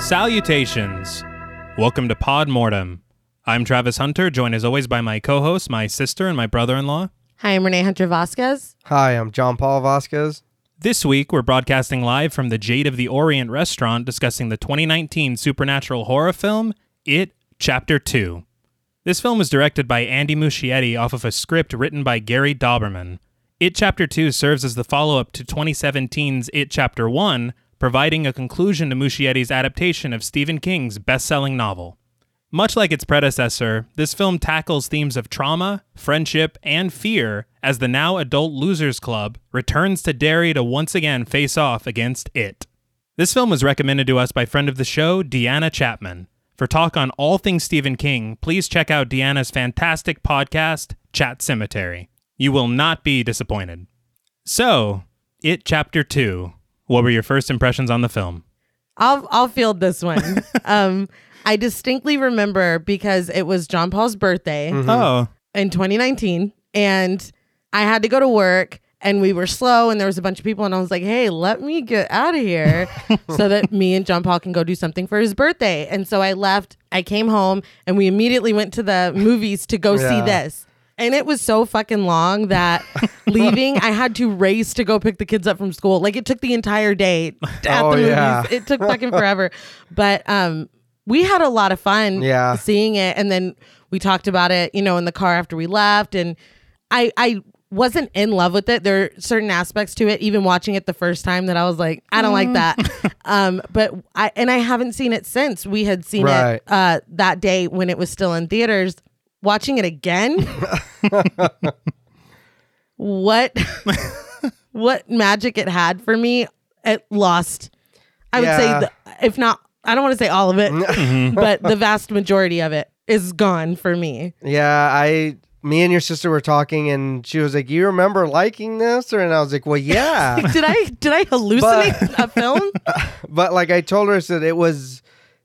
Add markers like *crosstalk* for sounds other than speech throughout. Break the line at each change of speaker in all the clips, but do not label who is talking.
Salutations! Welcome to Pod Mortem. I'm Travis Hunter, joined as always by my co host, my sister, and my brother in law.
Hi, I'm Renee Hunter Vasquez.
Hi, I'm John Paul Vasquez.
This week, we're broadcasting live from the Jade of the Orient restaurant discussing the 2019 supernatural horror film, It Chapter 2. This film was directed by Andy Muschietti off of a script written by Gary Dauberman. It Chapter 2 serves as the follow up to 2017's It Chapter 1, providing a conclusion to Muschietti's adaptation of Stephen King's best selling novel. Much like its predecessor, this film tackles themes of trauma, friendship, and fear as the now adult Losers Club returns to Derry to once again face off against it. This film was recommended to us by friend of the show, Deanna Chapman. For talk on all things Stephen King, please check out Deanna's fantastic podcast, Chat Cemetery. You will not be disappointed. So, It Chapter 2. What were your first impressions on the film?
I'll I'll field this one. um, I distinctly remember because it was John Paul's birthday
Oh,
in 2019, and I had to go to work, and we were slow, and there was a bunch of people, and I was like, "Hey, let me get out of
*laughs*
here, so that me and John Paul can go do something for his birthday." And so I left. I came home, and we immediately went to the movies to go see
Yeah.
this. And it was so fucking long
*laughs*
that leaving, I had to race to go pick the kids up from school. Like it took the entire day at
Oh,
the movies.
yeah.
It took
*laughs*
fucking forever. But um we had a lot of fun
Yeah.
seeing it and then we talked about it, you know, in the car after we left and I I wasn't in love with it. There are certain aspects to it even watching it the first time that I was like, I don't like
Mm. *laughs*
that. um but I and I haven't seen it since. We had seen
Right.
it uh that day when it was still in theaters. Watching it
*laughs*
again? what what magic it had for me, it lost. I would
Yeah. Mm-hmm.
say, the, if not, I don't want to say all
*laughs*
of it, but the vast majority of it is gone for me.
Yeah, I, me and your sister were talking, and she was like, "You remember liking this?" Or and I was like, "Well, *laughs* yeah,"
Did I did I hallucinate a film?
but like I told her that it was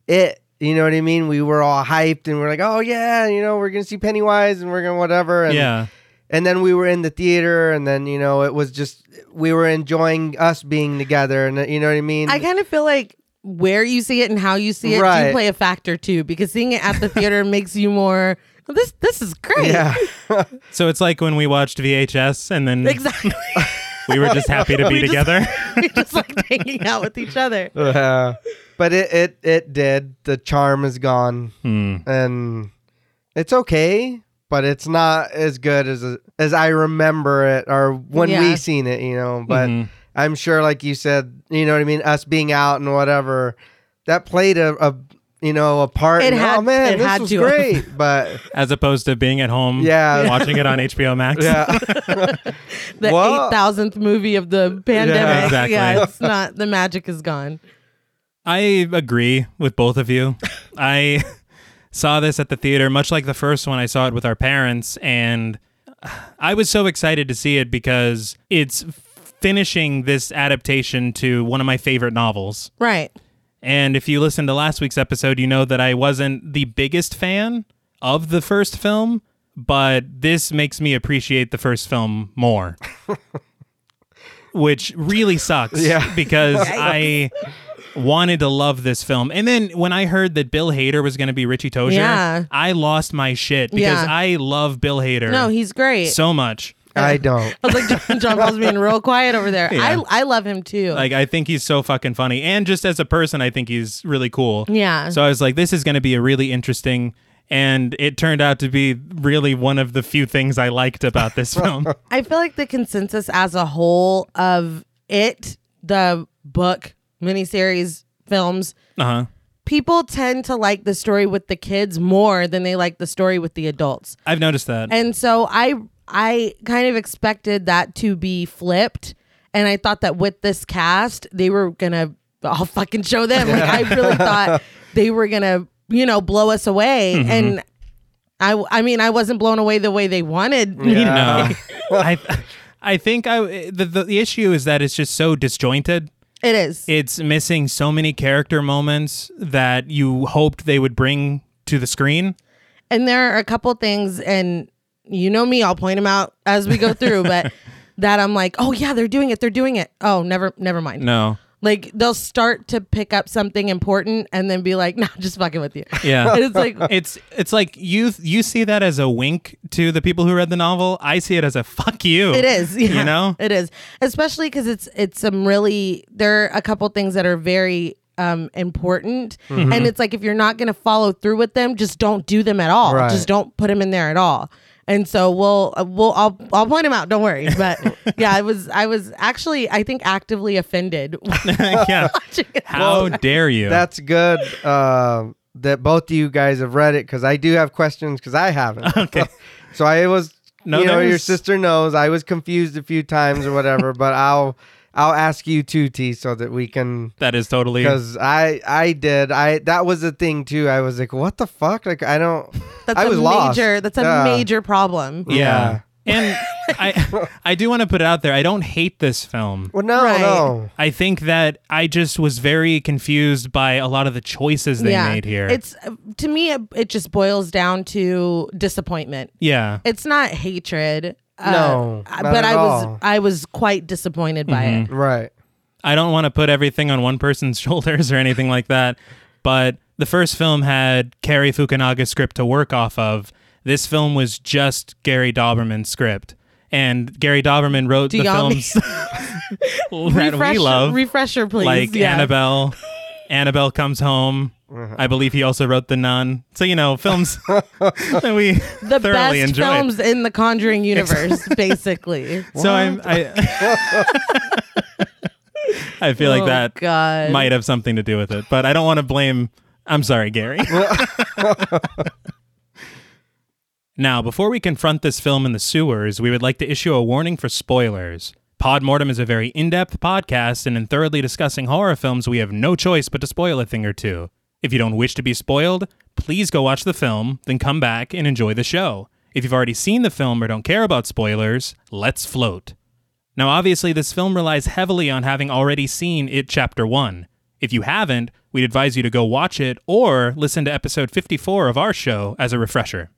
it. You know what I mean? We were all hyped, and we are like, "Oh yeah," you know, we're gonna see Pennywise, and we're gonna whatever. And,
yeah.
And then we were in the theater, and then you know, it was just we were enjoying us being together, and you know what I mean?
I kind of feel like where you see it and how you see it do
Right.
play a factor too, because seeing it at the theater *laughs* makes you more. "Oh, This this is great.
yeah, *laughs*
So it's like when we watched VHS and then
Exactly. *laughs*
we were just happy to be
We just-
together.
we just like hanging out with each other.
yeah. But it it it did. The charm is gone.
Hmm.
and it's okay, but it's not as good as as I remember it or when
Yeah.
we seen it, you know. But
Mhm.
I'm sure, like you said, you know what I mean. Us being out and whatever that played a, a you know a part.
It
in,
had-
oh man,
it
this
had
was
to.
great, but *laughs*
As opposed to being at home
Yeah.
watching it on HBO Max.
yeah,
The
Well-
eight thousandth movie of the pandemic. Yeah,
exactly.
it's not the magic is gone.
I agree with both of you. I saw this at the theater, much like the first one. I saw it with our parents, and I was so excited to see it because it's finishing this adaptation to one of my favorite novels.
Right.
And if you listened to last week's episode, you know that I wasn't the biggest fan of the first film, but this makes me appreciate the first film more. Which really sucks
Yeah.
because I wanted to love this film. And then when I heard that Bill Hader was going to be Richie Tozier,
Yeah.
I lost my shit because
Yeah.
I love Bill Hader
No, he's great.
so much.
I don't.
I was like, John, John Paul's being real quiet over there. I, I love him too.
Like I think he's so fucking funny, and just as a person, I think he's really cool.
Yeah.
So I was like, this is going to be a really interesting, and it turned out to be really one of the few things I liked about
*laughs*
this film.
I feel like the consensus as a whole of it, the book, miniseries, films,
uh huh.
people tend to like the story with the kids more than they like the story with the adults.
I've noticed that.
And so I I kind of expected that to be flipped. And I thought that with this cast, they were gonna I'll fucking show them. Like I really thought they were gonna, you know, blow us away. And I I mean I wasn't blown away the way they wanted me to *laughs*
no, I I think I the, the the issue is that it's just so disjointed.
It is.
It's missing so many character moments that you hoped they would bring to the screen.
and there are a couple things and you know me i'll point them out as we go through but that i'm like oh yeah they're doing it they're doing it oh never never mind
No.
Like they'll start to pick up something important and then be like, *laughs* "Nah, just fucking with you."
Yeah.
and it's like
It's it's like you you see that as a wink to the people who read the novel. I see it as a fuck you.
It is, yeah,
You know?
it is, especially because it's it's some really there are a couple things that are very um important,
Mm-hmm.
and it's like if you're not gonna follow through with them, just don't do them at all.
Right.
Just don't put them in there at all. And so we'll uh, we'll I'll I'll point them out. Don't worry.
*laughs*
But yeah, I was I was actually I think actively offended. *laughs*
*laughs* yeah. How dare you?
That's good um, that both of you guys have read it because I do have questions because I haven't.
*laughs* Okay.
so I was,
No,
you know, your
there's-
sister knows I was confused a few times or whatever, but I'll I'll ask you too, T, so that we can.
that is totally
Because I I did I that was the thing too. I was like, what the fuck? Like I don't.
That's
I
a
was lost.
major. That's a
Yeah.
major problem.
Yeah. *laughs* And I I do want to put it out there. I don't hate this film.
Well, no,
Right.
no.
I think that I just was very confused by a lot of the choices they made here.
It's to me it, it just boils down to disappointment.
yeah.
It's not hatred. uh,
No, not
but
at
I was
all.
I was quite disappointed by
Mm-hmm.
it.
Right.
I don't want to put everything on one person's *laughs* shoulders or anything like that, but the first film had Cary Fukunaga's script to work off of. This film was just Gary Dauberman's script. And Gary Dauberman wrote
Do
the
y'all mean- *laughs*
films that
refresher,
we love,
refresher, please.
like
yeah.
Annabelle, Annabelle Comes Home. I believe he also wrote The Nun. So, you know, films that we
the best
thoroughly enjoyed.
films in the Conjuring
*laughs*
universe, basically.
So I'm, I, *laughs* I feel like
Oh,
that
God.
might have something to do with it, but I don't want to blame. I'm sorry, Gary. now, before we confront this film in the sewers, we would like to issue a warning for spoilers. Podmortem is a very in depth podcast, and in thoroughly discussing horror films, we have no choice but to spoil a thing or two. If you don't wish to be spoiled, please go watch the film, then come back and enjoy the show. If you've already seen the film or don't care about spoilers, let's float. Now, obviously, this film relies heavily on having already seen It Chapter 1. If you haven't, we'd advise you to go watch it or listen to episode 54 of our show as a refresher.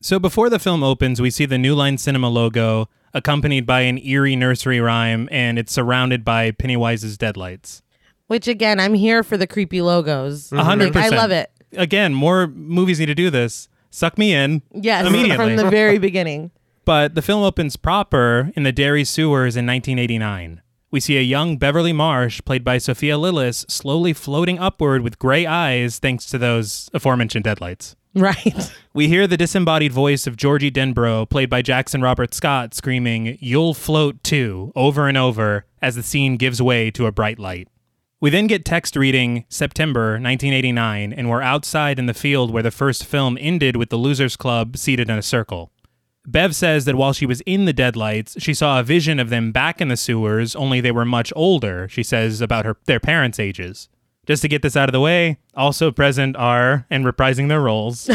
So, before the film opens, we see the New Line Cinema logo, accompanied by an eerie nursery rhyme, and it's surrounded by Pennywise's deadlights.
Which again, I'm here for the creepy logos.
A hundred
Like, I
percent.
love it.
Again, more movies need to do this. Suck me in.
Yes,
Immediately.
from the very beginning.
But the film opens proper in the Derry sewers in 1989. We see a young Beverly Marsh, played by Sophia Lillis, slowly floating upward with gray eyes thanks to those aforementioned deadlights.
Right. *laughs*
We hear the disembodied voice of Georgie Denbrough, played by Jackson Robert Scott, screaming, You'll float too, over and over, as the scene gives way to a bright light. We then get text reading September 1989, and we're outside in the field where the first film ended with the Losers Club seated in a circle. Bev says that while she was in the deadlights, she saw a vision of them back in the sewers, only they were much older, she says about her their parents' ages. Just to get this out of the way, also present are, and reprising their roles,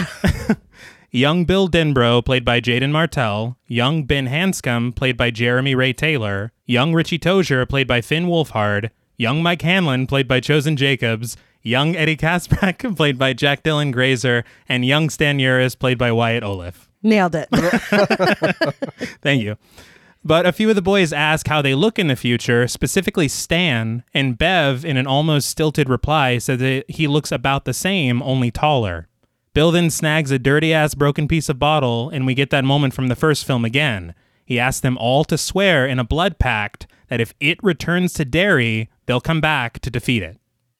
Young Bill Denbrough, played by Jaden Martell, young Ben Hanscom, played by Jeremy Ray Taylor, young Richie Tozier, played by Finn Wolfhard, young Mike Hanlon, played by Chosen Jacobs, young Eddie Kasprak, *laughs* played by Jack Dylan Grazer, and young Stan Uris, played by Wyatt Olaf. *laughs*
Nailed it.
Thank you. But a few of the boys ask how they look in the future, specifically Stan, and Bev, in an almost stilted reply, says that he looks about the same, only taller. Bill then snags a dirty ass broken piece of bottle, and we get that moment from the first film again. He asks them all to swear in a blood pact that if it returns to Derry, they'll come back to defeat it.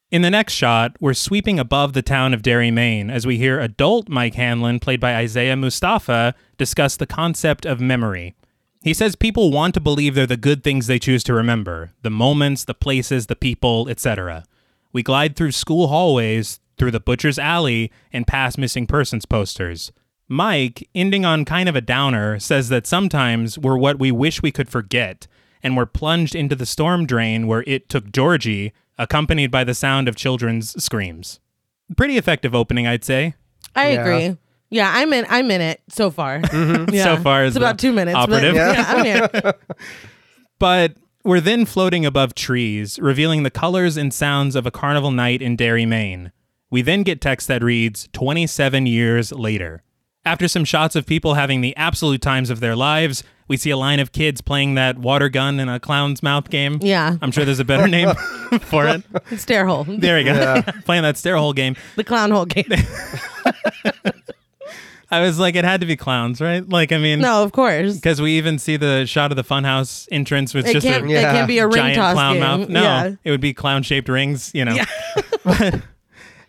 In the next shot, we're sweeping above the town of Derry, Maine, as we hear adult Mike Hanlon, played by Isaiah Mustafa, discuss the concept of memory. He says people want to believe they're the good things they choose to remember the moments, the places, the people, etc. We glide through school hallways, through the butcher's alley, and past missing persons posters. Mike, ending on kind of a downer, says that sometimes we're what we wish we could forget, and we're plunged into the storm drain where it took Georgie, accompanied by the sound of children's screams. Pretty effective opening, I'd say.
I
Yeah.
agree. Yeah, I'm in. I'm in it so
*laughs*
far. Yeah.
Mm-hmm. So far
it's
as
about
the
two minutes. but
operative.
yeah.
*laughs*
I'm here.
But we're then floating above trees, revealing the colors and sounds of a carnival night in Derry, Maine. We then get text that reads 27 years later. After some shots of people having the absolute times of their lives, we see a line of kids playing that water gun in a clown's mouth game.
Yeah.
I'm sure there's a better name for it.
Stare hole. The,
There we go. *laughs* playing that stair hole game.
clown
*laughs*
hole game.
I was like, it had to be clowns, right? Like, I mean,
no, of course.
because we even see the shot of the funhouse entrance with
It
just
can't,
a
it
Yeah.
can't be a ring
giant
toss
clown
game.
mouth. No,
Yeah.
it would be clown shaped rings, you
*laughs*
know. *laughs* But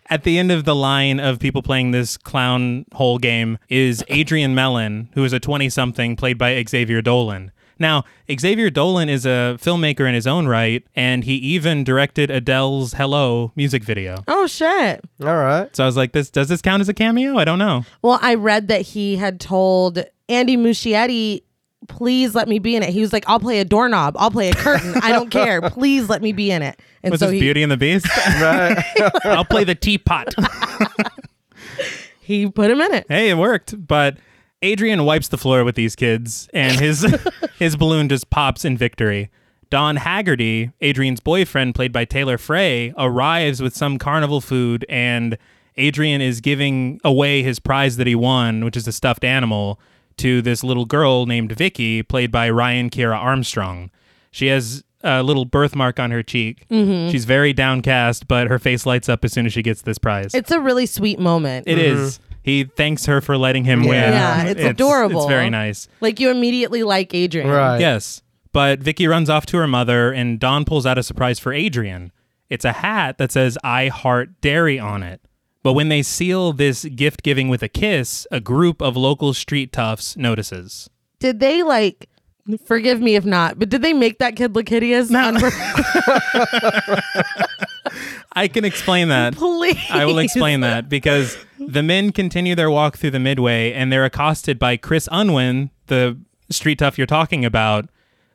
at the end of the line of people playing this clown hole game is Adrian Mellon, who is a 20 something played by Xavier Dolan. Now, Xavier Dolan is a filmmaker in his own right, and he even directed Adele's Hello music video.
Oh, shit.
All right.
So I was like, this does this count as a cameo? I don't know.
Well, I read that he had told Andy Muschietti, please let me be in it. He was like, I'll play a doorknob. I'll play a curtain. I
*laughs*
don't care. Please let me be in it. And
Was
so
this
he,
Beauty and the *laughs* Beast? I'll play the teapot.
he put him in it.
*laughs* hey, it worked. But Adrian wipes the floor with these kids, and his *laughs* his balloon just pops in victory. Don Haggerty, Adrian's boyfriend, played by Taylor Frey, arrives with some carnival food, and Adrian is giving away his prize that he won, which is a stuffed animal, to this little girl named Vicky, played by Ryan Kira Armstrong. She has a little birthmark on her cheek. She's very downcast, but her face lights up as soon as she gets this prize.
It's a really sweet moment.
It is. He thanks her for letting him win.
Yeah, it's adorable.
It's very nice.
like you immediately like Adrian.
Right.
Yes. But Vicky runs off to her mother and Don pulls out a surprise for Adrian. It's a hat that says I heart dairy on it. But when they seal this gift giving with a kiss, a group of local street toughs notices.
Did they like forgive me if not, but did they make that kid look hideous? on
*laughs*
purpose?
I can explain
*laughs*
that. *laughs*
please.
I will explain that because the men continue their walk through the midway and they're accosted by Chris Unwin, the street tough you're talking about,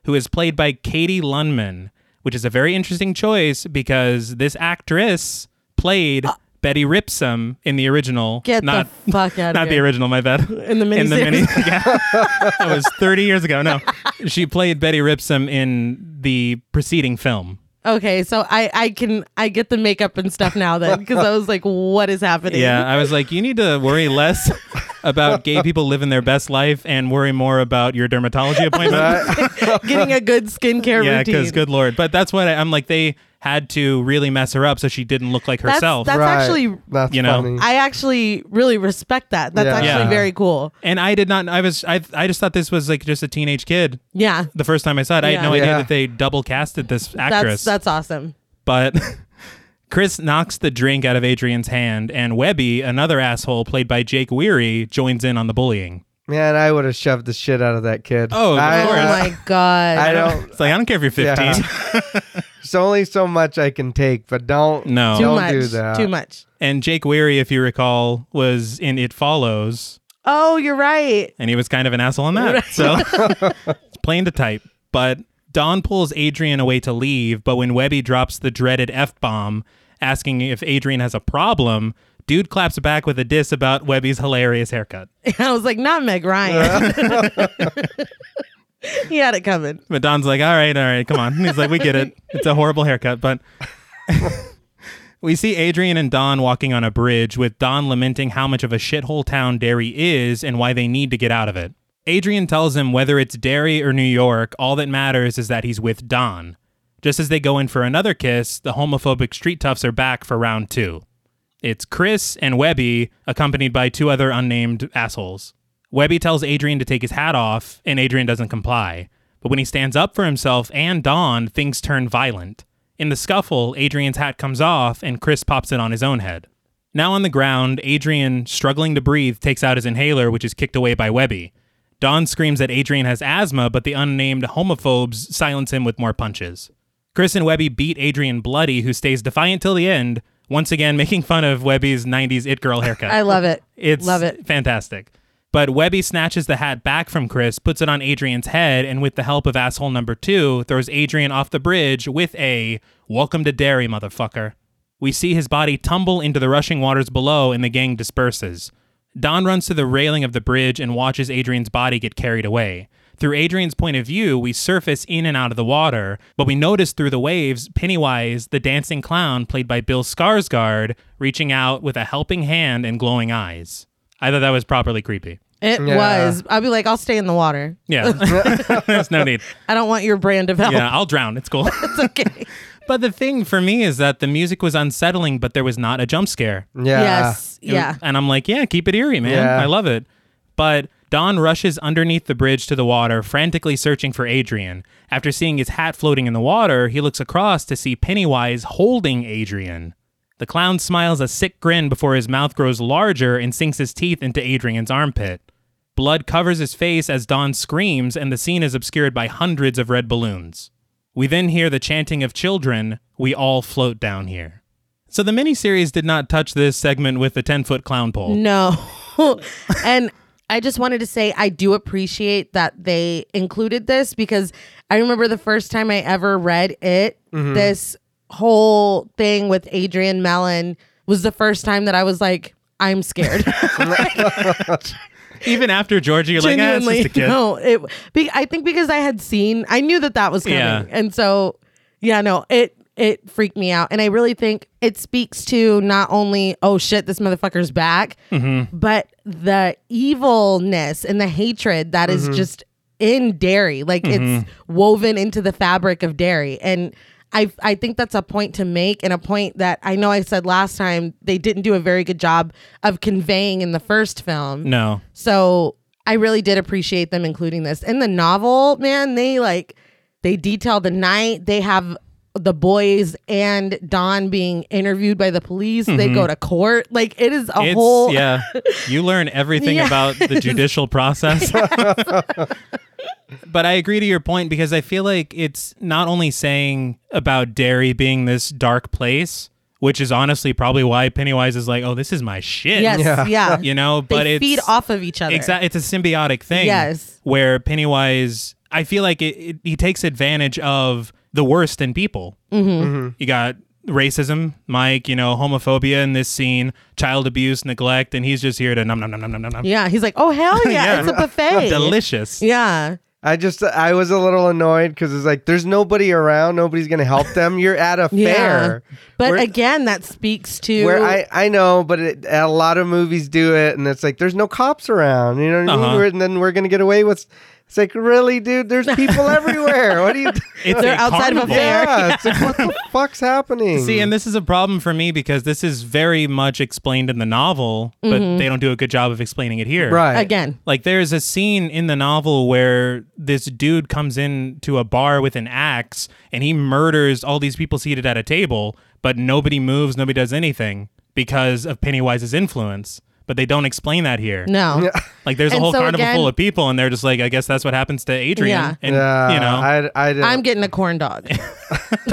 who is played by Katie Lundman, which is a very interesting choice because this actress played Betty Ripsom in the original.
Uh. Get
not
the fuck out
not
of
the
here.
original, my bad. In
the miniseries.
*laughs* yeah. that was 30 years ago.
*laughs*
No. She played Betty Ripsom in the preceding film.
okay, so I I can I get the makeup and stuff now then because I was like, what is happening?
Yeah, I was like, you need to worry less *laughs* about
*laughs*
gay people living their best life and worry more about your dermatology appointment.
*laughs* getting a good skincare
yeah,
routine.
because good lord. But that's what I, I'm like. They had to really mess her up so she didn't look like
That's-
herself.
that's-
right.
actually-
That's
you know,
funny.
I actually really respect that. That's
Yeah.
actually
Yeah.
very cool.
and I did not. I was. I. I just thought this was like just a teenage kid.
Yeah.
The first time I saw it, I had
Yeah.
no idea
Yeah.
that they double casted this actress.
That's that's awesome.
but *laughs* Chris knocks the drink out of Adrian's hand, and Webby, another asshole played by Jake Weary, joins in on the bullying.
Man, I would have shoved the shit out of that kid.
Oh, of
I,
Oh
course.
my god.
I don't.
It's like I don't care if you're 15.
*laughs* Yeah. There's only so much I can take, but don't.
No.
Too
don't
much.
do that.
Too much.
And Jake Weary, if you recall, was in It Follows,
Oh, you're right. *laughs*
and he was kind of an asshole in that. So *laughs* it's plain to type. But Don pulls Adrian away to leave, but when Webby drops the dreaded F bomb, asking if Adrian has a problem, dude claps back with a diss about Webby's hilarious haircut.
I was like, not Meg
*laughs*
Ryan. *laughs* he had it coming.
But Don's like, all right, all right, come on. He's like, we get it. It's a horrible haircut, but *laughs* we see Adrian and Don walking on a bridge with Don lamenting how much of a shithole town Derry is and why they need to get out of it. Adrian tells him whether it's Derry or New York, all that matters is that he's with Don. Just as they go in for another kiss, the homophobic street toughs are back for round two. It's Chris and Webby, accompanied by two other unnamed assholes. Webby tells Adrian to take his hat off, and Adrian doesn't comply. But when he stands up for himself and Don, things turn violent. In the scuffle, Adrian's hat comes off, and Chris pops it on his own head. Now on the ground, Adrian, struggling to breathe, takes out his inhaler, which is kicked away by Webby. Don screams that Adrian has asthma, but the unnamed homophobes silence him with more punches. Chris and Webby beat Adrian bloody, who stays defiant till the end, once again making fun of Webby's 90s it girl haircut.
I love it.
It's
love it.
Fantastic. But Webby snatches the hat back from Chris, puts it on Adrian's head, and with the help of asshole number two, throws Adrian off the bridge with a welcome to Derry, motherfucker. We see his body tumble into the rushing waters below, and the gang disperses. Don runs to the railing of the bridge and watches Adrian's body get carried away. Through Adrian's point of view, we surface in and out of the water, but we notice through the waves Pennywise, the dancing clown played by Bill Skarsgård, reaching out with a helping hand and glowing eyes. I thought that was properly creepy.
It
Yeah.
was. I'd be like, I'll stay in the water.
Yeah, *laughs* there's no need.
I don't want your brand of help.
Yeah, I'll drown. It's cool. *laughs*
It's okay.
but the thing for me is that the music was unsettling, but there was not a jump scare.
Yeah.
Yes.
It was-
Yeah.
And I'm like, yeah, keep it eerie, man.
Yeah.
I love it. But Don rushes underneath the bridge to the water, frantically searching for Adrian. After seeing his hat floating in the water, he looks across to see Pennywise holding Adrian. The clown smiles a sick grin before his mouth grows larger and sinks his teeth into Adrian's armpit. Blood covers his face as Don screams, and the scene is obscured by hundreds of red balloons. We then hear the chanting of children, We all float down here. So the miniseries did not touch this segment with the 10 foot clown pole.
*laughs* No. and I just wanted to say I do appreciate that they included this because I remember the first time I ever read it,
Mm-hmm.
this whole thing with Adrian Mellon was the first time that I was like, I'm scared. *laughs*
Even after Georgie, you're like, "Ah, it's just a kid.
*laughs* no, it. Be, I think because I had seen, I knew that that was coming,
Yeah.
and so yeah, no, it it freaked me out, and I really think it speaks to not only oh shit, this motherfucker's back,
Mm-hmm.
but the evilness and the hatred that
Mm-hmm.
is just in Derry, like it's woven into the fabric of Derry, and. I, I think that's a point to make and a point that I know I said last time they didn't do a very good job of conveying in the first film.
No.
So I really did appreciate them including this. In the novel, man, they like they detail the night. They have the boys and Don being interviewed by the police. They go to court. Like it is a
Mm-hmm. It's,
whole *laughs*
yeah. You learn everything
Yes.
about the
*laughs*
judicial process. but I agree to your point because I feel like it's not only saying about Derry being this dark place, which is honestly probably why Pennywise is like, oh, this is my shit.
Yes, yeah.
*laughs* You know,
They
but it's.
feed off of each other.
Exactly, it's a symbiotic thing.
Yes.
where Pennywise, I feel like it, it he takes advantage of the worst in people. Mm-hmm. You got racism, Mike. You know, homophobia in this scene, child abuse, neglect, and he's just here to num num num num num num. num.
Yeah. He's like, oh
*laughs*
hell yeah,
Yeah.
it's a
*laughs*
buffet.
Delicious.
Yeah.
I just I was a little annoyed because it's like there's nobody around, nobody's gonna help them. You're at a
*laughs* Yeah.
fair,
But
Where-
again, that speaks to
where I I know, but it, a lot of movies do it, and it's like there's no cops around. You know what I mean?
Uh-huh.
We're- and then we're gonna get away with. It's like really,
*laughs*
dude. There's people everywhere. What do you?
*laughs* It's
They're
a
outside of a
carnival.
fair.
*laughs* yeah, it's like
*laughs*
what the fuck's happening?
See, and this is a problem for me because this is very much explained in the novel, but
Mm-hmm.
they don't do a good job of explaining it here.
right
again.
Like there's a scene in the novel where this dude comes in to a bar with an axe and he murders all these people seated at a table, but nobody moves, nobody does anything because of Pennywise's influence. But they don't explain that here.
No.
Like there's a
And
whole
so
carnival
again-
full of people and they're just like, I guess that's what happens to Adrian.
Yeah.
And
Yeah,
you know
I I didn't.
I'm getting a corn dog. *laughs*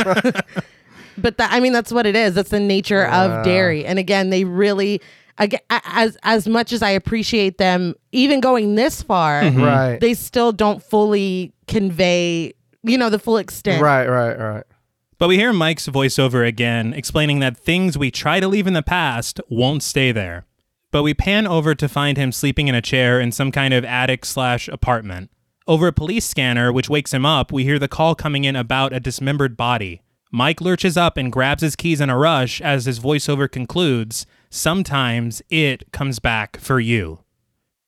but that, I mean, that's what it is. That's the nature of dairy. And again, they really, aga a- as as much as I appreciate them, even going this far,
right,
they still don't fully convey, you know, the full extent.
right, right, right.
But we hear Mike's voiceover again, explaining that things we try to leave in the past won't stay there. But we pan over to find him sleeping in a chair in some kind of attic slash apartment. Over a police scanner, which wakes him up, we hear the call coming in about a dismembered body. Mike lurches up and grabs his keys in a rush as his voiceover concludes Sometimes it comes back for you.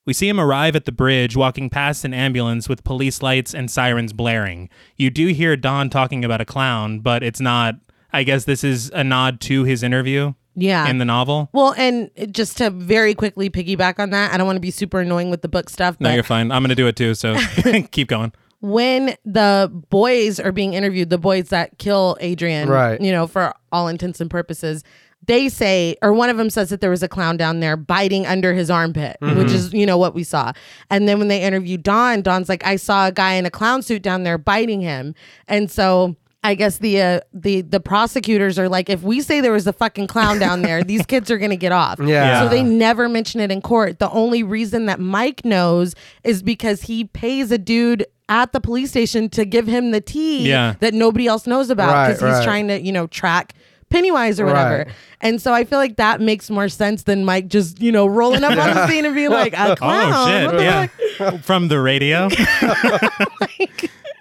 We see him arrive at the bridge, walking past an ambulance with police lights and sirens blaring. You do hear Don talking about a clown, but it's not. I guess this is a nod to his interview
Yeah.
in the novel.
well, and just to very quickly piggyback on that, I don't want to be super annoying with the book stuff,
No,
but
you're fine. I'm going to do it too,
*laughs*
so *laughs* keep going.
when the boys are being interviewed, the boys that kill Adrian,
Right.
you know, for all intents and purposes, they say, or one of them says that there was a clown down there biting under his armpit,
Mm-hmm.
which is, you know, what we saw. And then when they interview Don, Don's like, I saw a guy in a clown suit down there biting him. And so. I guess the uh, the the prosecutors are like, if we say there was a fucking clown down there, these kids are gonna get off.
*laughs* Yeah.
So they never mention it in court. The only reason that Mike knows is because he pays a dude at the police station to give him the tea
Yeah.
that nobody else knows about
Right,
because he's
right.
trying to, you know, track Pennywise or whatever.
Right.
And so I feel like that makes more sense than Mike just, you know, rolling up on the scene and being like,
*laughs*
a clown. *laughs*
Oh
what
shit!
the
Yeah,
fuck? *laughs*
from the radio.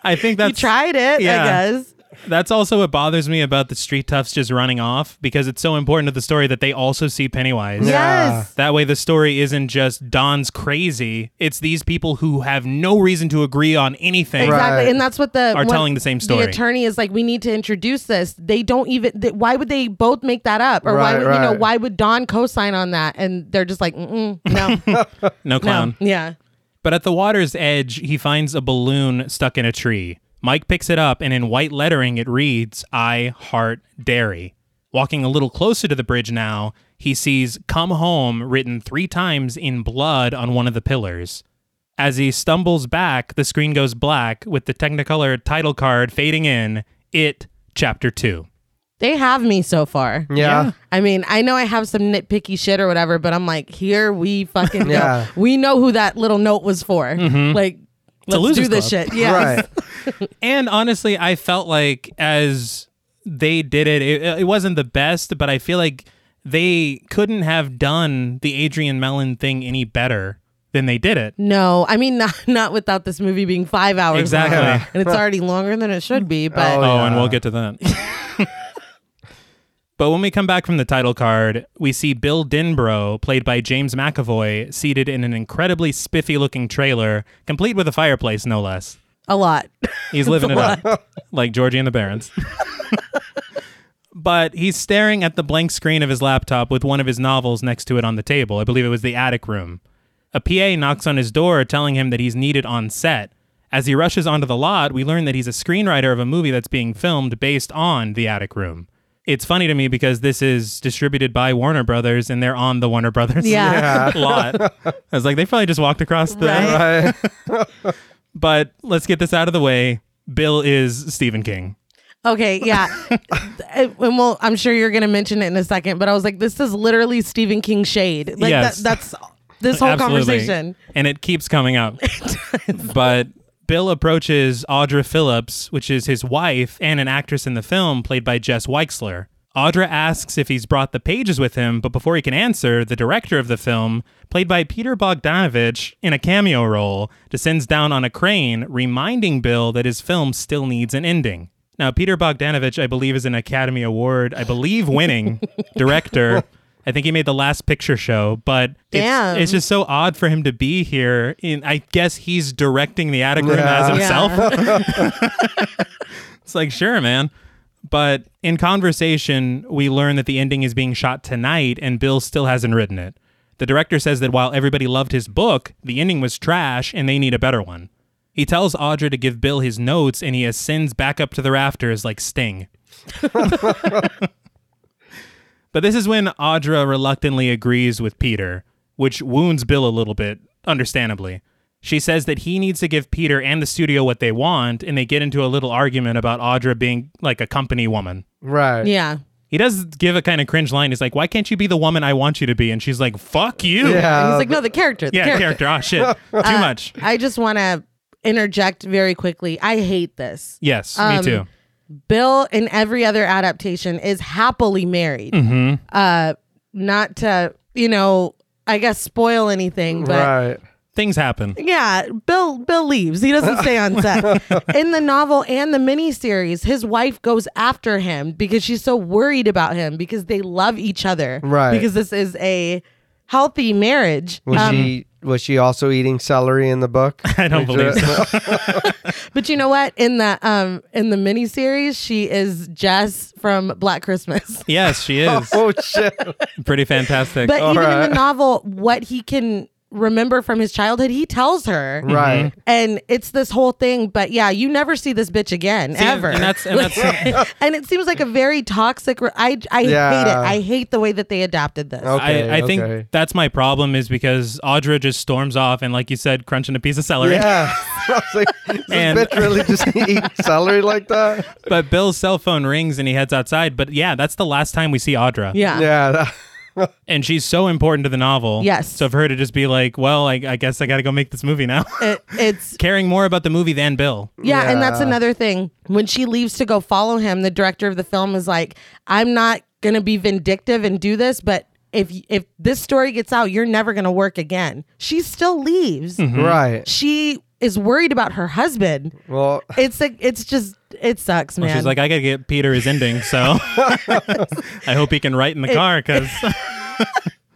I think
You
that's
tried it, I
Yeah.
guess.
That's also what bothers me about the street toughs just running off because it's so important to the story that they also see Pennywise.
Yeah.
Yes.
That way, the story isn't just Don's crazy. It's these people who have no reason to agree on anything.
Right.
Exactly, and that's what the
Are
what
telling the same story.
The attorney is like, we need to introduce this. They don't even. Th- why would they both make that up? Or why
Right,
would you know?
right.
Why would Don co-sign on that? And they're just like, Mm-mm,
*laughs*
no,
No clown.
no, yeah.
But at the water's edge, he finds a balloon stuck in a tree. Mike picks it up, and in white lettering, it reads, I heart dairy. Walking a little closer to the bridge now, he sees Come Home written three times in blood on one of the pillars. As he stumbles back, the screen goes black with the Technicolor title card fading in. It, Chapter 2.
They have me so far.
Yeah.
I mean, I know I have some nitpicky shit or whatever, but I'm like, here we fucking go.
Yeah.
We know who that little note was for.
Mm-hmm.
Like,
It's a
let's do
loser's
this
club.
shit. Yeah.
Right.
And honestly, I felt like as they did it, it, it wasn't the best, but I feel like they couldn't have done the Adrian Mellon thing any better than they did it.
No, I mean not not without this movie being five hours
Exactly.
long.
Yeah. *laughs*
and it's already longer than it should be. But
Oh,
yeah.
and we'll get to that. but when we come back from the title card, we see Bill Dinbro, played by James McAvoy, seated in an incredibly spiffy looking trailer, complete with a fireplace, no less.
a lot.
*laughs* He's living it up, like Georgie and the Barons. but he's staring at the blank screen of his laptop with one of his novels next to it on the table. I believe it was the attic room. A PA knocks on his door, telling him that he's needed on set. As he rushes onto the lot, we learn that he's a screenwriter of a movie that's being filmed based on the attic room. It's funny to me because this is distributed by Warner Brothers and they're on the Warner Brothers
Yeah.
*laughs* lot. I was like, they probably just walked across the
Right.
Right.
but let's get this out of the way. Bill is Stephen King.
Okay,
*laughs*
yeah. Uh, and well, I'm sure you're gonna mention it in a second, but I was like, this is literally Stephen King shade. Like
Yes.
that, that's this whole conversation.
And it keeps coming
*laughs*
up. but Bill approaches Audra Phillips, which is his wife and an actress in the film played by Jess Weixler. Audra asks if he's brought the pages with him, but before he can answer, the director of the film, played by Peter Bogdanovich in a cameo role, descends down on a crane, reminding Bill that his film still needs an ending. Now, Peter Bogdanovich, I believe, is an Academy Award, I believe,
*laughs*
winning director. I think he made the last picture show, but it's,
Damn.
it's just so odd for him to be here. In I guess he's directing the attic room
Yeah.
as
Yeah.
himself. *laughs* It's like, sure, man. But in conversation, we learn that the ending is being shot tonight and Bill still hasn't written it. The director says that while everybody loved his book, the ending was trash and they need a better one. He tells Audra to give Bill his notes and he ascends back up to the rafters like Sting. but this is when Audra reluctantly agrees with Peter, which wounds Bill a little bit, understandably. She says that he needs to give Peter and the studio what they want, and they get into a little argument about Audra being like a company woman.
*laughs* Right.
Yeah.
He does give a kind of cringe line. He's like, Why can't you be the woman I want you to be? And she's like, Fuck you.
And
Yeah.
he's like, no, the character.
*laughs*
The
Yeah,
character.
character. Ah, shit. Too
*laughs*
much.
I just want to interject very quickly. I hate this.
Yes, me too.
Bill in every other adaptation is happily married.
Mm-hmm.
Uh, not to you know, I guess spoil anything, but
right.
Things happen.
yeah, Bill Bill leaves. He doesn't stay on set. in the novel and the miniseries, his wife goes after him because she's so worried about him because they love each other.
Right.
Because this is a healthy marriage.
Was she was she also eating celery in the book?
*laughs* I don't believe so.
But you know what? In the um in the miniseries, she is Jess from Black Christmas.
Yes,
*laughs*
she is.
*laughs* oh shit.
Pretty fantastic.
But even in
right.
the novel, what he can remember from his childhood, he tells her.
Right.
And it's this whole thing, but yeah, you never see this bitch again, ever.
And that's, and that's
*laughs* And it seems like a very toxic. Re- I I hate it.
Yeah.
I hate the way that they adapted this.
Okay.
I, I think
okay.
that's my problem is because Audra just storms off and, like you said, crunching a piece of celery.
Yeah. *laughs* I was like, "Is this
And-
bitch
*laughs*
really just eating celery like that?
But Bill's cell phone rings and he heads outside. But yeah, that's the last time we see Audra.
Yeah.
Yeah. that-
And she's so important to the novel.
Yes.
So for her to just be like, well, I, I guess I got to go make this movie now, *laughs*
It, it's
caring more about the movie than Bill.
Yeah, and that's
Yeah.
another thing. When she leaves to go follow him, the director of the film is like, "I'm not going to be vindictive and do this, but if if
Hmm. Mm-hmm.
this story gets out, you're never going to work again." She still leaves.
Right.
She is worried about her husband.
Well, *laughs*
It's like it's just it sucks, man.
Well, she's like, I gotta get Peter his ending, so I hope he can write in the car
*laughs*
because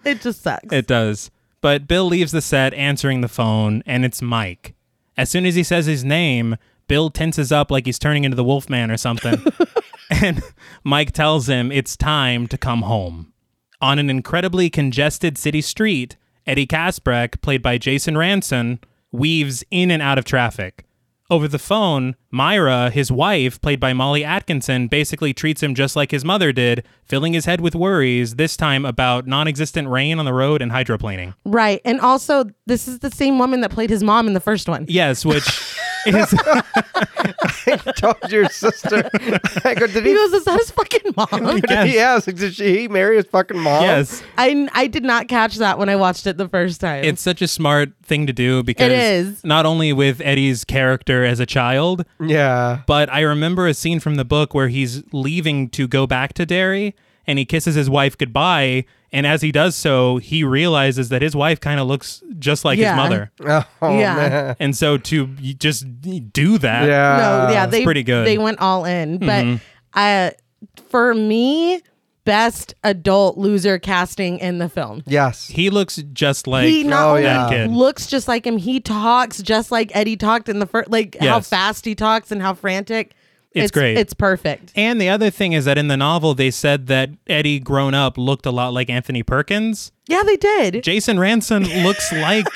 it just sucks.
it does. But Bill leaves the set answering the phone, and it's Mike. As soon as he says his name, Bill tenses up like he's turning into the Wolfman or
*laughs*
something. and Mike tells him it's time to come home. On an incredibly congested city street, Eddie Kasprek, played by Jason Ranson, weaves in and out of traffic. Over the phone, Myra, his wife, played by Molly Atkinson, basically treats him just like his mother did, filling his head with worries, this time about non existent rain on the road and hydroplaning.
right. And also this is the same woman that played his mom in the first one.
Yes, which is.
I told your
*laughs*
sister. I go, did
He
he?
goes, Is that his fucking mom?
*laughs* Did he ask? Like, did she he marry his fucking mom?
Yes.
I I did not catch that when I watched it the first time.
It's such a smart thing to do because
is.
not only with Eddie's character as a child,
Yeah.
but I remember a scene from the book where he's leaving to go back to Derry and he kisses his wife goodbye. And as he does so, he realizes that his wife kind of looks just like
Yeah.
his mother.
Oh,
Yeah.
man.
And so to y- just do that,
Yeah.
no, yeah, they
pretty good. Mm-hmm.
They went all in, but uh, for me, best adult loser casting in the film.
Yes.
he looks just like
He not
Oh,
only
yeah.
That kid.
looks just like him, he talks just like Eddie talked in the first, like how
Yes.
fast he talks and how frantic.
It's great.
It's perfect.
And the other thing is that in the novel, they said that Eddie grown up looked a lot like Anthony Perkins.
Yeah, they did.
Jason Ranson looks like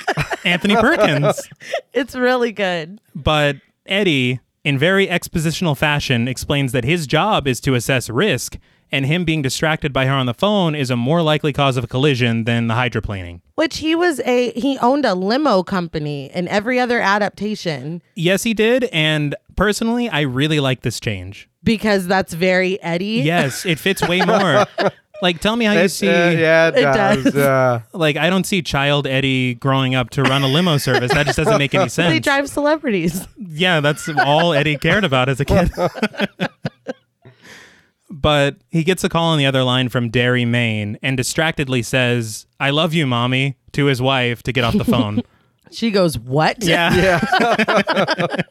Anthony Perkins,
It's really good.
but Eddie, in very expositional fashion, explains that his job is to assess risk, and him being distracted by her on the phone is a more likely cause of a collision than the hydroplaning.
Which he was a he owned a limo company in every other adaptation
Yes, he did, and personally, I really like this change.
because that's very Eddie.
Yes, it fits
*laughs*
way more. like, tell me how you
It-
see.
uh, yeah, it,
It
does.
does.
Yeah.
Like, I don't see child Eddie growing up to run a limo service. That just doesn't make any sense.
They drive celebrities.
*laughs* yeah, that's all Eddie cared about as a kid. *laughs* but he gets a call on the other line from Derry, Maine, and distractedly says, I love you, mommy, to his wife to get off the phone.
She goes, What?
yeah.
*laughs*
Yeah.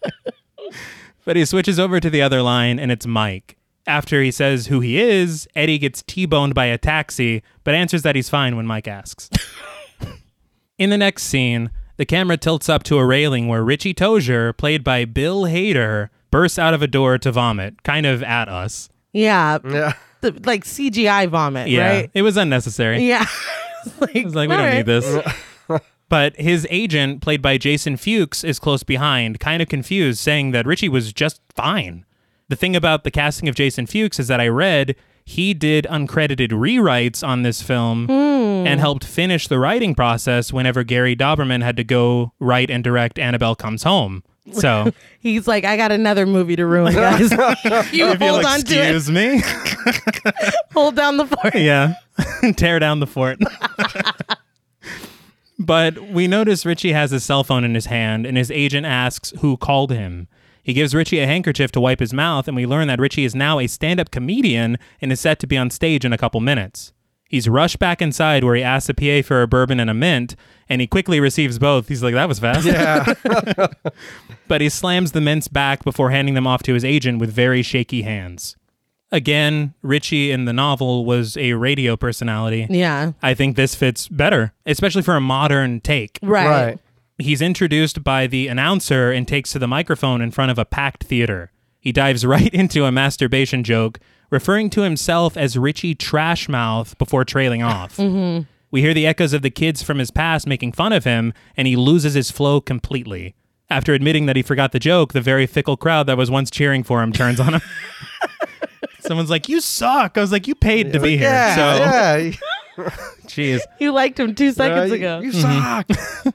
But he switches over to the other line, and it's Mike. After he says who he is, Eddie gets T boned by a taxi, but answers that he's fine when Mike asks. *laughs* In the next scene, the camera tilts up to a railing where Richie Tozier, played by Bill Hader, bursts out of a door to vomit, kind of at us.
Yeah.
Yeah.
The, like CGI vomit,
Yeah.
right?
It was unnecessary.
Yeah. *laughs*
It's like, we don't need *laughs* this. But his agent, played by Jason Fuchs, is close behind, kind of confused, saying that Richie was just fine. The thing about the casting of Jason Fuchs is that I read he did uncredited rewrites on this film
Hmm.
and helped finish the writing process whenever Gary Doberman had to go write and direct Annabelle Comes Home.
*laughs*
So
He's like, I got another movie to ruin,
*laughs*
guys. *laughs* you
if you'll
hold on to it.
excuse me.
Hold down the fort.
*laughs* Yeah. *laughs* Tear down the fort. but we notice Richie has his cell phone in his hand, and his agent asks who called him. He gives Richie a handkerchief to wipe his mouth, and we learn that Richie is now a stand up comedian and is set to be on stage in a couple minutes. He's rushed back inside where he asks the PA for a bourbon and a mint, and he quickly receives both. He's like, that was fast.
Yeah.
*laughs* but he slams the mints back before handing them off to his agent with very shaky hands. Again, Richie in the novel was a radio personality.
Yeah.
I think this fits better, especially for a modern take.
Right.
Right.
He's introduced by the announcer and takes to the microphone in front of a packed theater. He dives *laughs* right into a masturbation joke, referring to himself as Richie Trashmouth before trailing
*laughs*
off.
Mm-hmm.
We hear the echoes of the kids from his past making fun of him, and he loses his flow completely. After admitting that he forgot the joke, the very fickle crowd that was once cheering for him turns
*laughs*
on him. *laughs* Someone's like, "You suck." I was like, "You paid to be here."
Yeah.
so,
yeah.
jeez.
You liked him two seconds
Uh,
ago.
You, you suck.
Mm-hmm.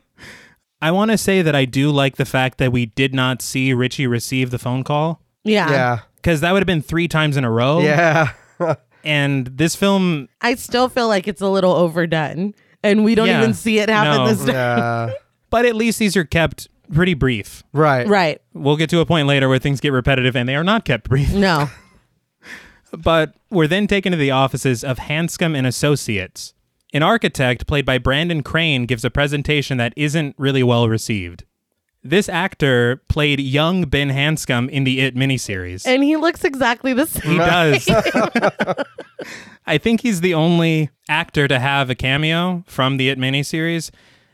I want to say that I do like the fact that we did not see Richie receive the phone call
yeah.
yeah.
*laughs*
because that would have been three times in a row.
Yeah.
And this film,
I still feel like it's a little overdone. And we don't
Yeah.
even see it happen
No.
this time.
yeah.
but at least these are kept pretty brief.
Right.
Right.
We'll get to a point later where things get repetitive and they are not kept brief. *laughs*
No.
But we're then taken to the offices of Hanscom and Associates. An architect played by Brandon Crane gives a presentation that isn't really well received. This actor played young Ben Hanscom in the It miniseries.
and he looks exactly the *laughs*
he
same.
does. I think he's the only actor to have a cameo from the It miniseries.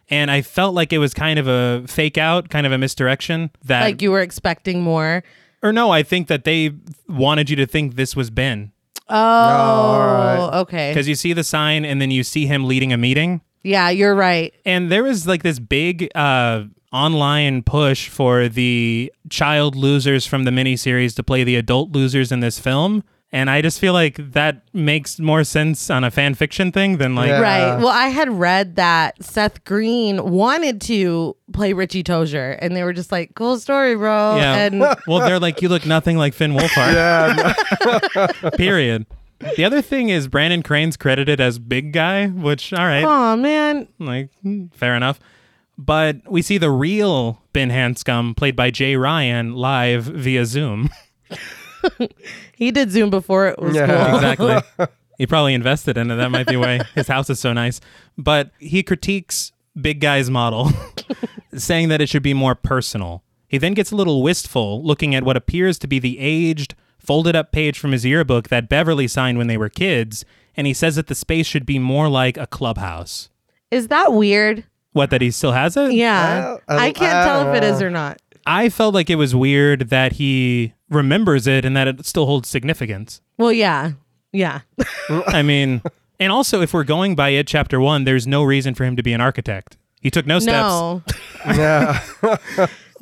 And I felt like it was kind of a fake out, kind of a misdirection. That
Like you were expecting more.
or no, I think that they wanted you to think this was Ben
Oh, okay.
because you see the sign and then you see him leading a meeting.
Yeah, you're right.
And there was like this big uh, online push for the child losers from the miniseries to play the adult losers in this film. And I just feel like that makes more sense on a fan fiction thing than like,
Yeah.
Right. Well, I had read that Seth Green wanted to play Richie Tozier, and they were just like, "Cool story, bro."
yeah. *laughs*
And *laughs*
well, they're like, you look nothing like Finn Wolfhard. *laughs* Period. The other thing is Brandon Crane's credited as Big Guy, which, all right.
oh man,
Like, hmm, fair enough. But we see the real Ben Hanscom, played by Jay Ryan, live via Zoom.
he did Zoom before it was
Yeah.
cool.
*laughs* exactly. He probably invested in it. That might be why his house is so nice. But he critiques Big Guy's model, *laughs* saying that it should be more personal. He then gets a little wistful, looking at what appears to be the aged, folded up page from his yearbook that Beverly signed when they were kids, and he says that the space should be more like a clubhouse.
Is that weird?
What, that he still has it?
Yeah,
I don't-
I can't
I
tell
don't
if it is
know.
or not.
I felt like it was weird that he remembers it and that it still holds significance.
Well, yeah, yeah.
I mean, and also if we're going by it, chapter one, there's no reason for him to be an architect. He took no steps.
No, *laughs*
Yeah.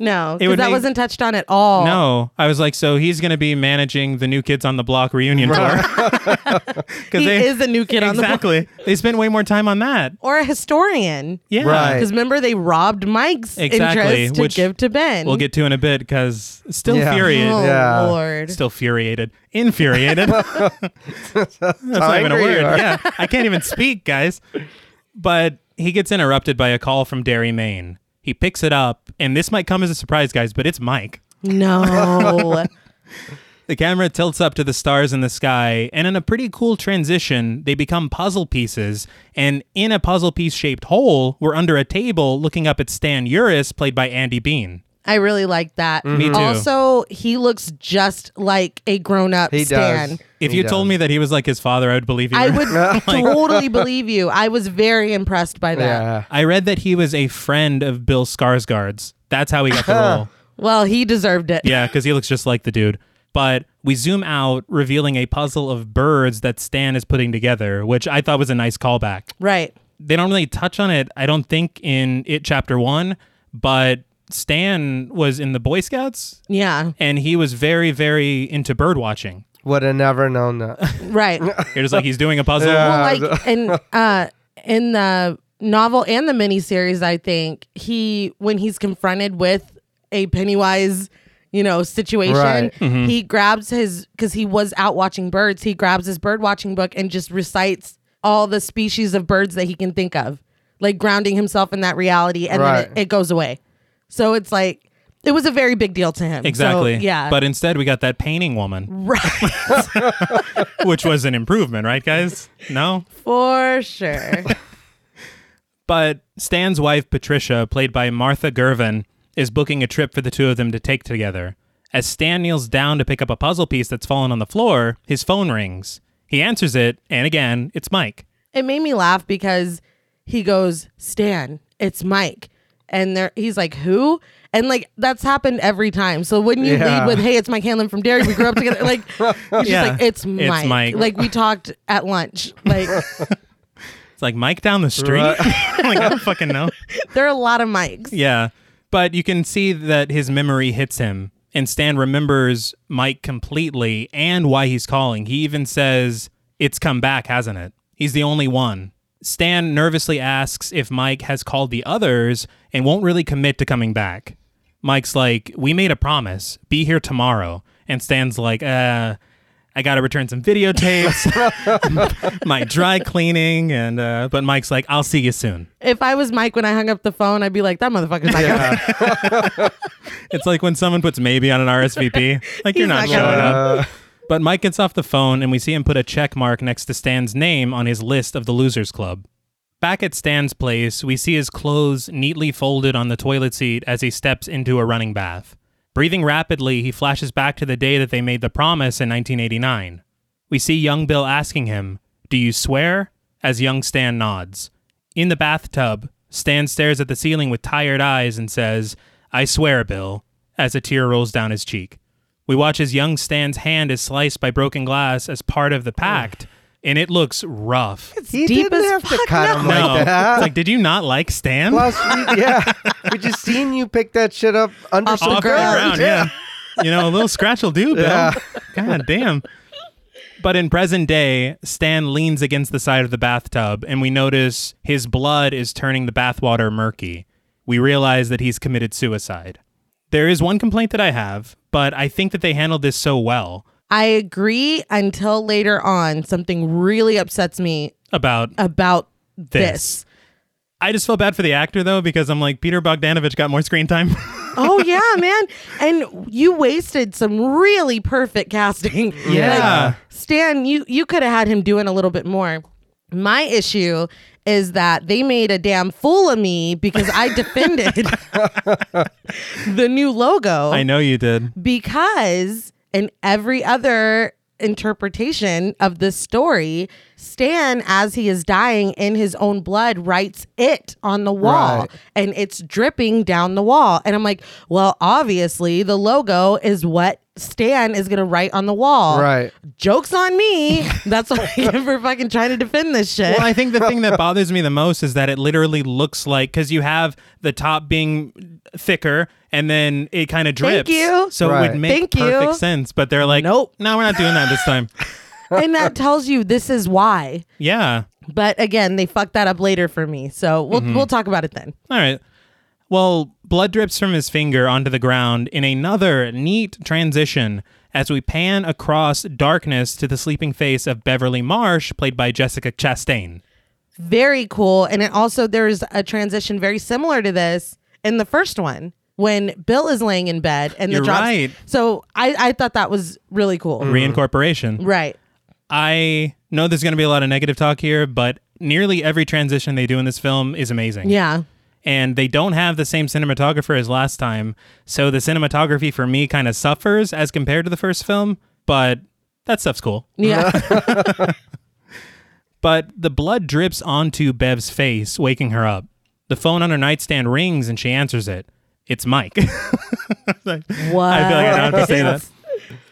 no,
It would
because that
make-
wasn't touched on at all.
No. I was like, so he's going to be managing the New Kids on the Block reunion tour.
*laughs*
Because
he is a new kid on the block
exactly. They spent way more time on that.
or a historian.
Yeah.
Right.
Because remember, they robbed Mike's
Exactly,
interest to
which
give to Ben.
We'll get to in a bit because still
Yeah.
furious.
Oh
Yeah.
Lord!
Still furiated.
*laughs*
Infuriated. That's not even a
angry you
word.
are.
Yeah. I can't even speak, guys. But he gets interrupted by a call from Derry Maine. He picks it up, and this might come as a surprise, guys, but it's Mike. *laughs*
No.
The camera tilts up to the stars in the sky, and in a pretty cool transition, they become puzzle pieces. And in a puzzle piece shaped hole, we're under a table looking up at Stan Uris, played by Andy Bean.
I really like that.
Me too.
Also, he looks just like a grown up
He
Stan.
does. Oh
If
He
you
does.
told me that he was like his father, I would believe you.
I
were-
*laughs*
would totally believe you. I was very impressed by that.
Yeah.
I read that he was a friend of Bill Skarsgård's. That's how he got the role.
Well, he deserved it.
Yeah, because he looks just like the dude. But we zoom out, revealing a puzzle of birds that Stan is putting together, which I thought was a nice callback.
Right.
They don't really touch on it, I don't think, in It Chapter One, but Stan was in the Boy Scouts
Yeah.
and he was very, very into bird watching.
Would have never known
*laughs*
that.
Right.
*laughs*
You're just like, he's doing a puzzle.
Yeah.
well,
*laughs*
like in uh in the novel and the miniseries, I think he when he's confronted with a Pennywise, you know, situation,
Right. Mm-hmm.
he grabs his because he was out watching birds. He grabs his bird watching book and just recites all the species of birds that he can think of, like grounding himself in that reality, and
Right.
then it, it goes away. So it's like it was a very big deal to him. So,
Exactly.
yeah.
But instead, we got that painting woman,
*laughs* right
which was an improvement, right, guys? No?
for sure.
But Stan's wife, Patricia, played by Martha Gervin, is booking a trip for the two of them to take together. As Stan kneels down to pick up a puzzle piece that's fallen on the floor, his phone rings. He answers it, and again, it's Mike.
it made me laugh because he goes, Stan, it's Mike. And there he's like, Who? And like that's happened every time. So wouldn't you
Yeah.
lead with, Hey, it's Mike Hanlon from Derry. We grew up together.
*laughs*
Like you're just
Yeah.
like, it's Mike.
Mike.
Like we talked at lunch.
*laughs*
Like
It's like Mike down the street. *laughs* like I don't fucking know.
there are a lot of Mikes.
Yeah. But you can see that his memory hits him, and Stan remembers Mike completely and why he's calling. He even says, It's come back, hasn't it? He's the only one. Stan nervously asks if Mike has called the others and won't really commit to coming back. Mike's like, We made a promise. Be here tomorrow. And Stan's like, Uh, I got to return some videotapes, *laughs* my dry cleaning, and uh, but Mike's like, I'll see you soon.
If I was Mike when I hung up the phone, I'd be like, That motherfucker's not coming.
It's like when someone puts maybe on an
*laughs*
RSVP. Like you're
He's
not
not gonna-
showing
uh,
up. But Mike gets off the phone and we see him put a check mark next to Stan's name on his list of the Losers Club. Back at Stan's place, we see his clothes neatly folded on the toilet seat as he steps into a running bath. Breathing rapidly, he flashes back to the day that they made the promise in 1989. We see young Bill asking him, Do you swear? as young Stan nods. In the bathtub, Stan stares at the ceiling with tired eyes and says, I swear, Bill, as a tear rolls down his cheek. We watch as young Stan's hand is sliced by broken glass as part of the pact, and it looks rough.
*laughs* He
deep as
didn't have to
fuck,
cut him
No.
like
*laughs*
that.
It's like, did you not like Stan?
Plus, we, yeah, we just seen you pick that shit up under
Off
some
the
Off the ground, yeah. You know, a little scratch will do, Bill.
Yeah.
God damn. But in present day, Stan leans against the side of the bathtub, and we notice his blood is turning the bathwater murky. We realize that he's committed suicide. There is one complaint that I have, but I think that they handled this so well
I agree until later on something really upsets me
about
about
This.
this.
I just feel bad for the actor though because I'm like Peter Bogdanovich got more screen time.
oh yeah, man. And you wasted some really perfect casting.
Yeah.
Like, Stan, you you could have had him doing a little bit more. My issue is that they made a damn fool of me because I defended the new logo
*laughs* I know you did.
because in every other interpretation of this story, Stan, as he is dying in his own blood, writes it on the wall
Right.
and it's dripping down the wall. And I'm like, well, obviously the logo is what Stan is going to write on the wall.
Right.
Joke's on me. *laughs* That's what I get for fucking trying to defend this shit.
Well, I think the thing that bothers me the most is that it literally looks like because you have the top being thicker and then it kind of drips.
you.
So it
Right.
would make
Thank you.
perfect sense. But they're like,
Nope.
no, we're not doing that this
*laughs*
time.
and that tells you this is why.
yeah.
But again, they fucked that up later for me. So we'll,
Mm-hmm.
we'll talk about it then.
All right. Well, blood drips from his finger onto the ground in another neat transition as we pan across darkness to the sleeping face of Beverly Marsh, played by Jessica Chastain.
very cool. And it also there's a transition very similar to this in the first one when Bill is laying in bed and
You're
the drops.
right. Mm.
So I, I thought that was really cool.
Reincorporation.
Right.
I know there's going to be a lot of negative talk here, but nearly every transition they do in this film is amazing.
Yeah.
And they don't have the same cinematographer as last time. So the cinematography for me kind of suffers as compared to the first film, but that stuff's cool. *laughs*
Yeah.
But the blood drips onto Bev's face, waking her up. The phone on her nightstand rings and she answers it. It's Mike. *laughs*
what?
I feel like I don't have to say that.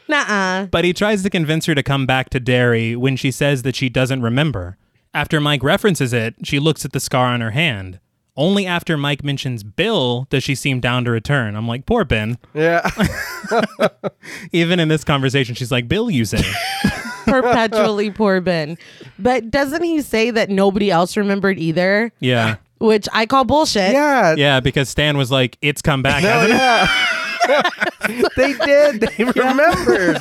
Nuh-uh.
but he tries to convince her to come back to Derry when she says that she doesn't remember. After Mike references it, she looks at the scar on her hand. Only after Mike mentions Bill does she seem down to return. I'm like, poor Ben.
Yeah.
*laughs*
Even in this conversation, she's like, Bill, you say. *laughs*
Perpetually poor Ben. But doesn't he say that nobody else remembered either?
yeah.
Which I call bullshit.
Yeah.
Yeah, because Stan was like, it's come back,
Oh,
hasn't it?
yeah. they did. They
*laughs*
remembered.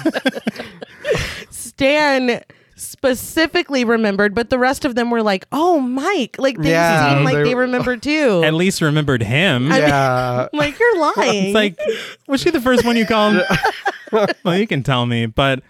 Stan specifically remembered, but the rest of them were like, oh, Mike. Like they
Yeah,
seem like
they-
they
*laughs*
remember too.
At least remembered him.
I mean-
Yeah.
I'm
*laughs*
like you're lying.
It's like, was she the first one you called? well, you can tell me, but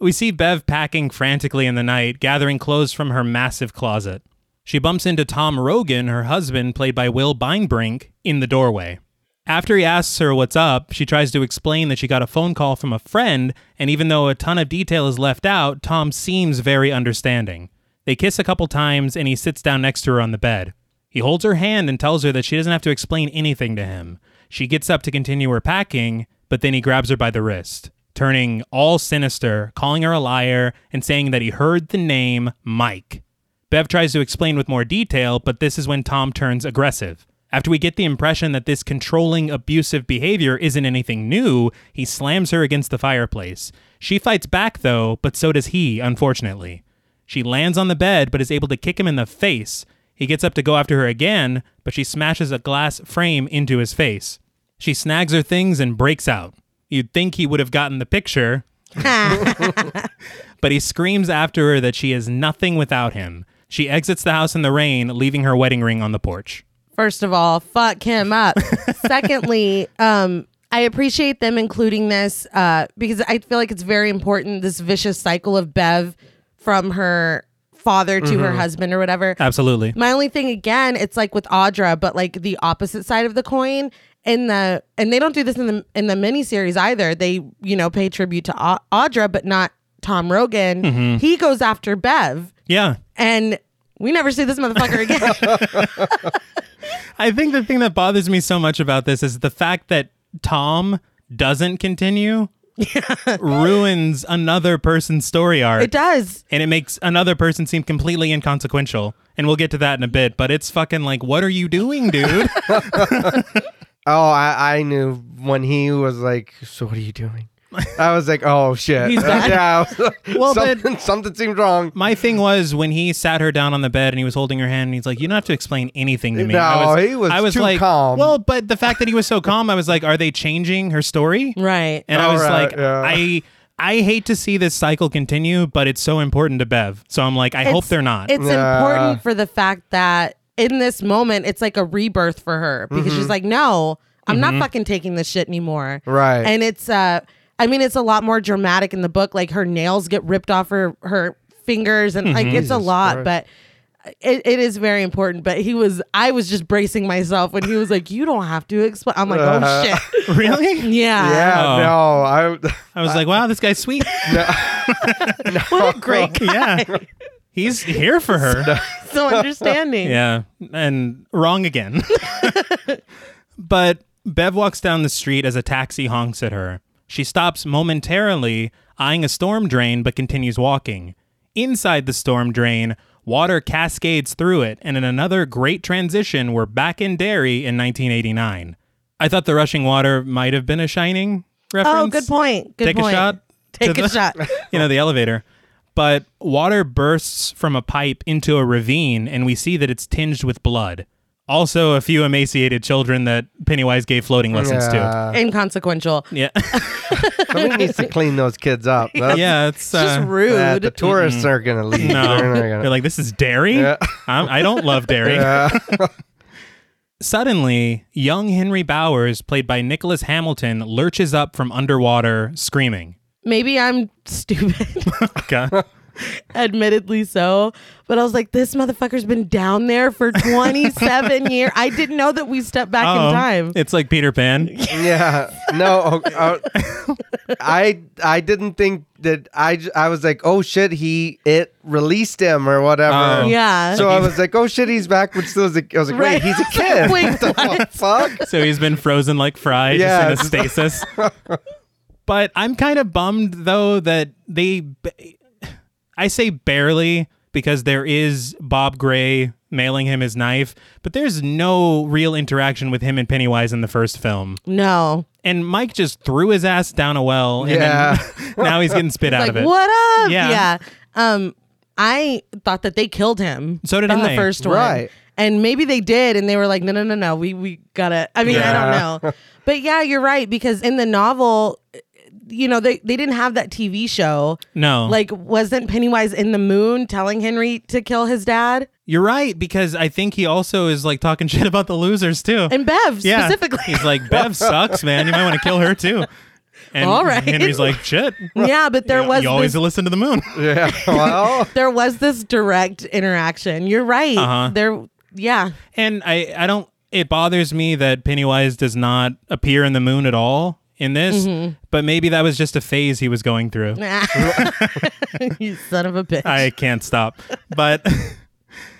we see Bev packing frantically in the night, gathering clothes from her massive closet. She bumps into Tom Rogan, her husband, played by Will Beinbrink, in the doorway. After he asks her what's up, she tries to explain that she got a phone call from a friend, and even though a ton of detail is left out, Tom seems very understanding. They kiss a couple times, and he sits down next to her on the bed. He holds her hand and tells her that she doesn't have to explain anything to him. She gets up to continue her packing, but then he grabs her by the wrist, turning all sinister, calling her a liar, and saying that he heard the name Mike. Bev tries to explain with more detail, but this is when Tom turns aggressive. After we get the impression that this controlling, abusive behavior isn't anything new, he slams her against the fireplace. She fights back, though, but so does he, unfortunately. She lands on the bed, but is able to kick him in the face. He gets up to go after her again, but she smashes a glass frame into his face. She snags her things and breaks out. You'd think he would have gotten the picture, but he screams after her that she is nothing without him. She exits the house in the rain, leaving her wedding ring on the porch.
First of all, fuck him up. Secondly, um, I appreciate them including this uh, because I feel like it's very important. This vicious cycle of Bev from her father to her husband or whatever.
Absolutely.
My only thing again, it's like with Audra, but like the opposite side of the coin. In the and they don't do this in the in the miniseries either. They you know pay tribute to Au- Audra, but not Tom Rogan. He goes after Bev,
Yeah.
and we never see this motherfucker again.
I think the thing that bothers me so much about this is the fact that Tom doesn't continue ruins another person's story arc.
it does.
and it makes another person seem completely inconsequential. And we'll get to that in a bit, but it's fucking like, what are you doing,
*laughs*
dude?
Oh, I, I knew when he was like, "So what are you doing?" I was like, "Oh shit!"
He's back.
*laughs* yeah, I was-
Well,
something, something seemed wrong.
My thing was when he sat her down on the bed and he was holding her hand and he's like, "You don't have to explain anything to me."
No, he was
I was
too
like,
calm.
Well, but the fact that he was so calm, I was like, "Are they changing her story?"
Right.
And I
All
was
right,
like,
yeah.
"I." I hate to see this cycle continue, but it's so important to Bev. So I'm like, I hope
It's-
they're not.
It's
Yeah.
important for the fact that in this moment, it's like a rebirth for her because
Mm-hmm.
she's like, no, I'm
Mm-hmm.
not fucking taking this shit anymore.
Right.
And it's, uh, I mean, it's a lot more dramatic in the book. Like her nails get ripped off her, her fingers and
Mm-hmm.
like, it's a lot, but it, it is very important. But he was, I was just bracing myself when he was like, you don't have to explain. I'm like,
*laughs*
oh shit.
*laughs*
*laughs*
really?
Yeah.
Yeah,
Oh.
no,
I was like, wow, this guy's
*laughs*
sweet.
*laughs*
What a great guy.
yeah. He's here for her.
So
*laughs*
understanding.
Yeah, and wrong
*laughs*
again. but Bev walks down the street as a taxi honks at her. She stops momentarily, eyeing a storm drain, but continues walking. Inside the storm drain, water cascades through it, and in another great transition, we're back in Derry in 1989. I thought the rushing water might have been a shining reference.
Oh, good point. Good
Take a
point.
shot
Take
to the- *laughs*
a shot.
you know, the elevator. But water bursts from a pipe into a ravine, and we see that it's tinged with blood. Also, a few emaciated children that Pennywise gave floating lessons
yeah.
Inconsequential.
to. Yeah, *laughs*
Somebody needs to clean those kids up. That's,
yeah, it's
It's just *laughs*
uh,
rude.
that the tourists aren't gonna leave.
no.
They're not gonna-
They're like, this is dairy.
Yeah.
I'm, I don't love dairy. *laughs* Suddenly, young Henry Bowers, played by Nicholas Hamilton, lurches up from underwater, screaming. *laughs*
Maybe I'm stupid, *laughs*
Okay.
admittedly so, but I was like, this motherfucker's been down
*laughs*
there for 27 years. I didn't know that we stepped back
Oh,
in time.
It's like Peter Pan. *laughs*
Yeah. No. uh, I I didn't think that I j- I was like, "Oh shit, he it released him or whatever."
Oh.
Yeah.
So I was like, "Oh shit, he's back." Which was like, I was like,
Right.
"Wait, he's
*laughs*
a
I
kid."
*laughs*
was *laughs*
*laughs*
like, wait,
What the fuck?
so he's been frozen like fry,
Yeah.
just in a stasis. but I'm kind of bummed though that they, b- I say barely because there is Bob Gray mailing him his knife, but there's no real interaction with him and Pennywise in the first film.
no.
And Mike just threw his ass down a well, and
Yeah.
then *laughs* now he's getting spit out
Like,
of it.
what up?
Yeah.
Um, I thought that they killed him.
So did
in
I.
the first one.
Right.
And maybe they did, and they were like, no, no, no, no, we we gotta. I mean, I
Yeah.
don't know, but yeah, you're right because in the novel, you know, they they didn't have that TV show.
No,
Like, wasn't Pennywise in the moon telling Henry to kill his dad
you're right because I think he also is like talking *laughs* shit about the losers too.
and Bev
Yeah. *laughs*
specifically? *laughs*
He's like, Bev sucks, man. You might want to kill her too. And
All right.
Henry's like, shit.
yeah, but *laughs* there
you
was
always
this,
listen to the moon.
Yeah. *laughs* Well.
there was this direct interaction. You're right.
Uh-huh.
There,
*laughs*
yeah,
And I, I don't. It bothers me that Pennywise does not appear in the moon at all in this.
Mm-hmm.
But maybe that was just a phase he was going through.
you son of a
*laughs*
bitch.
I can't stop. But *laughs*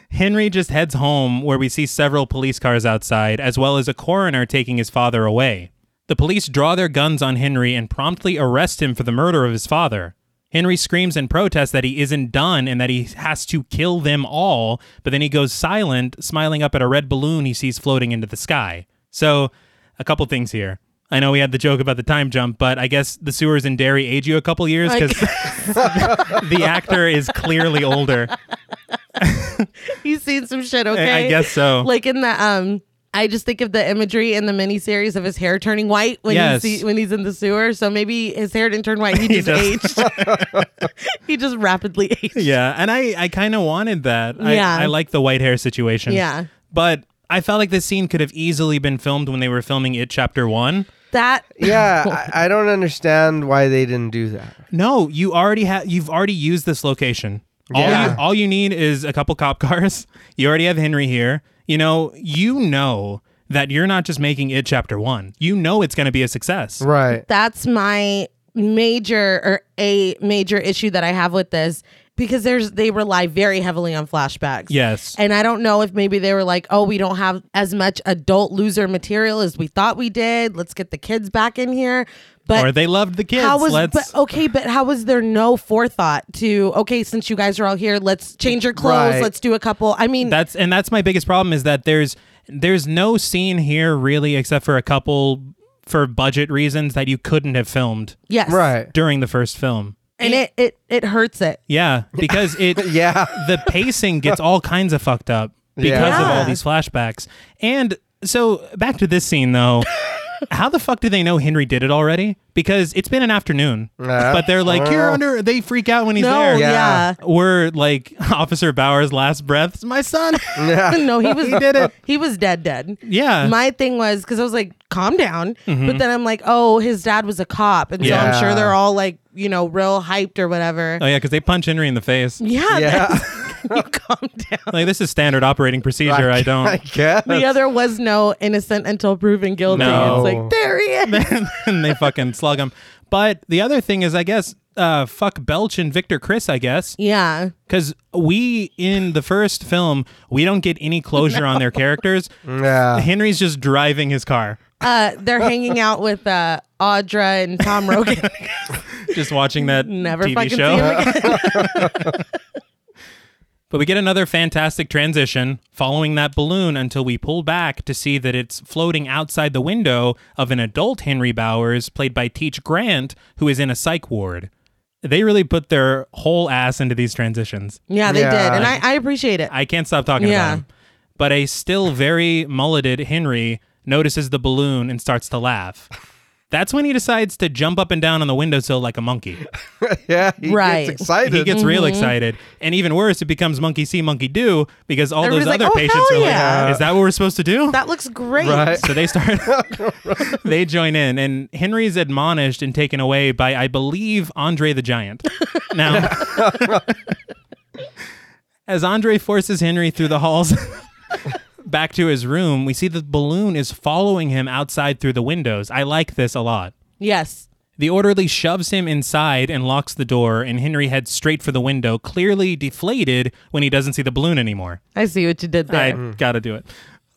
Henry just heads home where we see several police cars outside, as well as a coroner taking his father away. The police draw their guns on Henry and promptly arrest him for the murder of his father. Henry screams and protests that he isn't done and that he has to kill them all, but then he goes silent, smiling up at a red balloon he sees floating into the sky. So, a couple things here. I know we had the joke about the time jump, but I guess the sewers in Derry age you a couple years
I
because the actor is clearly older.
He's seen some shit, okay?
I guess so.
Like in the um I just think of the imagery in the miniseries of his hair turning white when
Yes.
you see when he's in the sewer. So maybe his hair didn't turn
*laughs*
white. He just
does.
aged. *laughs* he just rapidly aged.
Yeah, and I, I kind of wanted that. I,
Yeah.
I like the white hair situation.
Yeah.
But I felt like this scene could have easily been filmed when they were filming it chapter one. *laughs*
That
Yeah. I, I don't understand why they didn't do that.
No, you already have you've already used this location. All,
Yeah.
you, all you need is a couple cop cars. *laughs* You already have Henry here. You know, you know that you're not just making it chapter one. You know it's going to be a success.
Right.
that's my major or a major issue that I have with this because there's they rely very heavily on flashbacks.
Yes.
And I don't know if maybe they were like, oh, we don't have as much adult loser material as we thought we did. Let's get the kids back in here. But
or they loved the kids.
how was
Let's.
but okay, but how was there no forethought to okay, since you guys are all here, let's change your clothes,
Right.
let's do a couple I mean
that's and that's my biggest problem is that there's there's no scene here really except for a couple for budget reasons that you couldn't have filmed
yes.
Right.
during the first film.
And it it, it hurts it.
Yeah, because it
Yeah.
the pacing gets all kinds of fucked up because of
Yeah.
all these flashbacks. And so back to this scene though. How the fuck do they know Henry did it already? Because it's been an afternoon.
Yeah.
But they're like, you're under. They freak out when he's
No,
there.
Yeah.
*laughs* yeah.
We're like, *laughs* Officer Bauer's last breaths. My
*laughs*
son.
no, he was he did it. He was dead dead.
Yeah. Mm-hmm.
My thing was because I was like, calm down. But then I'm like, oh, his dad was a cop, and so
Yeah.
I'm sure they're all like, you know, real hyped or whatever.
Oh yeah, because they punch Henry in the
*laughs*
face.
yeah.
Yeah.
that's- you calm down.
Like this is standard operating procedure. I
I
don't.
guess.
The other was no innocent until proven guilty.
No.
It's like there
*laughs*
he is.
*laughs* and they fucking slug him. But the other thing is, I guess, uh, fuck Belch and Victor Chris. I guess
yeah.
because we in the first film we don't get any closure on
*laughs*
their characters.
Yeah.
Henry's just driving his car,
Uh, they're hanging out with uh, Audra and
*laughs*
Tom Rogan. *laughs*
just watching that
Never
TV
fucking see
show.
him again.
But we get another fantastic transition following that balloon until we pull back to see that it's floating outside the window of an adult Henry Bowers, played by Teach Grant, who is in a psych ward. They really put their whole ass into these transitions.
Yeah, they
Yeah.
did, and I, I appreciate it.
I can't stop talking
Yeah.
about him. But a still very mulleted Henry notices the balloon and starts to laugh. That's when he decides to jump up and down on the windowsill like a monkey.
Yeah. He
Right.
gets excited.
He gets
Mm-hmm.
real excited, and even worse, it becomes monkey see, monkey do because all those
Everybody's
other
like, "Oh,
patients
hell
are
yeah."
like, "Is that what we're supposed to do?"
*laughs* that looks great.
Right.
so they start, *laughs* they join in, and Henry's admonished and taken away by, I believe, Andre the
*laughs*
Giant. Now, as Andre forces Henry through the halls. *laughs* Back to his room, we see the balloon is following him outside through the windows. I like this a lot.
Yes.
The orderly shoves him inside and locks the door, and Henry heads straight for the window, clearly deflated when he doesn't see the balloon anymore.
I see what you did there.
I gotta do it.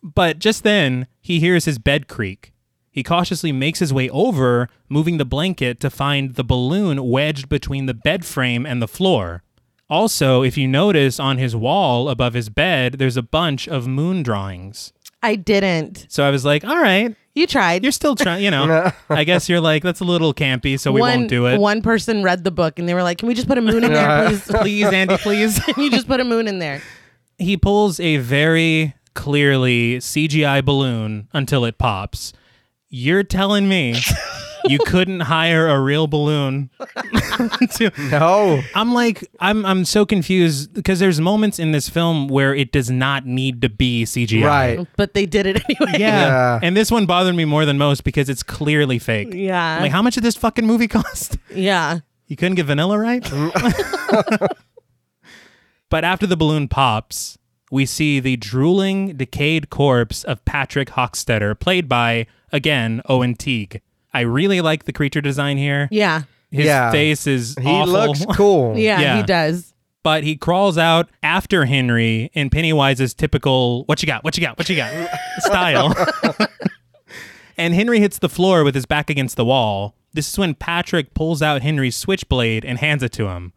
But just then, he hears his bed creak. He cautiously makes his way over, moving the blanket to find the balloon wedged between the bed frame and the floor. Also, if you notice on his wall above his bed, there's a bunch of moon drawings.
I didn't.
So I was like, all right,
You tried.
you're still trying, you know. I guess you're like, that's a little campy, so we
one,
won't do it.
One person read the book and they were like, "Can we just put a moon in there, please? *laughs* Can
please, Andy,
*laughs*
please.
you just put a moon in there?"
he pulls a very clearly CGI balloon until it pops. You're telling
*laughs*
me you couldn't hire a real balloon *laughs* to
No.
I'm like I'm I'm so confused because there's moments in this film where it does not need to be CGI.
Right.
But they did it *laughs* anyway.
Yeah.
Yeah.
And this one bothered me more than most because it's clearly fake.
Yeah.
Like how much did this fucking movie cost?
yeah.
You couldn't get vanilla
*laughs*
right?
Mm.
*laughs* but after the balloon pops, we see the drooling, decayed corpse of Patrick Hochstetter, played by, again, Owen Teague. I really like the creature design here.
Yeah.
His
Yeah.
face is
He
awful. *laughs*
looks cool.
Yeah.
Yeah.
He does.
but he crawls out after Henry in Pennywise's typical "What you got? What you got? What you
*laughs*
got?" style. *laughs* and Henry hits the floor with his back against the wall. This is when Patrick pulls out Henry's switchblade and hands it to him.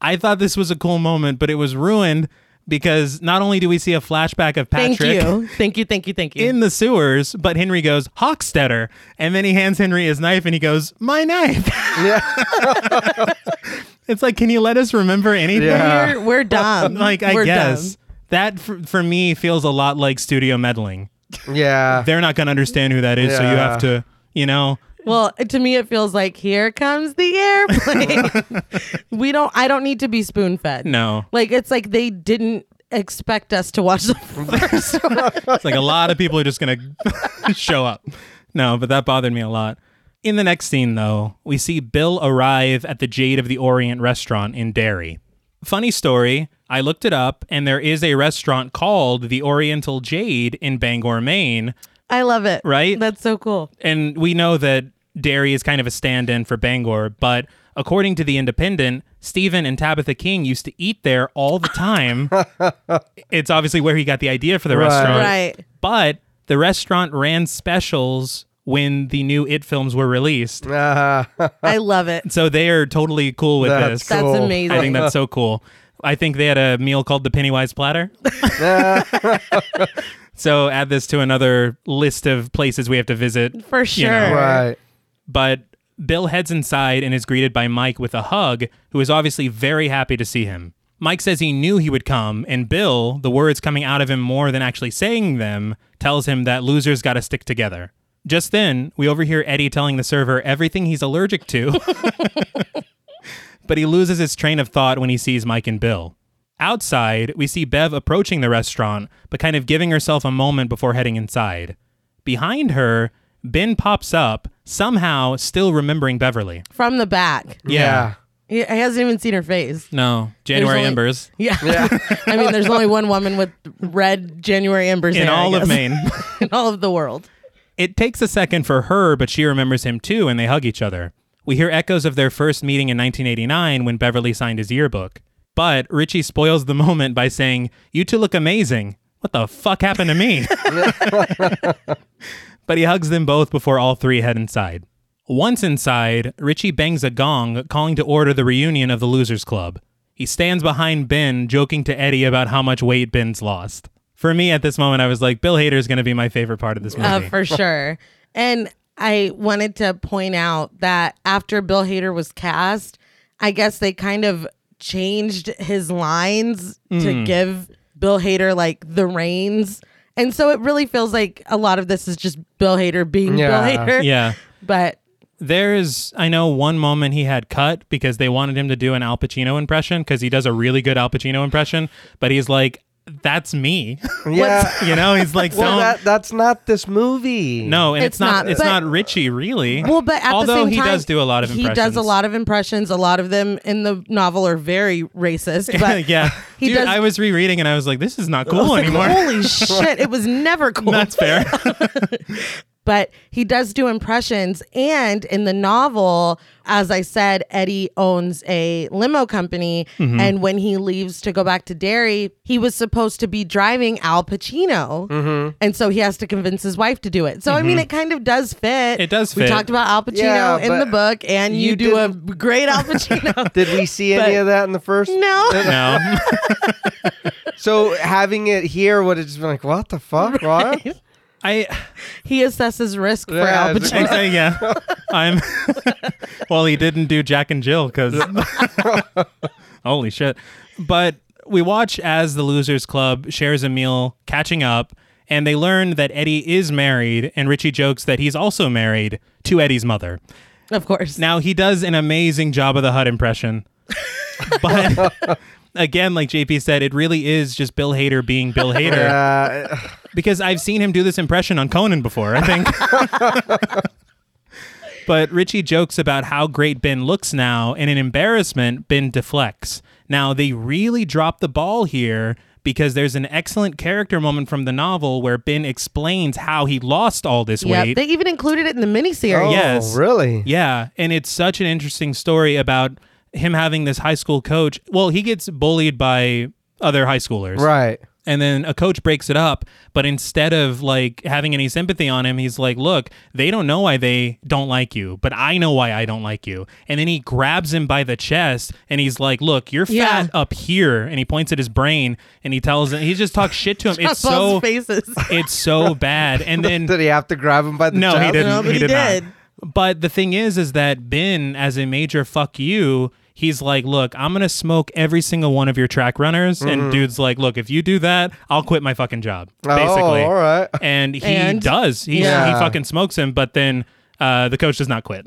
I thought this was a cool moment, but it was ruined because not only do we see a flashback of
Thank
Patrick
you. Thank you. Thank you. Thank
*laughs*
you.
in the sewers, but Henry goes, Hochstetter. And then he hands Henry his knife and he goes, My knife. *laughs* it's like, can you let us
*laughs*
remember anything?
Yeah.
we're, we're
*laughs*
dumb.
like I
Um, We're
guess
dumb.
that for, for me feels a lot like studio meddling.
Yeah.
They're not going to understand who that is, so you have
Yeah.
to, you know,
Well, to me, it feels like here comes the airplane.
*laughs*
*laughs* we don't. I don't need to be spoon fed.
no.
Like it's like they didn't expect us to watch the first
*laughs*
one.
It's like a lot of people are just going to *laughs* show up. No, but that bothered me a lot. In the next scene, though, we see Bill arrive at the Jade of the Orient restaurant in Derry. Funny story, I looked it up and there is a restaurant called the Oriental Jade in Bangor, Maine.
I love it.
Right?
That's so cool.
And we know that Derry is kind of a stand in for Bangor, but according to The Independent, Stephen and Tabitha King used to eat there all the
*laughs*
time. it's obviously where he got the idea for the restaurant.
Right.
But the restaurant ran specials when the new It films were released.
I love it.
So they are totally cool with
That's
this.
That's
Cool.
amazing.
I think that's so cool. I think they had a meal called the Pennywise
*laughs*
Platter. *laughs* so add this to another list of places we have to visit.
For
you know.
sure.
right.
But Bill heads inside and is greeted by Mike with a hug, who is obviously very happy to see him. Mike says he knew he would come, and Bill, the words coming out of him more than actually saying them, tells him that losers gotta stick together. Just then, we overhear Eddie telling the server everything he's allergic to. *laughs* but he loses his train of thought when he sees Mike and Bill. Outside, we see Bev approaching the restaurant, but kind of giving herself a moment before heading inside. Behind her, Ben pops up, somehow still remembering Beverly.
From the back.
Yeah.
He he hasn't even seen her face. *laughs*
No, January
only-
Embers.
Yeah. *laughs* I mean, there's only one woman with red January embers
In
hair, I
all of *laughs*
guess.
Maine.
*laughs* in all of the world.
It takes a second for her, but she remembers him too, and they hug each other. We hear echoes of their first meeting in 1989 when Beverly signed his yearbook. But Richie spoils the moment by saying, You two look amazing. What the fuck happened to me? but he hugs them both before all three head inside. Once inside, Richie bangs a gong, calling to order the reunion of the Losers Club. He stands behind Ben, joking to Eddie about how much weight Ben's lost. For me, at this moment, I was like, Bill Hader is going to be my favorite part of this movie.
Uh, for sure. And I wanted to point out that after Bill Hader was cast, I guess they kind of changed his lines
Hmm.
to give Bill Hader like the reins. And so it really feels like a lot of this is just Bill Hader being
Yeah.
Bill Hader.
yeah.
But
There is, I know, one moment he had cut because they wanted him to do an Al Pacino impression because he does a really good Al Pacino impression, but he's like, "That's me,"
*laughs* Yeah.
*laughs* you know. He's like,
Well,
"Don't."
that, that's not this movie.
no, and it's,
It's
not.
not,
it's
but-
not Richie, really.
well, but at
although
the same
he
time,
does do a lot of
he
impressions.
does a lot of impressions. A lot of them in the novel are very
*laughs*
racist. But
yeah,
he
Dude,
does-
I was rereading and I was like, "This is not
*laughs*
cool anymore."
holy shit, it was never
*laughs*
cool.
That's fair.
but he does do impressions. And in the novel, as I said, Eddie owns a limo company.
Mm-hmm.
And when he leaves to go back to Derry, he was supposed to be driving Al Pacino.
Mm-hmm.
And so he has to convince his wife to do it. So, I mean, it kind of does fit.
It does
We
fit.
talked about Al Pacino
Yeah,
in
but
the book, and you,
you
do a
*laughs*
great Al Pacino.
Did we see any
But-
of that in the first?
no. *laughs*
no,
So having it here would have just been like, what the
*laughs*
fuck? What?
I.
He assesses risk for
Yeah,
Al
it's-
Pacino.
I- yeah, I'm. *laughs* well, he didn't do Jack and Jill because. *laughs* holy shit! But we watch as the Losers Club shares a meal, catching up, and they learn that Eddie is married, and Richie jokes that he's also married to Eddie's mother.
*laughs* Of course.
Now he does an amazing job of the Hut
*laughs*
impression, but. Again, like JP said, it really is just Bill Hader being
*laughs*
Bill Hader
Uh,
because I've seen him do this impression on Conan before, I think.
*laughs*
but Richie jokes about how great Ben looks now, and in embarrassment, Ben deflects. Now, they really drop the ball here because there's an excellent character moment from the novel where Ben explains how he lost all this
yeah,
weight.
they even included it in the miniseries.
oh,
Yes.
really?
Yeah, and it's such an interesting story about him having this high school coach. Well, he gets bullied by other high schoolers.
Right.
And then a coach breaks it up, but instead of like having any sympathy on him, he's like, "Look, they don't know why they don't like you, but I know why I don't like you." And then he grabs him by the chest and he's like, "Look, you're
Yeah.
fat up here." And he points at his brain and he tells him he just talks shit to
*laughs*
him. Oh, It's so *laughs*
Both faces.
it's so bad. And then
Did he have to grab him by the
no,
chest?
he didn't.
No, but he
did not.
did.
But the thing is, is that Ben, as a major fuck you, he's like, look, I'm gonna smoke every single one of your track runners, and dude's like, look, if you do that, I'll quit my fucking job, basically.
Oh, all right.
And he
And-
does. He
Yeah.
he fucking smokes him, but then uh, the coach does not quit.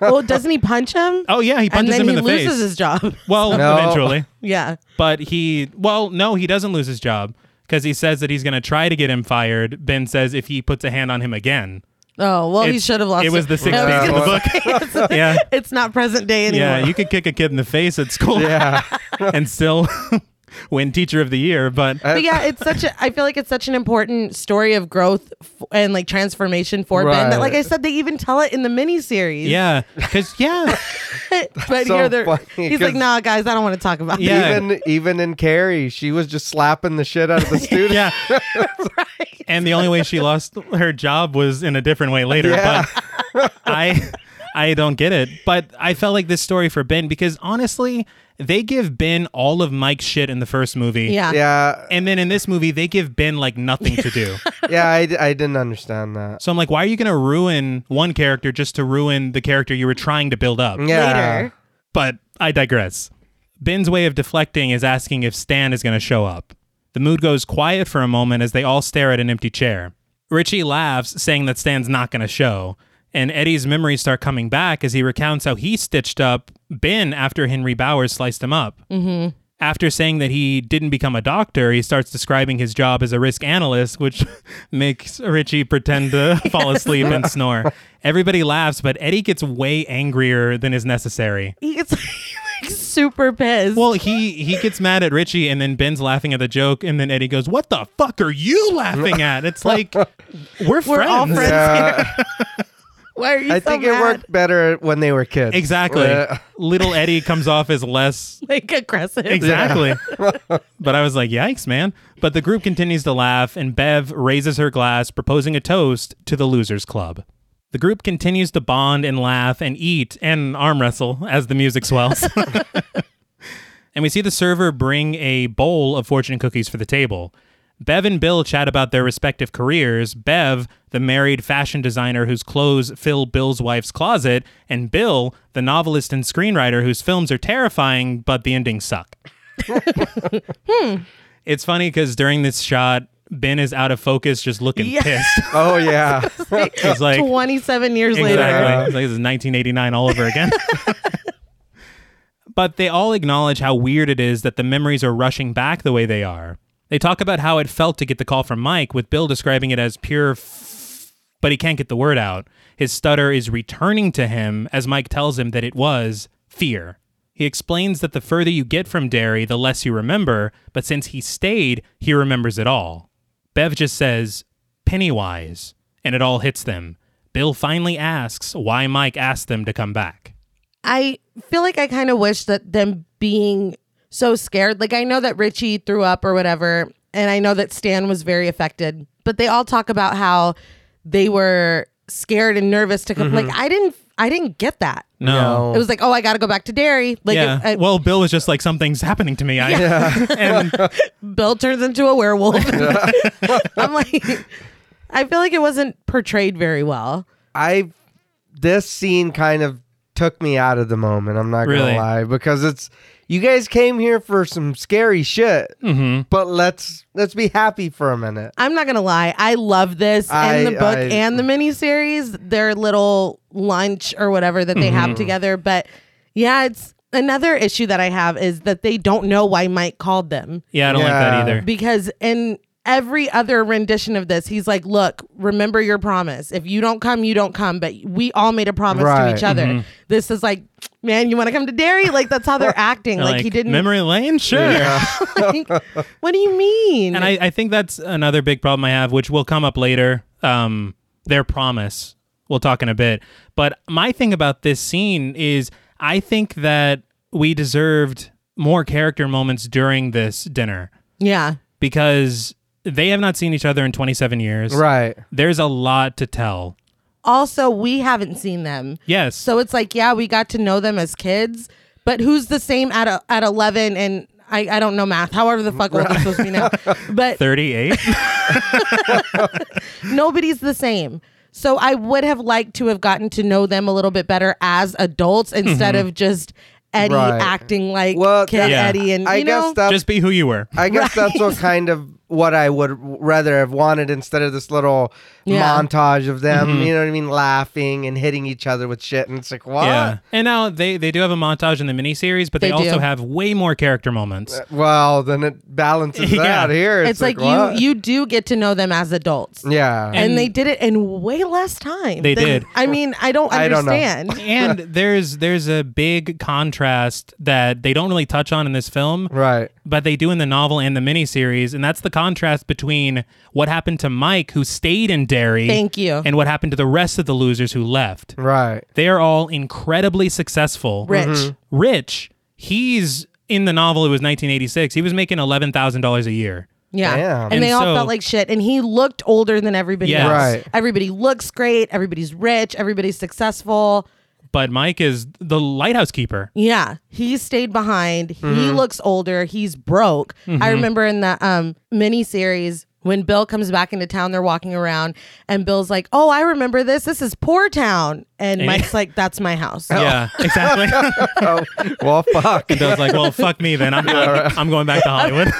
well, doesn't he punch him?
*laughs* oh yeah, he
and
punches
then
him
he
in the
loses
face.
his job. *laughs*
well,
No.
eventually,
yeah.
but he well, no, he doesn't lose his job because he says that he's gonna try to get him fired. Ben says if he puts a hand on him again.
Oh well, he
It's-
should have lost.
it was the sixth
*laughs* I
page of the
gonna
book.
say, it's,
Yeah.
it's not present day anymore.
Yeah, you could kick a kid in the face at school
Yeah.
*laughs* and still *laughs* win teacher of the year, but
Uh,
but yeah, it's such a. I feel like it's such an important story of growth f- and like transformation for Ben. That, like
Right.
I said, they even tell it in the miniseries.
yeah, cuz yeah,
*laughs* but
so
here they're.
funny,
he's like,
'cause-
nah, guys, I don't want to talk about.
Yeah.
Yeah.
Even even in Carrie, she was just slapping the shit out
*laughs*
of the student. *laughs*
yeah. And the only way she lost her job was in a different way later,
Yeah.
but I I don't get it. But I felt like this story for Ben because honestly, they give Ben all of Mike's shit in the first movie.
Yeah.
Yeah,
And then in this movie, they give Ben like nothing to do.
yeah, I, d- I didn't understand that.
So I'm like, why are you going to ruin one character just to ruin the character you were trying to build up?
*laughs*
Yeah,
Later.
But I digress. Ben's way of deflecting is asking if Stan is going to show up. The mood goes quiet for a moment as they all stare at an empty chair. Richie laughs, saying that Stan's not going to show. And Eddie's memories start coming back as he recounts how he stitched up Ben after Henry Bowers sliced him up. After saying that he didn't become a doctor, he starts describing his job as a risk analyst, which *laughs* makes Richie pretend to fall asleep and snore. Everybody laughs, but Eddie gets way angrier than is necessary.
He gets *laughs* like super pissed.
Well, he he gets mad at Richie, and then Ben's laughing at the joke, and then Eddie goes, "What the fuck are you laughing at?" It's like we're friends.
we're all friends
Yeah.
here. Why are you
I
so
think
mad?
it worked better when they were kids.
Exactly.
Yeah.
Little Eddie comes off as less
*laughs* Like aggressive.
*laughs* Exactly. but I was like, yikes, man. But the group continues to laugh, and Bev raises her glass, proposing a toast to the Losers Club. The group continues to bond and laugh and eat and arm wrestle as the music swells. and we see the server bring a bowl of fortune cookies for the table. Bev and Bill chat about their respective careers. Bev, the married fashion designer whose clothes fill Bill's wife's closet, and Bill, the novelist and screenwriter whose films are terrifying, but the endings suck. It's funny because during this shot, Ben is out of focus, just looking
Yeah. *laughs*
pissed.
Oh *laughs* yeah.
It's like,
27 years later.
Exactly. It's like this is 1989 all over again. *laughs* but they all acknowledge how weird it is that the memories are rushing back the way they are. They talk about how it felt to get the call from Mike, with Bill describing it as pure, f- but he can't get the word out. His stutter is returning to him as Mike tells him that it was fear. He explains that the further you get from Derry, the less you remember, but since he stayed, he remembers it all. Bev just says, Pennywise, and it all hits them. Bill finally asks why Mike asked them to come back.
I feel like I kind of wish that them being so scared, like I know that Richie threw up or whatever, and I know that Stan was very affected, but they all talk about how they were scared and nervous to come.
Mm-hmm.
Like I didn't, I didn't get that.
No.
It was like, oh, I got to go back to dairy. Like
yeah.
I-
well, Bill was just like, something's happening to me. I, and
Bill turns into
*laughs*
a werewolf. *laughs* I'm like, I feel like it wasn't portrayed very well.
I this scene kind of took me out of the moment. I'm not
Really?
gonna lie because it's you guys came here for some scary shit,
Mm-hmm.
but let's let's be happy for a minute.
I'm not gonna lie. I love this and
I-
the book
I-
and the miniseries. Their little lunch or whatever that they
Mm-hmm.
have together. But yeah, it's another issue that I have is that they don't know why Mike called them
*laughs* yeah, I don't like that
Yeah.
either.
because in every other rendition of this, he's like, "Look, remember your promise. If you don't come, you don't come. But we all made a promise to
Right. mm-hmm.
each other. This is like, man, you want to come to Dairy? Like that's how
*laughs*
they're acting. like, he didn't.
Memory lane? Sure.
*laughs* like, what do you mean?
And I, I think that's another big problem I have, which will come up later. Um, their promise. We'll talk in a bit. But my thing about this scene is I think that we deserved more character moments during this dinner
yeah.
because they have not seen each other in 27 years.
Right.
There's a lot to tell.
Also, we haven't seen them.
Yes.
So it's like, yeah, we got to know them as kids, but who's the same at a, at eleven? And I, I don't know math. However, the
*laughs*
fuck old I'm supposed to be now, but *laughs*
38.
nobody's the same. So I would have liked to have gotten to know them a little bit better as adults
Mm-hmm.
instead of just Eddie
Right.
acting like
Well,
Kid
Yeah.
Eddie and
I
you know
guess
*laughs*
that's
Just be who you were.
I guess that's what kind of what I would rather have wanted instead of this little
Yeah. Mm-hmm.
montage of them, you know what I mean, laughing and hitting each other with shit. And it's like, what?
Yeah, and now they they do have a montage in the miniseries, but they,
Uh, They do.
also have way more character moments.
Well, then it
*laughs*
balances
Yeah.
out here.
It's, like,
what?
you you do get to know them as adults.
Yeah.
And, they did it in way less time.
They
than-
did.
I mean, I don't
I don't know.
understand.
and there's there's a big contrast that they don't really touch on in this film,
right.
but they do in the novel and the miniseries, and that's the contrast between what happened to Mike, who stayed in Derry,
Thank you.
and what happened to the rest of the losers who left.
Right.
They are all incredibly successful,
Rich. Mhm.
Rich, he's in the novel. It was 1986. He was making eleven thousand dollars a year.
Yeah.
Damn.
And,
And
they all
so-
felt like shit. And he looked older than everybody
Yes.
else.
Right.
Everybody looks great. Everybody's rich. Everybody's successful.
But Mike is the lighthouse keeper.
Yeah. He stayed behind. He
Mm-hmm.
looks older. He's broke.
Mm-hmm.
I remember in the um miniseries when Bill comes back into town, they're walking around and Bill's like, Oh, I remember this. This is poor town. And
*laughs*
Mike's like, That's my house.
Yeah, exactly.
Oh, *laughs* well, fuck.
I was like, well, fuck me then. I'm, I'm going back to
*laughs*
Hollywood.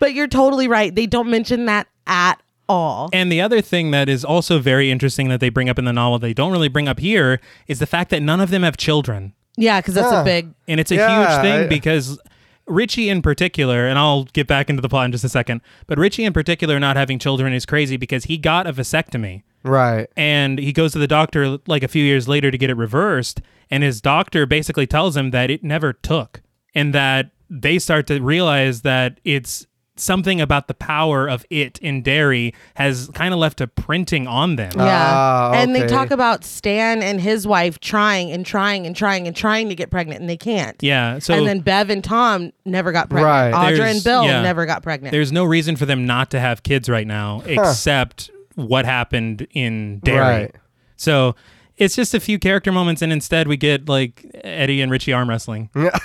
But you're totally right. They don't mention that at all.
And the other thing that is also very interesting that they bring up in the novel, they don't really bring up here, is the fact that none of them have children.
Yeah, because that's a big
And it's a
Yeah,
huge thing
I-
because Richie, in particular, and I'll get back into the plot in just a second, but Richie, in particular, not having children is crazy because he got a vasectomy.
Right.
And he goes to the doctor like a few years later to get it reversed. And his doctor basically tells him that it never took and that they start to realize that it's something about the power of it in dairy has kind of left a printing on them.
Yeah.
Ah,
And they
okay.
talk about Stan and his wife trying and trying and trying and trying to get pregnant and they can't.
yeah. So
and then Bev and Tom never got pregnant.
Right.
Audra
There's-
and Bill
yeah.
never got pregnant.
there's no reason for them not to have kids right now except what happened in dairy.
Right.
So it's just a few character moments and instead we get like Eddie and Richie arm wrestling.
*laughs*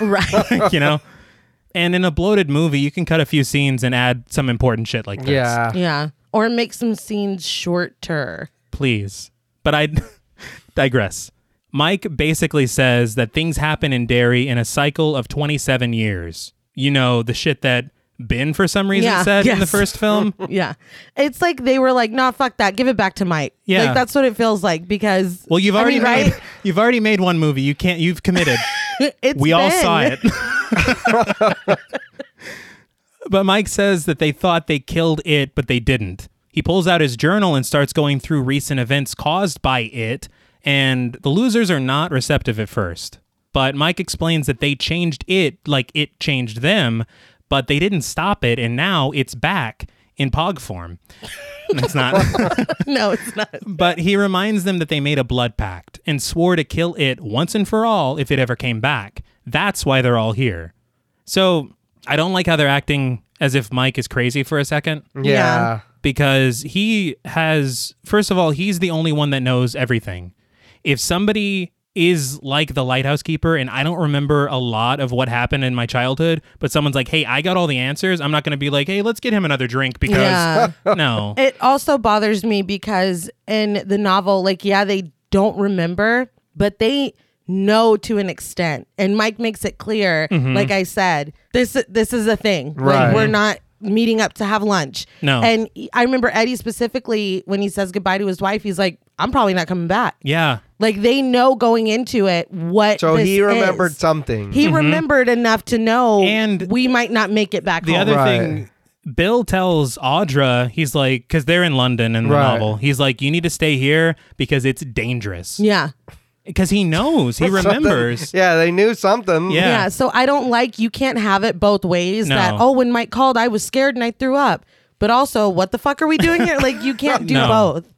*laughs*
right.
you know? And in a bloated movie, you can cut a few scenes and add some important shit like this.
Yeah.
yeah. Or make some scenes shorter. *laughs*
Please. But I *laughs* digress. Mike basically says that things happen in Derry in a cycle of 27 years. You know, the shit that Ben, for some reason,
Yeah,
said in the
yes.
first
*laughs*
film.
Yeah. It's like they were like, nah, fuck that. Give it back to Mike.
Yeah.
Like that's what it feels like because
Well, you've
I
already
mean,
made, you've already made one movie. You can't. You've
*laughs*
committed.
right? It's
we all
been-
saw it. but Mike says that they thought they killed it, but they didn't. He pulls out his journal and starts going through recent events caused by it, and the losers are not receptive at first. But Mike explains that they changed it like it changed them, but they didn't stop it, and now it's back in pog form. It's not.
*laughs* *laughs* No, it's not.
But he reminds them that they made a blood pact and swore to kill it once and for all if it ever came back. That's why they're all here. So I don't like how they're acting as if Mike is crazy for a second
Yeah.
because he has, first of all, he's the only one that knows everything. If somebody is like the lighthouse keeper and I don't remember a lot of what happened in my childhood, but someone's like, hey, I got all the answers, I'm not going to be like, hey, let's get him another drink because
Yeah.
*laughs* no.
It also bothers me because in the novel, like, yeah, they don't remember, but they know to an extent. And Mike makes it clear,
Mm-hmm.
like I said, this this is a thing.
Right.
Like we're not meeting up to have lunch.
No.
And I remember Eddie specifically when he says goodbye to his wife, he's like, I'm probably not coming back.
Yeah.
Like they know going into it what
So
this
he remembered
is.
something.
He remembered enough to know
Mm-hmm. And-
we might not make it back
The
home.
other
Right.
thing, Bill tells Audra, he's like, because they're in London in the
Right.
novel, he's like, you need to stay here because it's dangerous.
yeah.
Because he knows, he
*laughs* Something- *laughs*
remembers.
Yeah, they knew something.
Yeah.
Yeah. So I don't like you can't have it both ways
No.
that oh when Mike called I was scared and I threw up. But also what the fuck are we doing here? Like you
*laughs*
can't do
No.
both.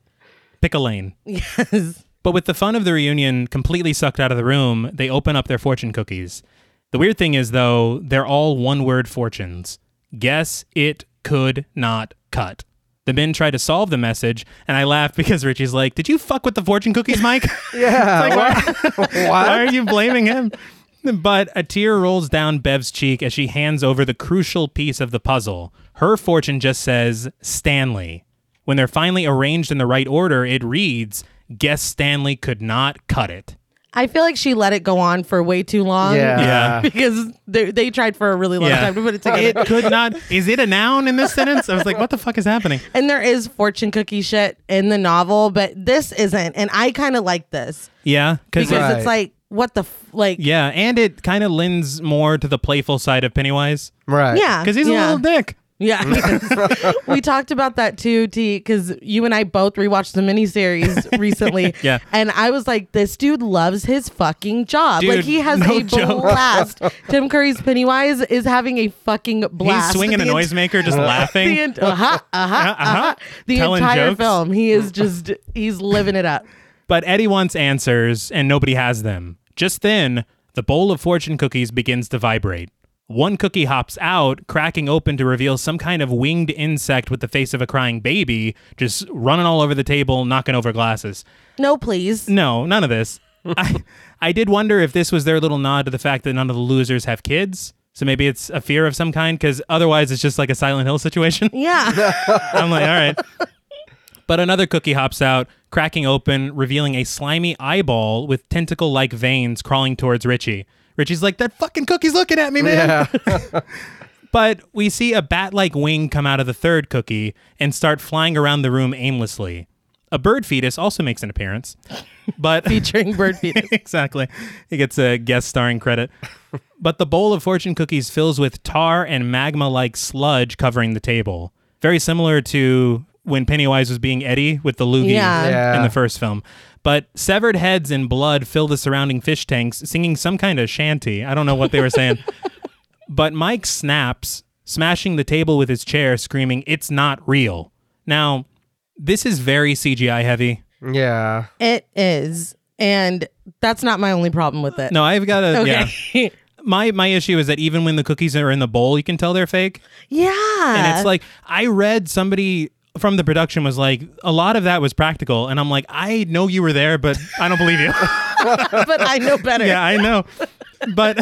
Pick a lane.
Yes.
But with the fun of the reunion completely sucked out of the room, they open up their fortune cookies. The weird thing is, though, they're all one word fortunes. Guess it could not cut. The men try to solve the message, and I laugh because Richie's like, Did you fuck with the fortune cookies, Mike? *laughs*
Yeah. *laughs* What?
Why are you blaming him? But a tear rolls down Bev's cheek as she hands over the crucial piece of the puzzle. Her fortune just says Stanley. When they're finally arranged in the right order, it reads, Guess Stanley could not cut it.
I feel like she let it go on for way too long.
Yeah.
Yeah.
*laughs* Because they, they tried for a really long
Yeah.
time to put it
*laughs*
together.
It could not. Is it a noun in this sentence? I was like, what the fuck is happening?
and there is fortune cookie shit in the novel, but this isn't. And I kind of like this
Yeah, because
because
Right.
it's like, what the, f- like,
yeah, and it kind of lends more to the playful side of Pennywise
Right.
yeah.
because he's a
yeah.
little dick.
Yeah. *laughs* we talked about that too, T, because you and I both rewatched the
*laughs*
miniseries recently.
Yeah.
And I was like, this dude loves his fucking job.
Dude,
like, he has
no
a
joke.
blast. Tim Curry's Pennywise is having a fucking blast.
He's swinging a
*laughs* The ent-
noisemaker, just laughing.
The ent- uh-huh, uh-huh,
Uh-huh.
uh-huh. *laughs* The
Telling
entire
jokes.
film. He is just, he's living it up.
But Eddie wants answers, and nobody has them. Just then, the bowl of fortune cookies begins to vibrate. One cookie hops out, cracking open to reveal some kind of winged insect with the face of a crying baby, just running all over the table, knocking over glasses.
No, please.
No, none of this. I, I did wonder if this was their little nod to the fact that none of the losers have kids. So maybe it's a fear of some kind, because otherwise it's just like a Silent Hill situation. *laughs*
Yeah.
I'm like, all right. But another cookie hops out, cracking open, revealing a slimy eyeball with tentacle like veins crawling towards Richie. Richie's like, that fucking cookie's looking at me, man.
Yeah.
*laughs* But we see a bat like wing come out of the third cookie and start flying around the room aimlessly. A bird fetus also makes an appearance, but
Featuring bird fetus.
*laughs* exactly. He gets a guest starring credit. But the bowl of fortune cookies fills with tar and magma like sludge covering the table. Very similar to when Pennywise was being Eddie with the loogie
Yeah.
Yeah.
in the first film. But severed heads and blood fill the surrounding fish tanks, singing some kind of shanty. I don't know what they were
*laughs*
saying. but Mike snaps, smashing the table with his chair, screaming, It's not real. Now, this is very CGI heavy.
Yeah.
It is. And that's not my only problem with it.
No, I've got a. Yeah.
*laughs* Okay. Yeah.
my my issue is that even when the cookies are in the bowl, you can tell they're fake.
Uh-huh.
And it's like I read somebody from the production was like a lot of that was practical, and I'm like I know you were there, but I don't believe you.
but I know
*laughs*
better.
yeah, I know, but.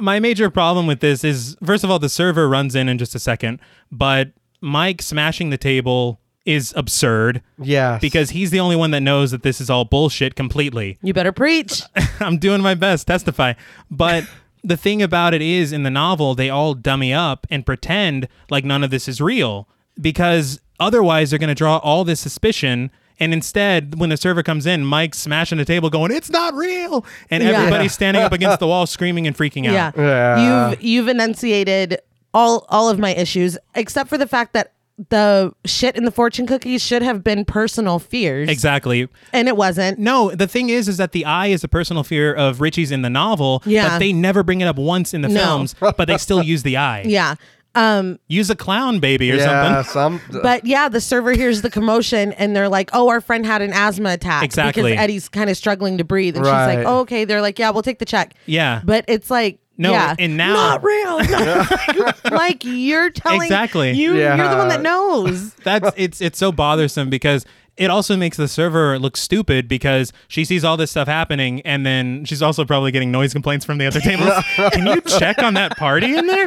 My major problem with this is, first of all, the server runs in in just a second, but Mike smashing the table is absurd
Yeah.
because he's the only one that knows that this is all bullshit completely.
You better preach.
*laughs* I'm doing my best, testify. But the thing about it is, in the novel, they all dummy up and pretend like none of this is real because otherwise they're going to draw all this suspicion. And instead, when the server comes in, Mike's smashing the table, going, "It's not real!" and
Yeah.
everybody's standing up against the
*laughs*
wall, screaming and freaking out.
Yeah.
Yeah.
You've you've enunciated all all of my issues except for the fact that the shit in the fortune cookies should have been personal fears.
Exactly.
And it wasn't.
No, the thing is, is that the eye is a personal fear of Richie's in the novel.
Yeah.
But they never bring it up once in the
No.
films, but they still use the eye.
*laughs* Yeah. Um
Use a clown baby or something.
Yeah. Some.
*laughs* but yeah, the server hears the commotion and they're like, "Oh, our friend had an asthma attack
Exactly.
because Eddie's kind of struggling to breathe." And she's
Right.
like, "Oh, okay." They're like, "Yeah, we'll take the check."
Yeah.
But it's like
No,
yeah.
and now-
not
*laughs*
real. Not- like you're telling
Exactly.
you you're the one
Yeah.
that knows.
That's it's it's so bothersome because it also makes the server look stupid because she sees all this stuff happening and then she's also probably getting noise complaints from the other tables. can you check on that party in there?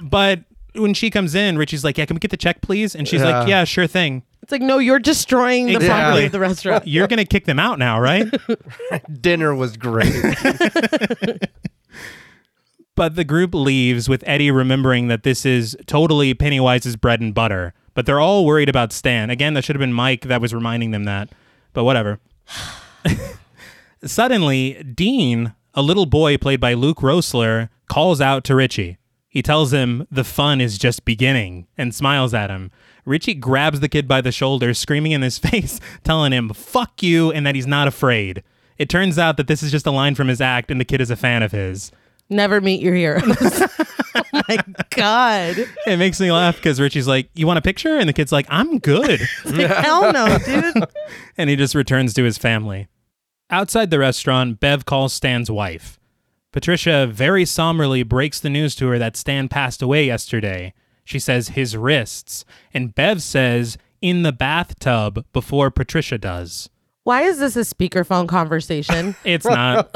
But when she comes in, Richie's like, "Yeah, can we get the check, please?" And she's like,
Yeah.
"Yeah, sure thing."
It's like, no, you're destroying the
Exactly.
property of the restaurant.
You're gonna kick them out now, right?
dinner was great.
But the group leaves with Eddie remembering that this is totally Pennywise's bread and butter. But they're all worried about Stan. Again, that should have been Mike that was reminding them that. But whatever. *sighs* Suddenly, Dean, a little boy played by Luke Rosler, calls out to Richie. He tells him the fun is just beginning and smiles at him. Richie grabs the kid by the shoulder, screaming in his *laughs* face, telling him, fuck you, and that he's not afraid. It turns out that this is just a line from his act, and the kid is a fan of his.
Never meet your heroes. *laughs* oh my god!
It makes me laugh because Richie's like, "You want a picture?" and the kid's like, "I'm good,"
*laughs* It's like, hell no, dude.
and he just returns to his family. Outside the restaurant, Bev calls Stan's wife. Patricia very somberly breaks the news to her that Stan passed away yesterday. She says his wrists, and Bev says in the bathtub before Patricia does.
Why is this a
*laughs*
speakerphone conversation?
It's not.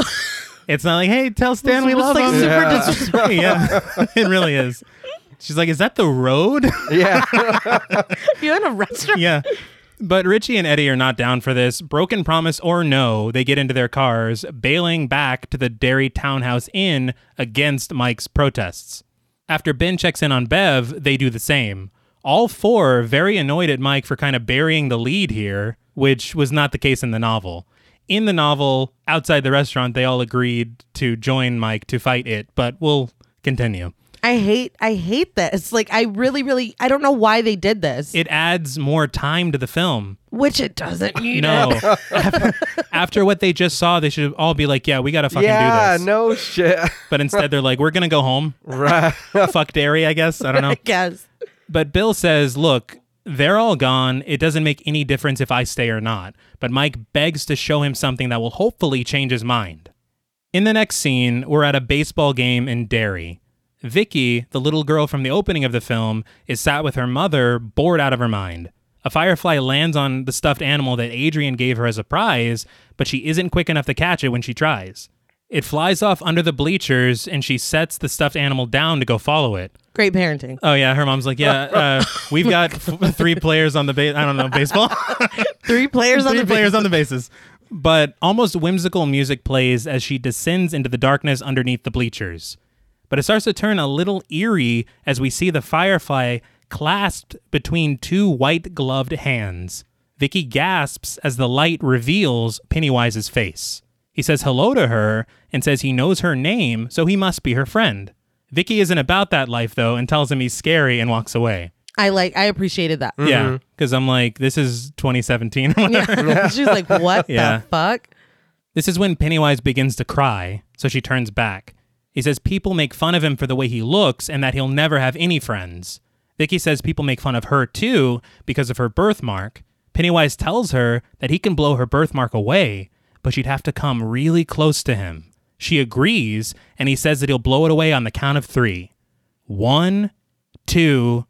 it's not like, "Hey, tell Stan we
It's
love
like
him." *laughs*
super
Yeah.
disrespectful.
yeah, *laughs* it really is. She's like, "Is that the road?"
yeah.
You're in a restaurant.
yeah. But Richie and Eddie are not down for this. Broken promise or no, they get into their cars, bailing back to the Dairy Townhouse Inn against Mike's protests. After Ben checks in on Bev, they do the same. All four are very annoyed at Mike for kind of burying the lead here, which was not the case in the novel. In the novel, outside the restaurant, they all agreed to join Mike to fight it, but we'll continue.
I hate I hate this. Like I really really I don't know why they did this,
It adds more time to the film.
which it doesn't need.
No. after, *laughs* after what they just saw, they should all be like, yeah, we got to fucking
yeah,
do this.
no shit. *laughs*
But instead, they're like, we're going to go home.
right.
Fuck dairy, I guess. I don't know.
I guess.
But Bill says, look, they're all gone. It doesn't make any difference if I stay or not. But Mike begs to show him something that will hopefully change his mind. In the next scene, we're at a baseball game in Derry. Vicky, the little girl from the opening of the film, is sat with her mother, bored out of her mind. A firefly lands on the stuffed animal that Adrian gave her as a prize, but she isn't quick enough to catch it when she tries. It flies off under the bleachers, and she sets the stuffed animal down to go follow it.
Great parenting.
Oh yeah, her mom's like, yeah, uh, we've got f- three players on the base. I don't know baseball. *laughs*
Three players on
three
the
players on the bases. But almost whimsical music plays as she descends into the darkness underneath the bleachers. But it starts to turn a little eerie as we see the firefly clasped between two white gloved hands. Vicky gasps as the light reveals Pennywise's face. He says hello to her and says he knows her name, so he must be her friend. Vicky isn't about that life though and tells him he's scary and walks away.
I like I appreciated that.
*laughs*
*laughs*
Yeah, because I'm like, this is *laughs* 2017 or whatever.
she was like, "What
Yeah.
the fuck?"
This is when Pennywise begins to cry, so she turns back. He says people make fun of him for the way he looks and that he'll never have any friends. Vicky says people make fun of her too because of her birthmark. Pennywise tells her that he can blow her birthmark away, but she'd have to come really close to him. She agrees, and he says that he'll blow it away on the count of three. One, two,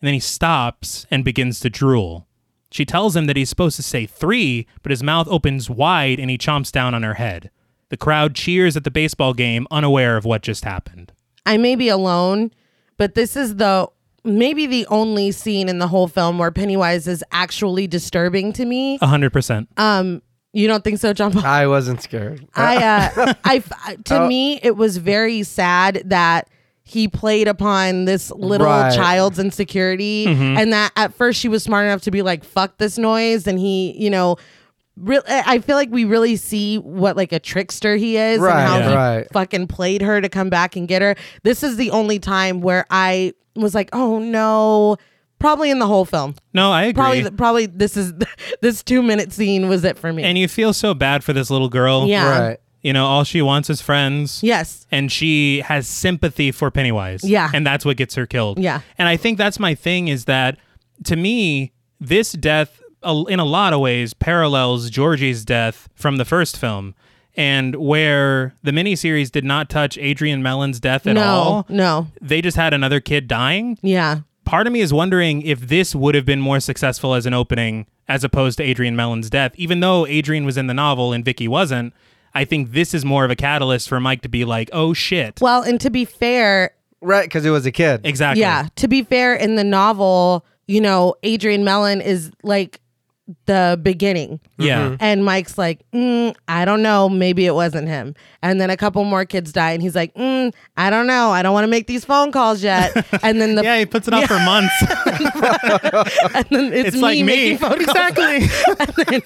and then he stops and begins to drool. She tells him that he's supposed to say three, but his mouth opens wide and he chomps down on her head. The crowd cheers at the baseball game, unaware of what just happened.
I may be alone, but this is the maybe the only scene in the whole film where Pennywise is actually disturbing to me.
A 100%.
Um, you don't think so, John Paul?
I wasn't scared.
I,
*laughs*
uh, I, f- to
Oh.
me, it was very sad that he played upon this little
Right. Mm-hmm.
child's insecurity, and that at first she was smart enough to be like, "Fuck this noise," and he, you know. Real, I feel like we really see what like a trickster he is
Right,
and how he
right.
fucking played her to come back and get her. This is the only time where I was like, "Oh no!" Probably in the whole film.
No, I agree.
Probably, probably this is *laughs* this two minute scene was it for me.
and you feel so bad for this little girl.
yeah.
Right.
You know, all she wants is friends.
Yes.
and she has sympathy for Pennywise.
Yeah.
And that's what gets her killed.
Yeah.
And I think that's my thing is that to me, this death a- in a lot of ways parallels Georgie's death from the first film. And where the miniseries did not touch Adrian Mellon's death at
no,
all,
No.
they just had another kid dying.
Yeah.
Part of me is wondering if this would have been more successful as an opening as opposed to Adrian Mellon's death. Even though Adrian was in the novel and Vicky wasn't, I think this is more of a catalyst for Mike to be like, oh shit.
Well, and to be fair,
Right, because it was a kid.
Exactly.
yeah, to be fair, in the novel, you know, Adrian Mellon is like the beginning.
Yeah.
And Mike's like, mm, I don't know. Maybe it wasn't him. And then a couple more kids die. And he's like, mm, I don't know. I don't want to make these phone
*laughs*
calls yet. And then the
Yeah, he puts it off for *laughs* months.
*laughs* and then it's,
It's
me
like me.
making phone calls.
Exactly.
*laughs*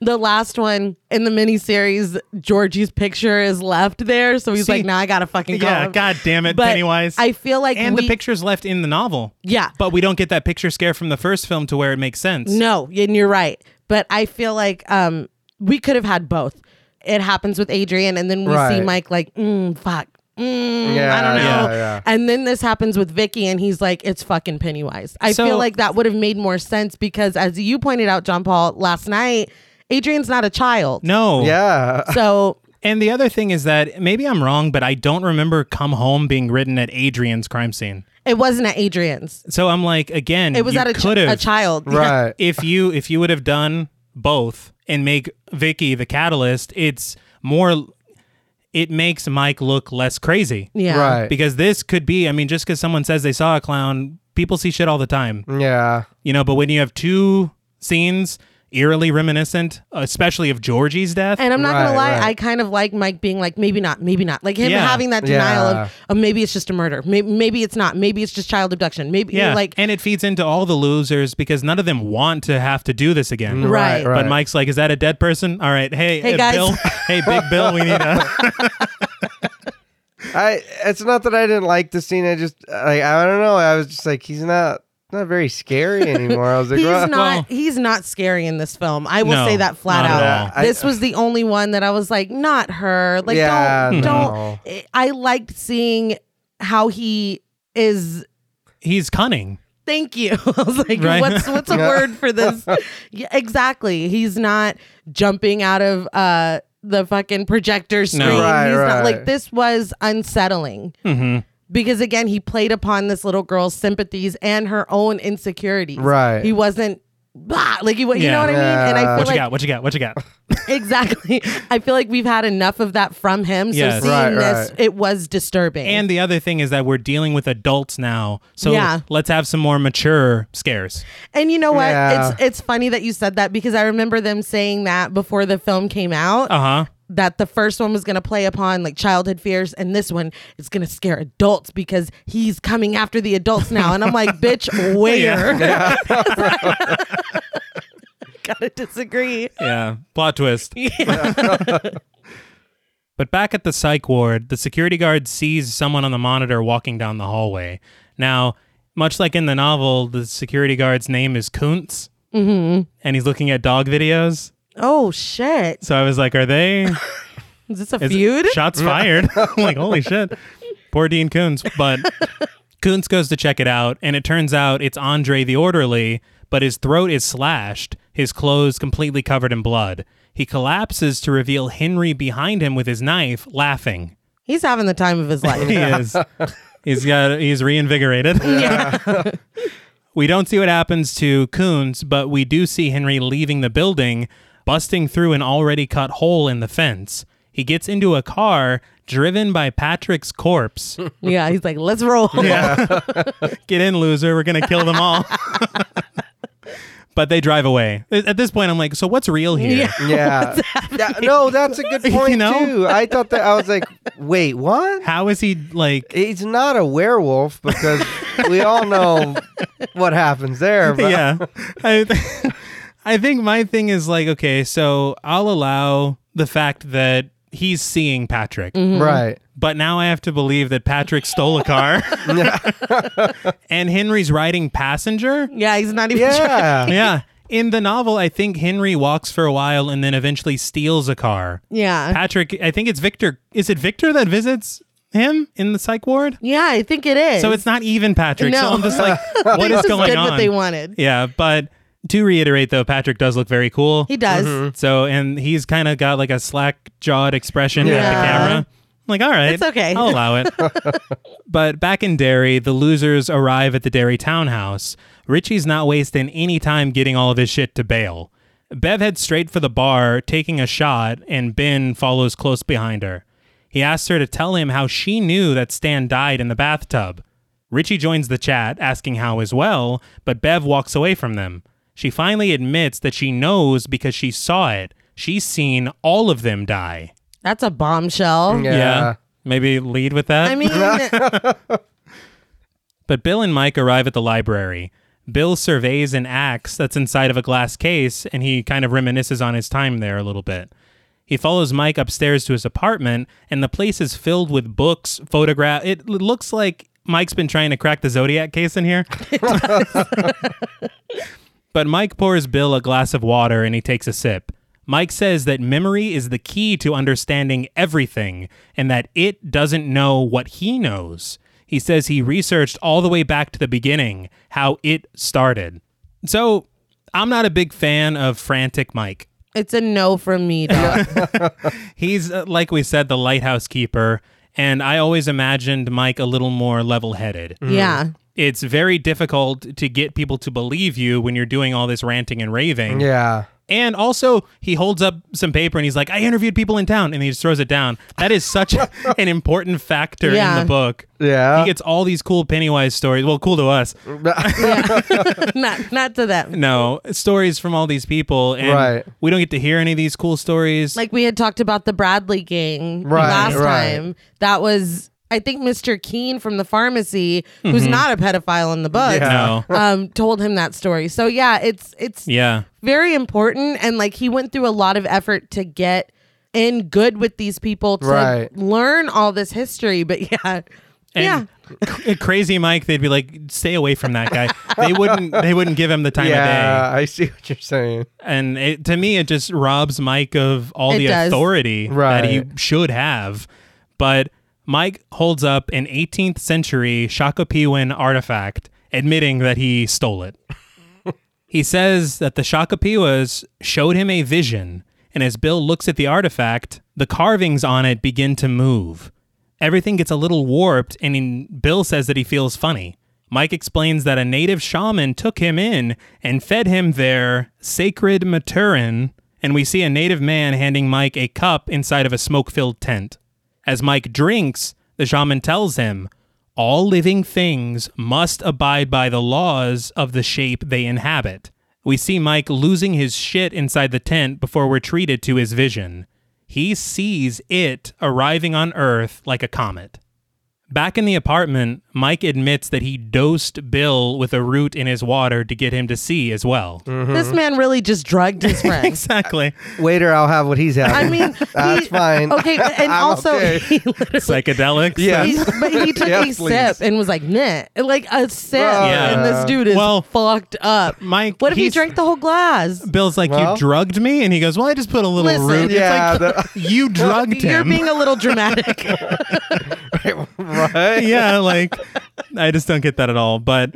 The last one in the miniseries, Georgie's picture is left there. So he's
See-
like, now I got to fucking call
yeah,
him."
god damn it,
But
Pennywise.
I feel like
and
we,
the picture's left in the novel.
Yeah.
But we don't get that picture scare from the first film to where it makes sense.
No, and you're right. But I feel like um, we could have had both. It happens with Adrian, and then we see
Right.
Mike like, mm, fuck. Mm, I
Yeah,
don't know.
yeah, yeah.
And then this happens with Vicky, and he's like, it's fucking Pennywise. I
So-
feel like that would have made more sense because, as you pointed out, John Paul, last night, Adrian's not a child.
No.
Yeah.
*laughs* So,
And the other thing is that maybe I'm wrong, but I don't remember Come Home being written at Adrian's crime scene.
it wasn't at Adrian's.
So I'm like, again,
It was
you
at a, ch-
could have
a child.
Right.
if you if you would have done both and make Vicky the catalyst, it's more it makes Mike look less crazy.
Yeah.
Right.
because this could be i mean just because someone says they saw a clown people see shit all the time
yeah.
you know but when you have two scenes eerily reminiscent, especially of Georgie's death.
And I'm not
Right,
gonna lie,
right.
I kind of like Mike being like, maybe not, maybe not. Like him
Yeah.
having that denial
Yeah.
of, oh, maybe it's just a murder. Maybe, maybe it's not. Maybe it's just child abduction. Maybe
yeah,
like
and it feeds into all the losers because none of them want to have to do this again.
Right.
But Mike's like, "Is that a dead person? All right, hey,
Hey,
uh,
guys." *laughs*
Bill, hey, Big Bill, we need a."
I it's not that I didn't like the scene. I just like I don't know. I was just like he's not not very scary anymore. I was
*laughs*
like,
he's
well,
not he's not scary in this film. I will
No,
say that flat
not
out.
at
all. Yeah, I-
this was the only one that I was like, not her. Like
Yeah,
don't
no.
don't. I liked seeing how he is
He's cunning.
Thank you. *laughs* I was like,
Right.
what's what's
*laughs*
a word for this? *laughs* yeah, exactly. He's not jumping out of uh the fucking projector screen.
Right,
He's
right.
not like this was unsettling.
Hmm.
Because again, he played upon this little girl's sympathies and her own insecurities.
Right.
He wasn't blah. Like he, wa- you
Yeah.
know what I mean? And I
Yeah.
feel
What
like
you got? What you got? What you got?
*laughs* exactly. I feel like we've had enough of that from him. So
Yes.
seeing
Right,
this,
right.
it was disturbing.
And the other thing is that we're dealing with adults now, so
Yeah.
let's have some more mature scares.
And you know what?
Yeah.
It's it's funny that you said that because I remember them saying that before the film came out
Uh huh.
that the first one was going to play upon like childhood fears and this one is going to scare adults because he's coming after the adults now and I'm
*laughs*
like, "Bitch, where?" *laughs* Got to disagree.
Yeah. Plot twist. but back at the psych ward, the security guard sees someone on the monitor walking down the hallway. Now, much like in the novel, the security guard's name is Kuntz, mm-hmm. and he's looking at dog videos.
Oh shit.
So I was like, are they
Is this a
Is it-
feud?
Shots
*laughs*
fired. *laughs* I'm like, holy shit. Poor Dean Koontz. But Koontz goes to check it out, and it turns out it's Andre the orderly, but his throat is slashed, his clothes completely covered in blood. He collapses to reveal Henry behind him with his knife, laughing.
he's having the time of his
*laughs*
life.
He is. He's got. He's reinvigorated.
yeah.
*laughs* We don't see what happens to Coons, but we do see Henry leaving the building, busting through an already cut hole in the fence. He gets into a car driven by Patrick's corpse.
Yeah, he's like, "Let's roll."
Yeah. *laughs* Get in, loser. We're going to kill them all. *laughs* but they drive away. At this point, I'm like, so what's real here?
Yeah.
yeah. That- no, that's a good point
know?
too. I thought that I was like, wait, what?
How is he like.
He's not a werewolf because we all know what happens there. But
yeah. *laughs* I, th- *laughs* I think my thing is like, okay, so I'll allow the fact that he's seeing Patrick.
Mm-hmm.
right.
But now I have to believe that Patrick stole a car. *laughs* and Henry's riding
*laughs*
passenger?
Yeah, he's not even trying.
Yeah.
Yeah. In the novel, I think Henry walks for a while and then eventually steals a car.
Yeah.
Patrick, I think it's Victor. Is it Victor that visits him in the psych ward?
Yeah, I think it is.
So it's not even Patrick. So
No.
I'm just
*laughs*
like, what is
This
going
did
on?
what they wanted.
Yeah, but to reiterate though, Patrick does look very cool.
He does.
Mm-hmm.
So and he's kind of got like a slack jawed expression at the
Yeah.
camera. I'm like, all right,
It's okay.
I'll allow
*laughs*
it. but back in Derry, the losers arrive at the Derry townhouse. Richie's not wasting any time getting all of his shit to bail. Bev heads straight for the bar, taking a shot, and Ben follows close behind her. He asks her to tell him how she knew that Stan died in the bathtub. Richie joins the chat, asking how as well, but Bev walks away from them. She finally admits that she knows because she saw it. She's seen all of them die.
That's a bombshell.
Yeah.
Maybe lead with that?
I mean,
*laughs*
But Bill and Mike arrive at the library. Bill surveys an axe that's inside of a glass case, and he kind of reminisces on his time there a little bit. He follows Mike upstairs to his apartment, and the place is filled with books, photograph. It l- looks like Mike's been trying to crack the Zodiac case in here. but Mike pours Bill a glass of water, and he takes a sip. Mike says that memory is the key to understanding everything, and that it doesn't know what he knows. He says he researched all the way back to the beginning, how it started. So, I'm not a big fan of frantic Mike.
it's a no from me. Dog.
He's, uh, like we said, the lighthouse keeper, and I always imagined Mike a little more level headed.
Mm.
Yeah. *laughs*
It's very difficult to get people to believe you when you're doing all this ranting and raving.
Yeah.
And also, he holds up some paper and he's like, "I interviewed people in town," and he just throws it down. That is
*laughs*
such an important factor in
Yeah.
the book.
Yeah. Mm.
he gets all these cool Pennywise stories. Well, cool to us,
Yeah. not not to them.
no stories from all these people, and
Right.
we don't get to hear any of these cool stories.
Like we had talked about the Bradley gang
Right,
last
right.
time. That was I think Mr. Keen from the pharmacy, who's
Mm-hmm.
not a pedophile in the book,
Yeah.
um, told him that story. So yeah, it's it's
yeah,
very important and like he went through a lot of effort to get in good with these people to
Right.
learn all this history but yeah yeah
and c- crazy Mike, they'd be like, "Stay away from that guy." they wouldn't. They wouldn't give him the time of day.
yeah, I see what you're saying.
And it, to me, it just robs Mike of all
It
the
does.
authority
Right.
that he should have. But Mike holds up an 18th century Shakopee artifact, admitting that he stole it. He says that the Shakapiwas showed him a vision, and as Bill looks at the artifact, the carvings on it begin to move. Everything gets a little warped, and in- Bill says that he feels funny. Mike explains that a native shaman took him in and fed him their sacred maturin, and we see a native man handing Mike a cup inside of a smoke filled tent. As Mike drinks, the shaman tells him, all living things must abide by the laws of the shape they inhabit. We see Mike losing his shit inside the tent before we're treated to his vision. He sees it arriving on Earth like a comet. Back in the apartment, Mike admits that he dosed Bill with a root in his water to get him to see as well.
Mm. Mm-hmm.
this man really just drugged
*laughs*
his friends
Exactly.
Waiter, I'll have what he's having.
i mean
*laughs* That's
he-
fine.
okay but- and
*laughs* I'm
also
okay.
he literally
Psychedelics.
Yeah.
he- but he took a
Yes,
sip
please.
and was like nah like a sip
Yeah.
and this dude is
Well,
fucked up
Mike,
what if he
he's-
drank the whole glass
Bill's like,
Well?
You drugged me? And he goes, Well, I just put a little
Listen,
root.
yeah,
It's like, you drugged him.
you're being
*laughs*
a little dramatic
the- *laughs* right.
yeah, like I just don't get that at all. But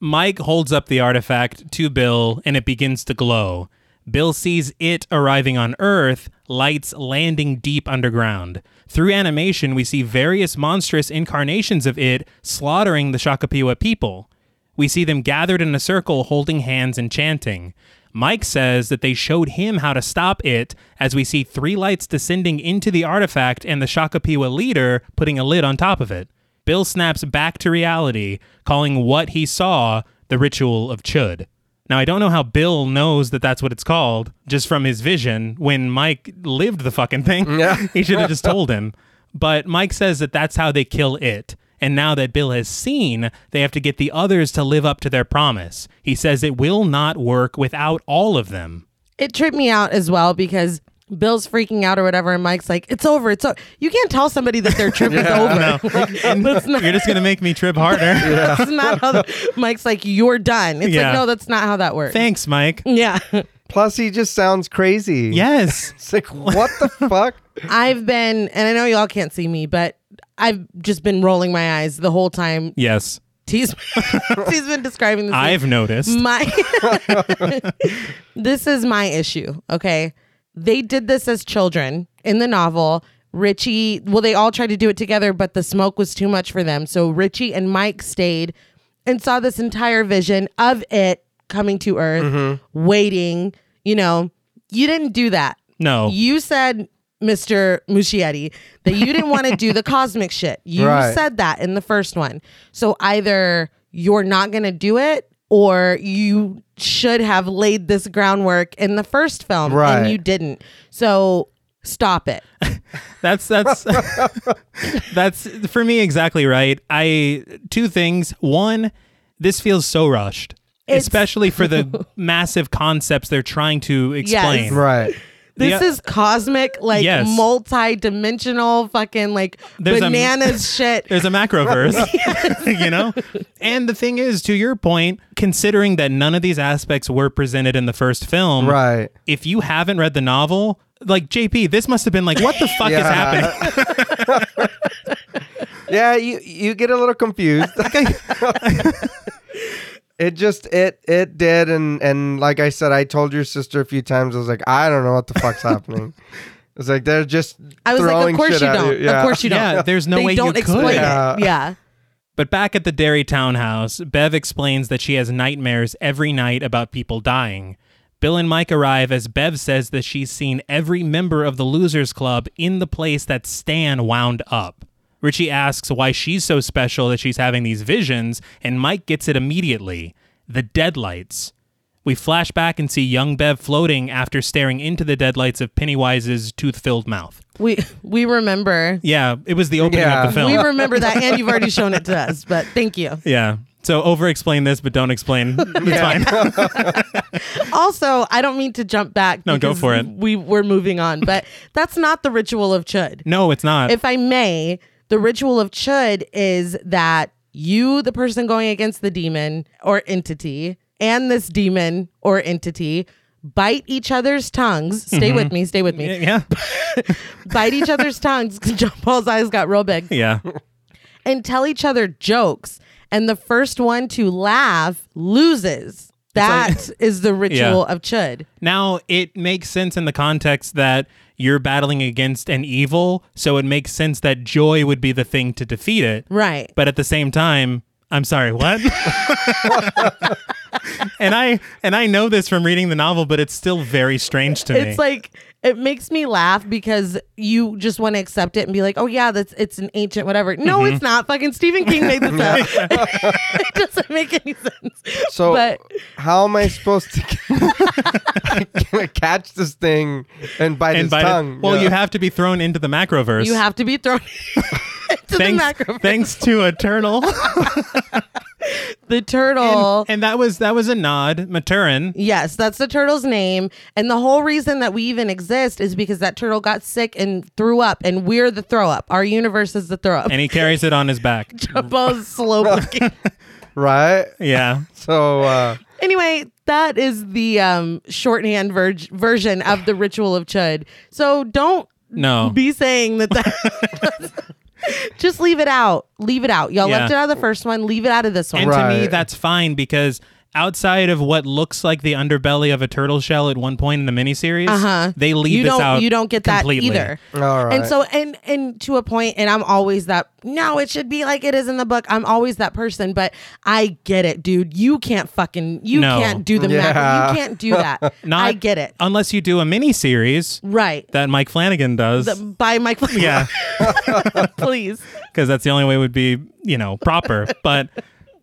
Mike holds up the artifact to Bill and it begins to glow. Bill sees it arriving on Earth, lights landing deep underground. Through animation, we see various monstrous incarnations of it slaughtering the Shakapiwa people. We see them gathered in a circle holding hands and chanting. Mike says that they showed him how to stop it as we see three lights descending into the artifact and the Shakapiwa leader putting a lid on top of it. Bill snaps back to reality, calling what he saw the ritual of Chud. Now, I don't know how Bill knows that that's what it's called just from his vision when Mike lived the fucking thing.
Yeah.
he should have just told him. But Mike says that that's how they kill it. And now that Bill has seen, they have to get the others to live up to their promise. He says it will not work without all of them.
it tripped me out as well because Bill's freaking out or whatever, and Mike's like, "It's over, it's over." You can't tell somebody that their trip is over. *laughs* that's not,
You're just going to make me trip
*laughs*
harder.
that's not how. the- Mike's like, "You're done." It's
Yeah.
like, no, that's not how that works.
Thanks, Mike.
yeah,
Plus, he just sounds crazy.
Yes.
It's like, what
*laughs*
the fuck?
I've been, and I know y'all can't see me, but I've just been rolling my eyes the whole time. *laughs*
Yes.
T's, T's been describing this.
I've noticed.
my *laughs* this is my issue okay they did this as children in the novel richie well they all tried to do it together but the smoke was too much for them so richie and mike stayed and saw this entire vision of it coming to earth waiting you know you didn't do that
No.
you said Mr. Muschietti that you didn't want to do the cosmic shit. You
Right.
said that in the first one. So either you're not going to do it or you should have laid this groundwork in the first film
Right.
and you didn't. So stop it.
That's
*laughs*
that's that's for me exactly right. I two things. One, this feels so rushed,
It's-
especially for the massive concepts they're trying to explain.
Right.
This
Yeah.
is cosmic like
Yes.
multi-dimensional fucking like
There's a-
bananas shit.
There's a
*laughs*
macroverse, *laughs* you know? And the thing is, to your point, considering that none of these aspects were presented in the first film,
Right.
if you haven't read the novel, like JP, this must have been like, what the fuck is
Yeah.
happening?
Yeah, you you get a little confused.
*laughs*
it just it it did and and like I said, I told your sister a few times. I was like, I don't know what the
*laughs*
fuck's happening. It's like they're just
I was like,
throwing
of course
shit
you
at
don't.
You. Yeah.
Of course you don't.
Yeah, there's no
they
way
don't
you could.
explain
Yeah.
it. Yeah.
But back at the Derry townhouse, Bev explains that she has nightmares every night about people dying. Bill and Mike arrive as Bev says that she's seen every member of the Losers Club in the place that Stan wound up. Richie asks why she's so special that she's having these visions, and Mike gets it immediately the deadlights. We flash back and see young Bev floating after staring into the deadlights of Pennywise's tooth filled mouth.
We we remember.
Yeah, it was the opening
Yeah.
of the film.
We remember that, and you've already shown it to us. But thank you.
Yeah. So over explain this, but don't
*laughs*
explain. It's fine.
Also, I don't mean to jump back.
No, go
because
for it.
We we're moving on, but that's not the ritual of chud.
no, it's not.
If I may, the ritual of chud is that you, the person going against the demon or entity, and this demon or entity. Bite each other's tongues. Stay with me. Stay with me.
Mm-hmm. yeah.
Bite each other's tongues. *laughs* John Paul's eyes got real big.
Yeah.
and tell each other jokes. And the first one to laugh loses. That
*laughs*
is the ritual of Chud.
Now it makes sense in the context that you're battling against an evil, so it makes sense that joy would be the thing to defeat it.
Right.
But at the same time, I'm sorry,
*laughs*
what? and I and I know this from reading the novel, but it's still very strange to me.
it's like it makes me laugh because you just want to accept it and be like, oh yeah, that's it's an ancient whatever. No,
Mm-hmm.
it's not. Fucking Stephen King made
*laughs*
this up. *laughs* it doesn't make any sense.
*laughs* So
But-
how am I supposed to
*laughs*
*laughs* catch this thing and bite
and
his
by the-
tongue?
well,
Yeah.
you have to be thrown into the macroverse.
You have to be thrown *laughs* into the
thanks,
macro.
thanks to a
*laughs*
turtle.
The turtle.
and, and that was that was a nod, Maturin.
Yes, that's the turtle's name. And the whole reason that we even exist is because that turtle got sick and threw up, and we're the throw up. Our universe is the throw up. *laughs*
and he carries it on his back.
Jumbo's slow looking.
right.
Yeah.
So uh,
anyway, that is the um, shorthand ver- version of the ritual of Chud. So don't
*laughs* No.
be saying that. that
*laughs*
*laughs* Just leave it out. Leave it out. Y'all
Yeah.
left it out of the first one. Leave it out of this one.
and to me,
Right.
that's fine because outside of what looks like the underbelly of a turtle shell at one point in the miniseries,
Uh-huh.
they leave
you
this
don't,
out.
You don't get
completely.
that either.
All
And
right.
so, and and to a point, and I'm always that. No, it should be like it is in the book. I'm always that person, but I get it, dude. You can't fucking, you
No.
can't do the
Yeah.
math. You can't do
*laughs*
that.
Not,
I get it.
Unless you do a miniseries
Right.
that Mike Flanagan does.
The- by Mike.
yeah.
*laughs* please.
because that's the only way it would be, you know,
*laughs*
proper. but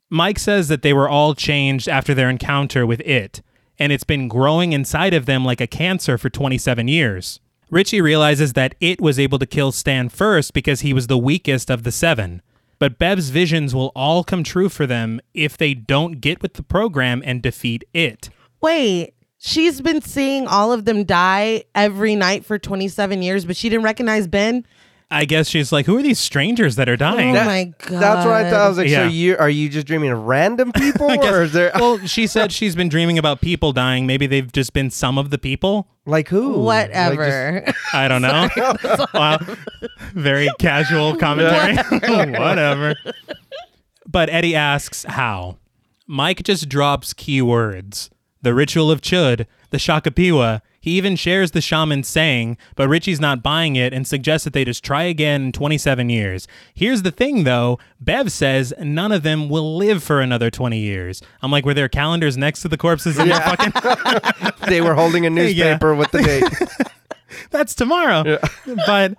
Mike says that they were all changed after their encounter with it, and it's been growing inside of them like a cancer for 27 years. Richie realizes that it was able to kill Stan first because he was the weakest of the seven. But Bev's visions will all come true for them if they don't get with the program and defeat it.
Wait. She's been seeing all of them die every night for 27 years, but she didn't recognize Ben.
I guess she's like, who are these strangers that are dying?
oh my god.
that's what I thought. I was like,
Yeah.
so you are you just dreaming of
*laughs*
random people, or is there
*laughs* well, she said she's been dreaming about people dying. Maybe they've just been some of the people.
like who? Like, just-
Whatever. *laughs*
I don't know. wow. Very casual commentary. *laughs* Whatever. But Eddie asks how. Mike just drops keywords. The ritual of Chud, the Shakapiwa. He even shares the shaman's saying, but Richie's not buying it and suggests that they just try again in 27 years. Here's the thing though, Bev says none of them will live for another 20 years. I'm like, were their calendars next to the corpses in the fucking
they were
*laughs*
holding a newspaper with the date.
that's tomorrow. *laughs* but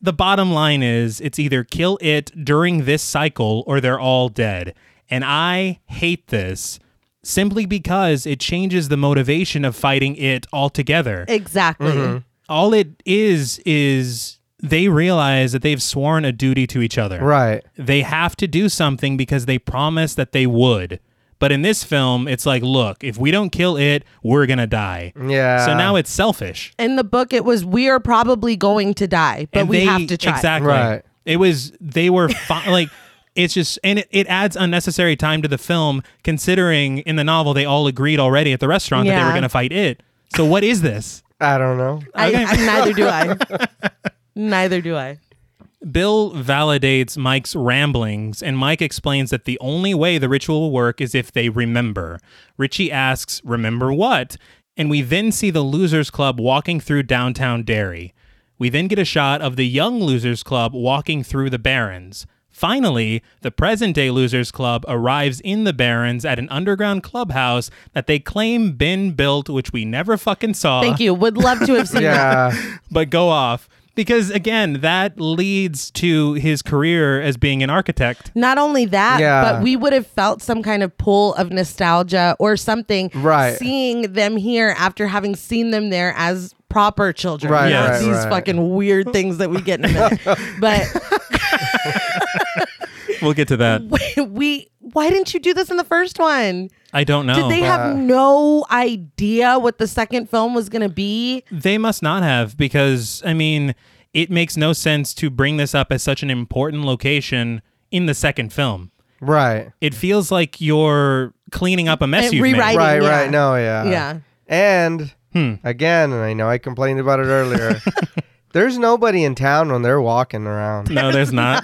the bottom line is it's either kill it during this cycle or they're all dead. And I hate this simply because it changes the motivation of fighting it altogether.
exactly.
Mm-hmm.
all it is is they realize that they've sworn a duty to each other.
right.
They have to do something because they promised that they would. But in this film, it's like, look, if we don't kill it, we're going to die.
Yeah.
So now it's selfish.
In the book, it was we are probably going to die, but
and
we
they-
have to try.
Exactly.
Right.
It was they were fi- *laughs* like it's just and it, it adds unnecessary time to the film considering in the novel they all agreed already at the restaurant that they were
Yeah.
going to fight it. So what is this?
I
*laughs*
don't know.
I, I, neither
*laughs*
do I. neither do I.
Bill validates Mike's ramblings, and Mike explains that the only way the ritual will work is if they remember. Richie asks, Remember what? And we then see the Losers Club walking through downtown Derry. We then get a shot of the Young Losers Club walking through the Barrens. Finally, the present day Losers Club arrives in the Barrens at an underground clubhouse that they claim been built, which we never fucking saw.
Thank you. Would love to have seen that.
Yeah.
But go off. Because again, that leads to his career as being an architect.
Not only that,
Yeah.
but we would have felt some kind of pull of nostalgia or something
Right.
seeing them here after having seen them there as proper children.
Right,
Not
right,
These
right.
fucking weird things that we get in a
*laughs*
minute. but
We'll get to that.
we why didn't you do this in the first one?
I don't know.
Did they have no idea what the second film was going to be?
They must not have because I mean, it makes no sense to bring this up as such an important location in the second film.
Right.
It feels like you're cleaning up a mess
And
you've
rewriting.
made.
Right,
yeah.
right. No, yeah.
Yeah. Hmm.
And again, and I know I complained about it earlier.
*laughs*
There's nobody in town when they're walking
*laughs*
around.
No, there's
*laughs*
not.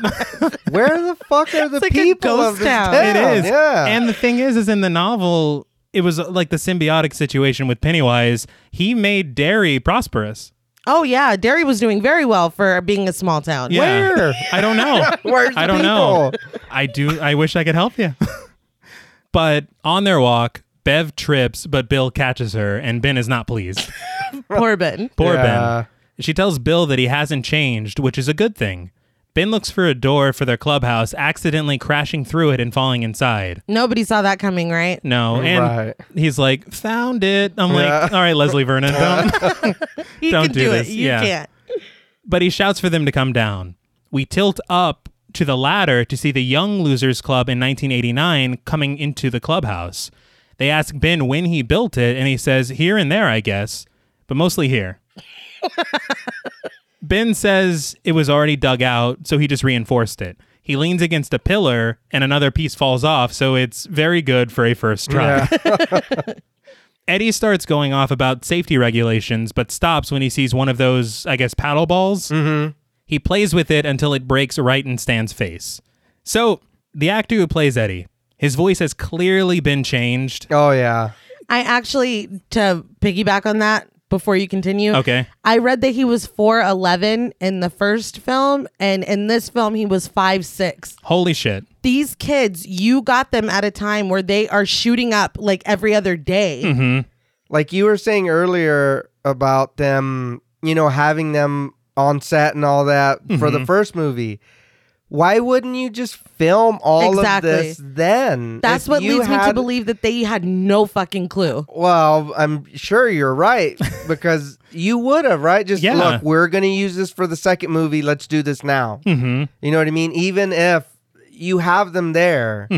Where the fuck are the
like a
people
ghost
of this
town.
town?
it is.
Yeah.
And the thing is, is in the novel, it was uh, like the symbiotic situation with Pennywise. He made dairy prosperous.
Oh yeah, Derry was doing very well for being a small town.
Yeah.
Where?
I don't know.
*laughs* Where's the
I don't know. I do. I wish I could help you. *laughs* but on their walk, Bev trips, but Bill catches her, and Ben is not pleased.
Poor Ben.
Poor
Yeah.
Ben. She tells Bill that he hasn't changed, which is a good thing. Ben looks for a door for their clubhouse, accidentally crashing through it and falling inside.
Nobody saw that coming, right?
No, and
Right.
he's like, "Found it." I'm like, "All right, Leslie
*laughs*
Vernon, don't."
He
Don't
can
do
do, it.
this.
You
Yeah.
can't.
but he shouts for them to come down. We tilt up to the ladder to see the Young Losers Club in 1989 coming into the clubhouse. They ask Ben when he built it, and he says, here and there, I guess, but mostly here. ben says it was already dug out, so he just reinforced it. He leans against a pillar, and another piece falls off, so it's very good for a first try. Eddie starts going off about safety regulations, but stops when he sees one of those, I guess, paddle balls. Mm-hmm. He plays with it until it breaks right in Stan's face. So, the actor who plays Eddie, his voice has clearly been changed.
Oh yeah.
I actually to piggyback on that before you continue.
Okay.
I read that he was 4'11 in the first film and in this film he was five six.
Holy shit.
These kids, you got them at a time where they are shooting up like every other day.
Mm-hmm.
Like you were saying earlier about them, you know, having them on set and all that for the first movie. Why wouldn't you just film all
Exactly.
of this then?
That's
If
what
you
leads me to
had-
believe that they had no fucking clue.
Well, I'm sure you're *laughs* right because you would have, right? Just
Yeah.
look, we're going to use this for the second movie. Let's do this now. Mm-hmm. You know what I mean? Even if you have them there,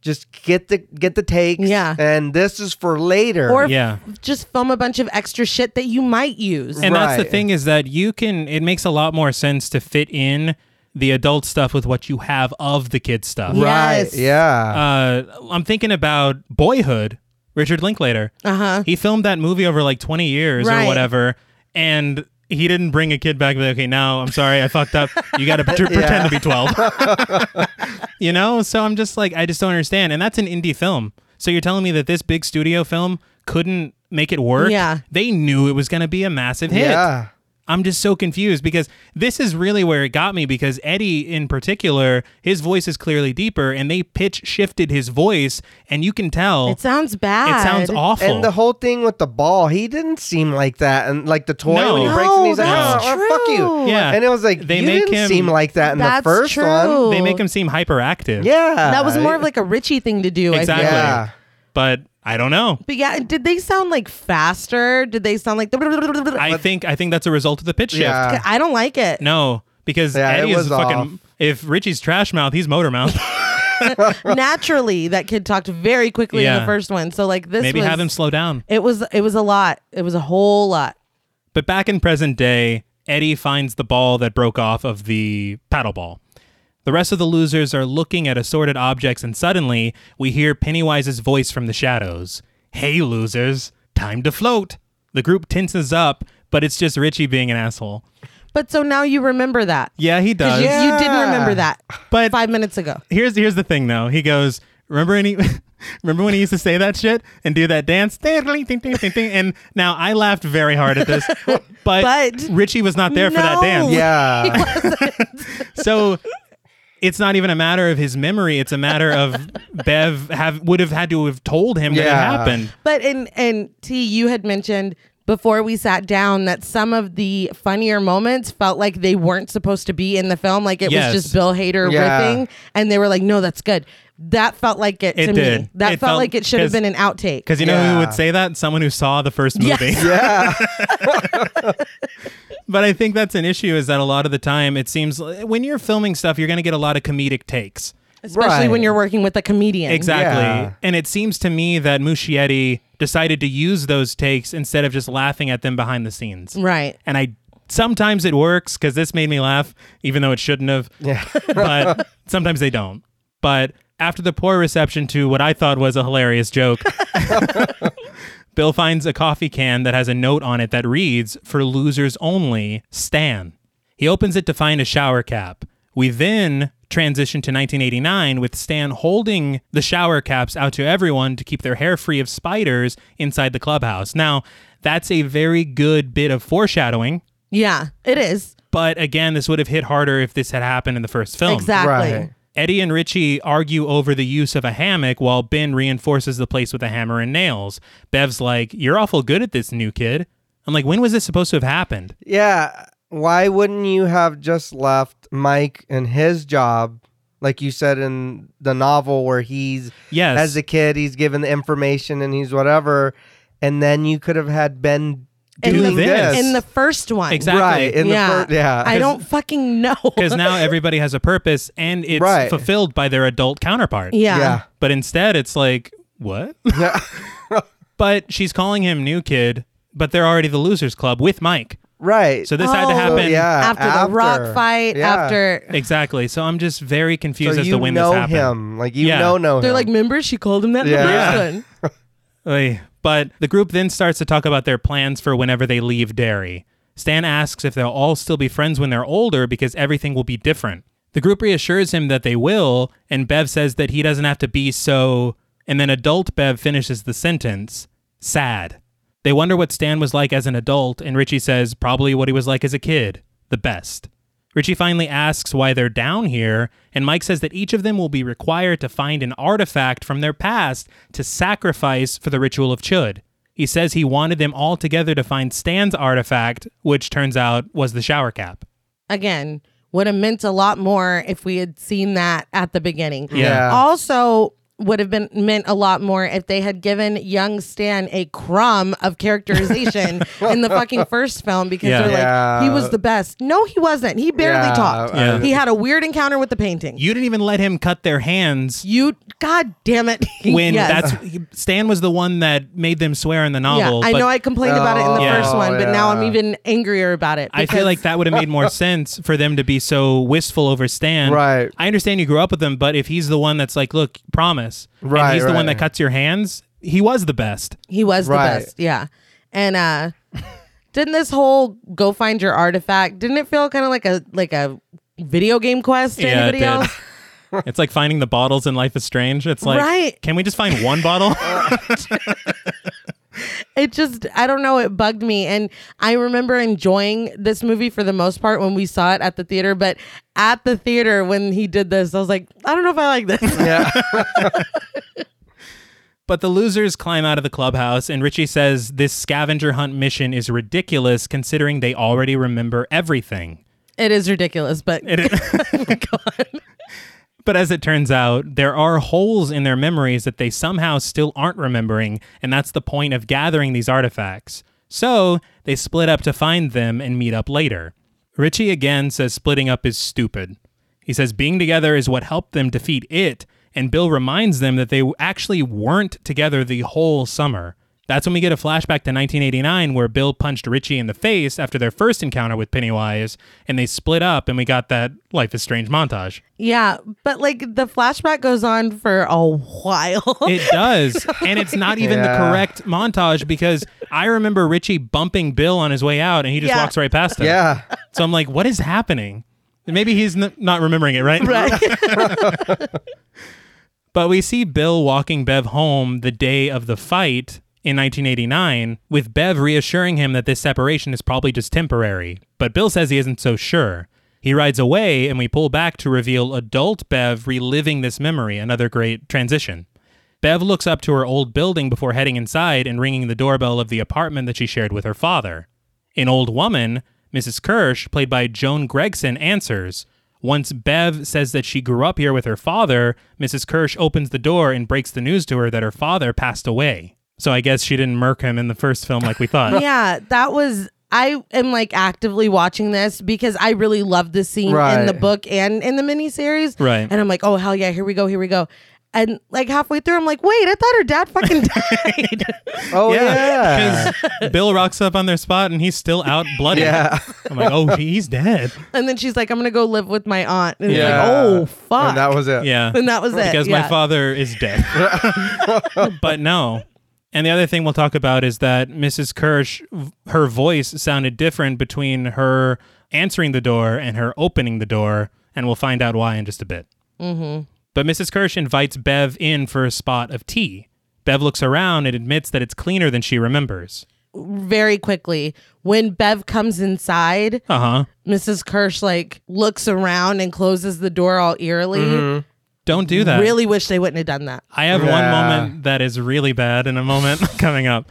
just get the get the takes.
Yeah.
and this is for later.
Or
Yeah.
just film a bunch of extra shit that you might use.
And that's the
Right.
thing is that you can, it makes a lot more sense to fit in the adult stuff with what you have of the kid stuff.
right?
Yes.
Yeah,
Uh, I'm thinking about Boyhood, Richard Linklater.
Uh-huh.
He filmed that movie over like 20 years or
Right.
whatever, and he didn't bring a kid back. and be Like, okay, now I'm sorry, I fucked up. You got to
*laughs*
pretend to be 12. *laughs* you know, so I'm just like, I just don't understand. And that's an indie film. So you're telling me that this big studio film couldn't make it work?
Yeah.
They knew it was going to be a massive hit.
yeah.
I'm just so confused because this is really where it got me because Eddie in particular, his voice is clearly deeper and they pitch shifted his voice and you can tell
It sounds bad.
it sounds awful.
And the whole thing with the ball, he didn't seem like that. And like the toy
No.
when he breaks, and
No,
he's like,
that's
"Oh, fuck
true.
you!"
Yeah.
and it was like
They
you
make
didn't
him-
seem like that in
That's
the first
true.
one.
they make him seem hyperactive.
Yeah,
That was
*laughs*
more of like a Richie thing to do. I
Exactly.
feel.
Yeah.
But I don't know.
But yeah, did they sound like faster? Did they sound like?
I
I,
think I think that's a result of the pitch shift.
Yeah.
I don't
*laughs*
like it.
No, because
Yeah, it
Eddie is
was
a fucking
off.
if Richie's trash mouth, he's motor mouth.
Naturally, that kid talked very quickly in
Yeah.
the first one. So like this,
Maybe
was,
have him slow down.
It was it was a lot. It was a whole lot.
But back in present day, Eddie finds the ball that broke off of the paddle ball. The rest of the losers are looking at assorted objects, and suddenly we hear Pennywise's voice from the shadows Hey, losers, time to float. The group tenses up, but it's just Richie being an asshole.
But so now you remember that.
Yeah, he does.
'Cause You, you didn't
Yeah.
remember that
But
five minutes ago.
here's here's the thing though. He goes, remember when he *laughs* remember when he used to say that shit and do that dance? And now I laughed very hard at
*laughs*
this, but,
But- *laughs*
Richie was not there for that
No.
dance.
Yeah.
So it's not even a matter of his memory. It's a matter of Bev have would have had to have told him what
Yeah.
happened.
But in and T, you had mentioned before we sat down that some of the funnier moments felt like they weren't supposed to be in the film. Like it
Yes.
was just Bill Hader
Yeah.
riffing, and they were like, "No, that's good." That felt like it,
It
to
did.
me. That
It
felt
felt-
like it should have
'cause-
been an outtake.
Because you know who
Yeah.
would say that? Someone who saw the first
Yes.
movie.
Yeah.
*laughs* But I think that's an issue is that a lot of the time it seems when you're filming stuff, you're going to get a lot of comedic takes.
Especially
Right.
when you're working with a comedian.
Exactly.
Yeah.
And it seems to me that Muschietti decided to use those takes instead of just laughing at them behind the scenes.
Right.
And I sometimes it works because this made me laugh, even though it shouldn't have.
Yeah.
*laughs* but sometimes they don't. But after the poor reception to what I thought was a hilarious joke, Bill finds a coffee can that has a note on it that reads, For losers only, Stan. He opens it to find a shower cap. We then transition to 1989 with Stan holding the shower caps out to everyone to keep their hair free of spiders inside the clubhouse. Now, that's a very good bit of foreshadowing,
Yeah, it is.
but again, this would have hit harder if this had happened in the first film.
Exactly.
Right.
Eddie and Richie argue over the use of a hammock while Ben reinforces the place with a hammer and nails. Bev's like, You're awful good at this, new kid. I'm like, When was this supposed to have happened?
Yeah. Why wouldn't you have just left Mike and his job, like you said in the novel, where he's
Yes.
as a kid, he's given the information and he's whatever, and then you could have had Ben
In
Do
doing
the,
this.
in the first one.
Exactly.
right in
yeah.
the first, yeah.
I don't fucking know.
Because now everybody has a purpose and it's
Right.
fulfilled by their adult counterpart.
*laughs* yeah.
Yeah.
But instead, it's like,
*laughs*
What? *laughs* but she's calling him new kid, but they're already the Losers Club with
*sighs*
Mike.
Right.
So this had to
Oh,
happen.
yeah.
After,
after.
the rock fight,
Yeah.
after
Exactly. So I'm just very
So
confused as
you
to when
know
this happened.
him, like you
Yeah.
know know
they're
him.
like, remember she called him that in
Yeah.
the first one.
Oy. But the group then starts to talk about their plans for whenever they leave Derry. Stan asks if they'll all still be friends when they're older because everything will be different. The group reassures him that they will, and Bev says that he doesn't have to be so. And then adult Bev finishes the sentence sad. They wonder what Stan was like as an adult, and Richie says probably what he was like as a kid the best. Richie finally asks why they're down here, and Mike says that each of them will be required to find an artifact from their past to sacrifice for the ritual of Chud. He says he wanted them all together to find Stan's artifact, which turns out was the shower cap.
Again, would have meant a lot more if we had seen that at the beginning.
Yeah.
Also, would have been meant a lot more if they had given young Stan a crumb
*laughs*
of characterization in the fucking first film because
Yeah.
they're
Yeah.
like, he was the best. No, he wasn't. He barely
Yeah,
talked.
Yeah.
He had a weird encounter with the painting.
You didn't even let him cut their hands
You, god damn it.
when
*laughs* Yes.
that's Stan was the one that made them swear in the novel.
yeah, I
but
know I complained about it in the
Oh,
first one, but now I'm
yeah.
even angrier about it.
I feel
because-
like that would have made
*laughs*
more sense for them to be so wistful over Stan.
Right.
I understand you grew up with him, but if he's the one that's like, look, promise, and
Right,
he's the one
right.
that cuts your hands, he was the best.
He was
Right.
the best. Yeah. And
*laughs*
uh didn't this whole go find your artifact didn't it feel kind of like a like a video game quest to
Yeah, it
anybody
did.
else?
*laughs* It's like finding the bottles in Life is Strange. It's like,
Right.
can we just find one bottle? *laughs*
It just I don't know, it bugged me. And I remember enjoying this movie for the most part when we saw it at the theater, but at the theater when he did this, I was like, I don't know if I
*laughs*
like this.
yeah. *laughs*
But the losers climb out of the clubhouse, and Richie says this scavenger hunt mission is ridiculous considering they already remember everything. *laughs*
it is ridiculous, but
It
*laughs*
but as it turns out, there are holes in their memories that they somehow still aren't remembering, and that's the point of gathering these artifacts. So they split up to find them and meet up later. Richie again says splitting up is stupid. He says being together is what helped them defeat it, and Bill reminds them that they actually weren't together the whole summer. That's when we get a flashback to 1989 where Bill punched Richie in the face after their first encounter with Pennywise, and they split up, and we got that Life is Strange montage.
yeah. But like the flashback goes on for a while.
*laughs* It does. and it's not even
Yeah.
the correct montage because I remember Richie bumping Bill on his way out and he just
Yeah.
walks right past him.
Yeah.
So I'm like, what is happening? And Maybe he's n- not remembering it, right?
right.
But we see Bill walking Bev home the day of the fight in 1989, with Bev reassuring him that this separation is probably just temporary. But Bill says he isn't so sure. He rides away, and we pull back to reveal adult Bev reliving this memory, another great transition. Bev looks up to her old building before heading inside and ringing the doorbell of the apartment that she shared with her father. An old woman, Mrs. Kirsch, played by Joan Gregson, answers. Once Bev says that she grew up here with her father, Mrs. Kirsch opens the door and breaks the news to her that her father passed away. So I guess she didn't murk him in the first film like we
*laughs*
thought.
yeah, that was. I am like actively watching this because I really love this scene in the
Right.
book and in the miniseries.
Right.
And I'm like, oh hell yeah, here we go, here we go. And like halfway through, I'm like, wait, I thought her dad fucking *laughs* died.
Oh yeah.
Yeah, because Bill rocks up on their spot and he's still out bloody.
Yeah.
I'm like, oh, he's
*laughs*
dead.
and then she's like, I'm gonna go live with my aunt. And it's
Yeah.
like, oh fuck.
And that was it.
Yeah.
*laughs* And that was it.
because
yeah.
my father is dead. but no. And the other thing we'll talk about is that Mrs. Kirsch, v- her voice sounded different between her answering the door and her opening the door, and we'll find out why in just a bit. Mm-hmm. But Mrs. Kirsch invites Bev in for a spot of tea. Bev looks around and admits that it's cleaner than she remembers.
very quickly when Bev comes
*laughs*
inside,
Uh huh.
Mrs. Kirsch like looks around and closes the door all eerily.
Mm-hmm.
Don't do that.
Really wish they wouldn't have done that.
I have
Yeah.
one moment that is really bad in a moment *laughs* coming up.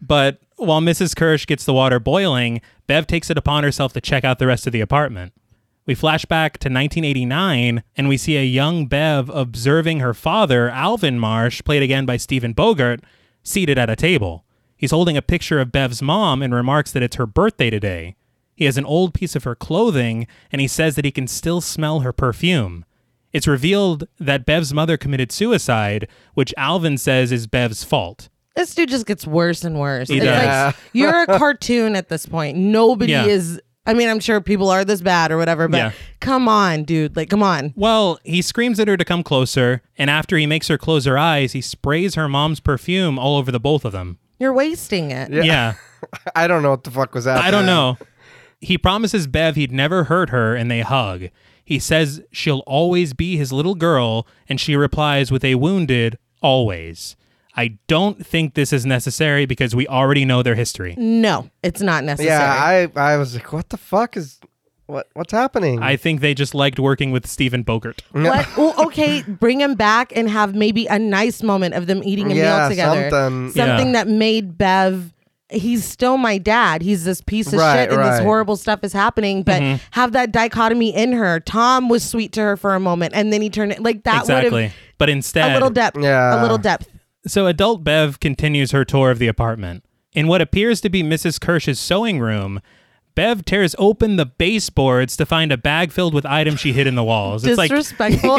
But while Mrs. Kirsch gets the water boiling, Bev takes it upon herself to check out the rest of the apartment. We flash back to 1989 and we see a young Bev observing her father, Alvin Marsh, played again by Stephen Bogart, seated at a table. He's holding a picture of Bev's mom and remarks that it's her birthday today. He has an old piece of her clothing and he says that he can still smell her perfume. It's revealed that Bev's mother committed suicide, which Alvin says is Bev's fault.
This dude just gets worse and worse. It's
does.
like,
Yeah.
*laughs* you're a cartoon at this point. Nobody
Yeah.
is I mean, I'm sure people are this bad or whatever, but
Yeah.
come on, dude. Like, come on.
Well, he screams at her to come closer, and after he makes her close her eyes, he sprays her mom's perfume all over the both of them.
You're wasting it.
Yeah.
I don't know what the fuck was happening.
I don't know. He promises Bev he'd never hurt her, and they hug. He says she'll always be his little girl, and she replies with a wounded, always. I don't think this is necessary because we already know their history.
No, it's not necessary.
Yeah, I I was like, what the fuck is what what's happening?
I think they just liked working with Stephen Bogart.
What? Well, okay, bring him back and have maybe a nice moment of them eating a
Yeah,
meal together.
something.
Something
Yeah.
that made Bev. He's still my dad. He's this piece of
Right,
shit, and this
right.
horrible stuff is happening. But
Mm-hmm.
have that dichotomy in her. Tom was sweet to her for a moment, and then he turned it like that. Would
Exactly.
have
But instead,
a little depth. A
Yeah.
little depth.
So adult Bev continues her tour of the apartment. In what appears to be Mrs. Kirsch's sewing room, Bev tears open the baseboards to find a bag filled with items she hid in the walls. It's like,
Disrespectful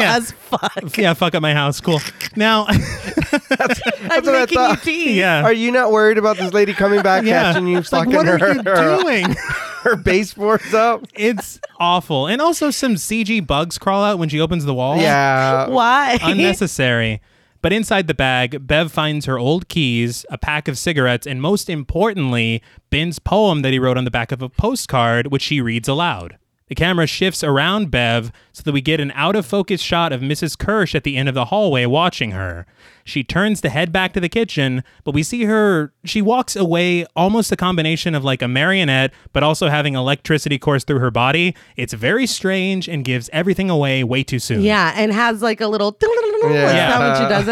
*laughs* Yeah.
as fuck.
yeah, fuck up my house. Cool. Now, *laughs*
I'm
what I
making you
thought.
tea.
yeah.
Are you not worried about this lady coming
*laughs*
back
Yeah.
catching you
It's like,
fucking
what
her,
are you
her-
doing? *laughs*
her baseboards up?
It's awful. And also, some CG bugs crawl out when she opens the wall.
Yeah.
Why?
unnecessary. But inside the bag, Bev finds her old keys, a pack of cigarettes, and most importantly, Ben's poem that he wrote on the back of a postcard, which she reads aloud. The camera shifts around Bev so that we get an out of focus shot of Mrs. Kirsch at the end of the hallway watching her. She turns to head back to the kitchen, but we see her. She walks away almost a combination of like a marionette, but also having electricity course through her body. It's very strange and gives everything away way too soon.
Yeah, and has like a little. *laughs*
Yeah.
Is that when she does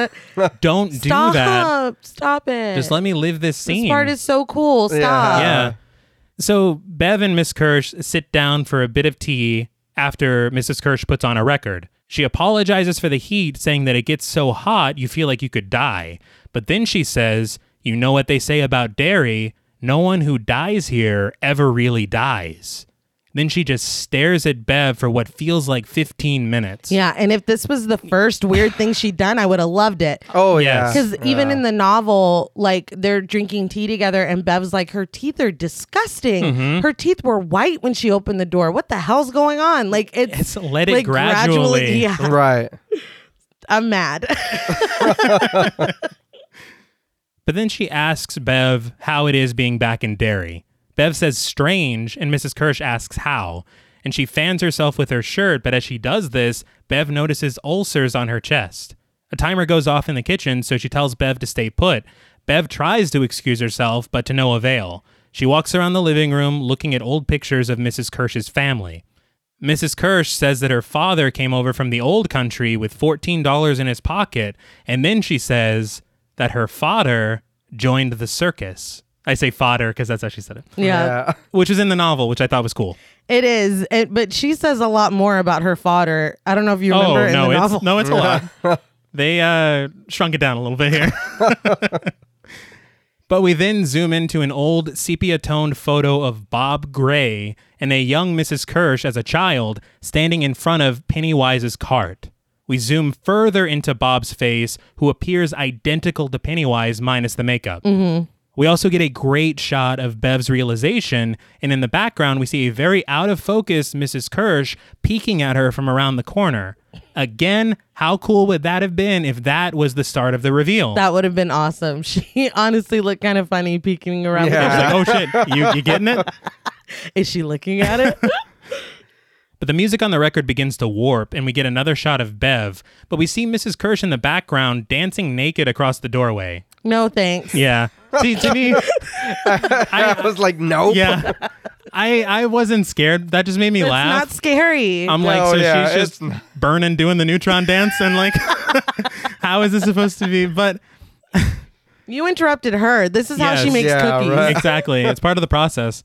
it?
Don't
Stop!
do that.
Stop it!
Just let me live this scene.
This part is so cool. Stop.
yeah. So Bev and Miss Kirsch sit down for a bit of tea after Mrs. Kirsch puts on a record. She apologizes for the heat, saying that it gets so hot you feel like you could die. But then she says, You know what they say about dairy? No one who dies here ever really dies. Then she just stares at Bev for what feels like 15 minutes.
Yeah, and if this was the first weird thing she'd done, I would have loved it.
Oh
Yes.
*laughs* yeah.
Because even in the novel, like they're drinking tea together, and Bev's like, her teeth are disgusting.
Mm-hmm.
Her teeth were white when she opened the door. What the hell's going on? Like it's,
It's- let it
like,
gradually.
Yeah,
Right.
I'm mad. *laughs*
But then she asks Bev how it is being back in Derry. Bev says strange, and Mrs. Kirsch asks how. And she fans herself with her shirt, but as she does this, Bev notices ulcers on her chest. A timer goes off in the kitchen, so she tells Bev to stay put. Bev tries to excuse herself, but to no avail. She walks around the living room looking at old pictures of Mrs. Kirsch's family. Mrs. Kirsch says that her father came over from the old country with $14 in his pocket, and then she says that her father joined the circus. I say fodder because that's how she said it,
yeah.
which is in the novel, which I thought was cool.
It is, it, but she says a lot more about her fodder. I don't know if you remember
oh
in
no,
the novel.
it's no, it's a lot.
*laughs*
they uh, shrunk it down a little bit here. but we then zoom into an old sepia-toned photo of Bob Gray and a young Mrs. Kirsch as a child standing in front of Pennywise's cart. We zoom further into Bob's face, who appears identical to Pennywise minus the makeup. We also get a great shot of Bev's realization, and in the background, we see a very out of focus Mrs. Kirsch peeking at her from around the corner. Again, how cool would that have been if that was the start of the reveal?
That would have been awesome. *laughs* She honestly looked kind of funny peeking around.
I
Yeah.
was like, oh shit, you, you getting it?
Is she looking
*laughs*
at it?
But the music on the record begins to warp, and we get another shot of Bev, but we see Mrs. Kirsch in the background dancing naked across the doorway.
no thanks.
*laughs*
Yeah. See, to me,
I was like, nope.
yeah. I, I wasn't scared. That just made me
It's
laugh.
not scary.
I'm
No,
like, so
yeah,
she's just
it's-
burning, doing the neutron dance, and like, *laughs* how is this supposed to be? But
you interrupted her. This is how she
Yes.
makes
Yeah,
cookies. *laughs*
right.
exactly, it's part of the process.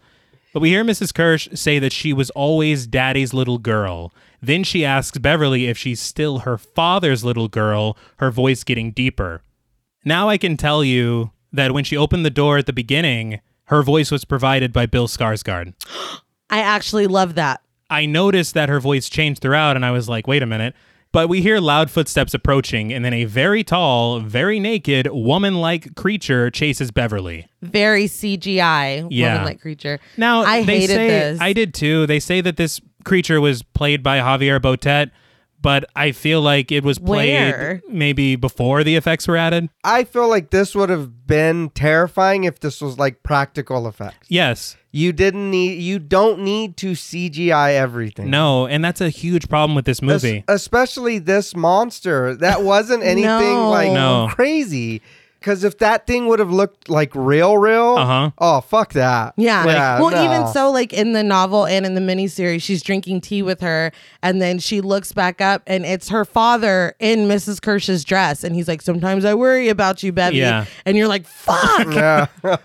But we hear Mrs. Kirsch say that she was always daddy's little girl. Then she asks Beverly if she's still her father's little girl, her voice getting deeper. Now I can tell you that when she opened the door at the beginning, her voice was provided by Bill Skarsgård.
I actually love that.
I noticed that her voice changed throughout, and I was like, wait a minute. But we hear loud footsteps approaching, and then a very tall, very naked, woman like creature chases Beverly.
Very CGI
Yeah.
woman-like creature.
Now,
I
they
hated
say,
this.
I did too. They say that this creature was played by Javier Botet, but I feel like it was played
Where?
maybe before the effects were added.
I feel like this would have been terrifying if this was like practical effects.
Yes.
You didn't need. You don't need to CGI everything.
No. And that's a huge problem with this
Es-
movie.
especially this monster. That wasn't
*laughs*
anything
No.
like
No.
crazy. Because if that thing would have looked like real, real,
Uh-huh.
oh fuck that.
Yeah. well, even
no.
so, like in the novel and in the miniseries, she's drinking tea with her, and then she looks back up, and it's her father in Mrs. Kirsch's dress, and he's like, "Sometimes I worry about you, Bevy,"
Yeah.
and you're like, "Fuck."
Yeah.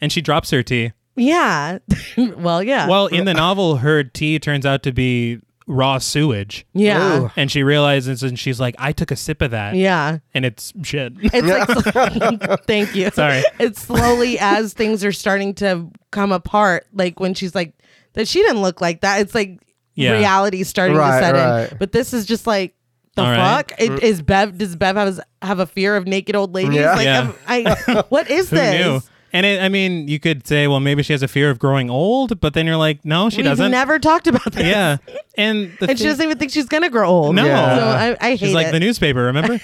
and she drops her tea.
yeah. *laughs* well, yeah.
Well, in the novel, her tea turns out to be raw sewage.
yeah.
Ooh.
And she realizes, and she's like, I took a sip of that.
Yeah.
And it's shit.
It's like, *laughs* thank you.
Sorry.
It's slowly as things are starting to come apart. Like when she's like, that she didn't look like that. It's like
Yeah.
reality starting to
Right,
set in.
right. Mm.
But this is just like, the
All right.
fuck? It, is Bev, does Bev have, have a fear of naked old ladies?
Yeah.
Like,
Yeah.
am I, *laughs* what
*laughs* *laughs*
is
Who
this?
knew? And it, I mean, you could say, well, maybe she has a fear of growing old, but then you're like, no, she
We've
doesn't.
never talked about this. *laughs*
yeah. And, the
And she
thing-
doesn't even think she's going to grow old.
No.
Yeah.
So I, I hate
Oh, She's like
it.
the newspaper,
*laughs*
remember?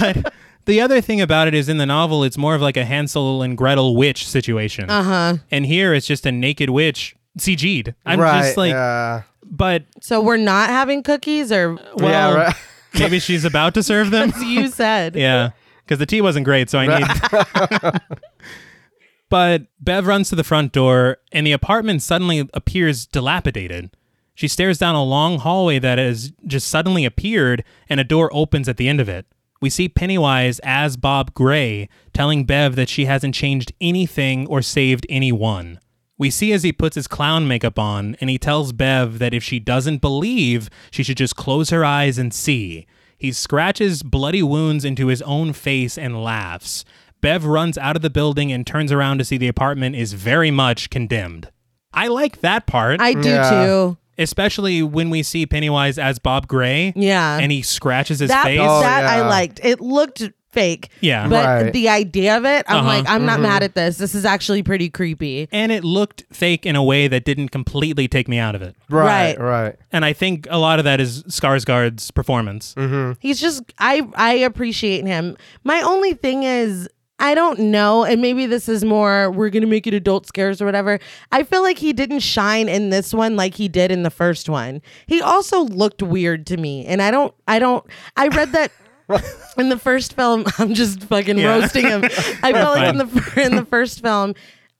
but the other thing about it is in the novel, it's more of like a Hansel and Gretel witch situation. Uh
Uh-huh.
huh. And here it's just a naked witch CG'd. I'm
right.
just like,
yeah.
but
so we're not having cookies or
well,
yeah. Right. *laughs*
maybe she's about to serve
*laughs*
them.
you said.
Yeah, because the tea wasn't great, so I need. but Bev runs to the front door, and the apartment suddenly appears dilapidated. She stares down a long hallway that has just suddenly appeared, and a door opens at the end of it. We see Pennywise as Bob Gray telling Bev that she hasn't changed anything or saved anyone. We see as he puts his clown makeup on, and he tells Bev that if she doesn't believe, she should just close her eyes and see. He scratches bloody wounds into his own face and laughs. Bev runs out of the building and turns around to see the apartment is very much condemned. I like that part,
I do
Yeah.
too.
especially when we see Pennywise as Bob Gray
Yeah.
and he scratches his
that
face.
that I
Oh, yeah.
liked. It looked fake.
Yeah.
But
Right. Mm-hmm.
the idea of it, I'm
Uh-huh.
like, I'm not mad at this. This is actually pretty creepy.
and it looked fake in a way that didn't completely take me out of it.
Right.
Right. Right.
And I think a lot of that is Skarsgård's performance.
He's just I I appreciate him. My only thing is I don't know, and maybe this is more we're gonna make it adult scares or whatever. I feel like he didn't shine in this one like he did in the first one. He also looked weird to me, and I don't I don't I read that *laughs* in the first film. I'm just fucking roasting him. I felt like in the fir- in the first film.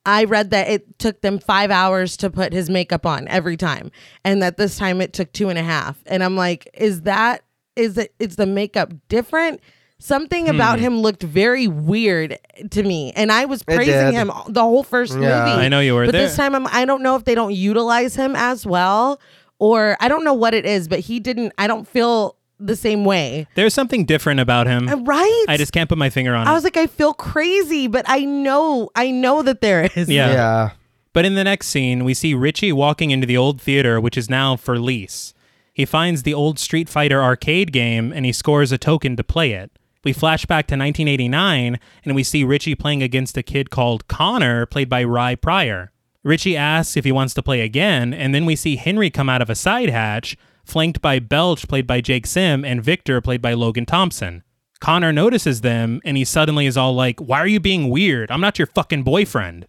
I read that it took them five hours to put his makeup on every time, and that this time it took two and a half. And I'm like, is that is it? Is the makeup different? Something about
Hmm.
him looked very weird to me, and I was
did.
praising him the whole first
Yeah.
movie.
I know you were
but
there.
this time I'm, I don't know if they don't utilize him as well, or I don't know what it is. But he didn't. I don't feel the same way,
There's something different about him.
right?
I just can't put my finger on
I
it.
was like, I feel crazy, but I know, I know that there is.
Yeah.
yeah.
But in the next scene, we see Richie walking into the old theater, which is now for lease. He finds the old Street Fighter arcade game and he scores a token to play it. We flash back to 1989 and we see Richie playing against a kid called Connor, played by Rye Pryor. Richie asks if he wants to play again, and then we see Henry come out of a side hatch, flanked by Belch, played by Jake Sim, and Victor, played by Logan Thompson. Connor notices them and he suddenly is all like, Why are you being weird? I'm not your fucking boyfriend.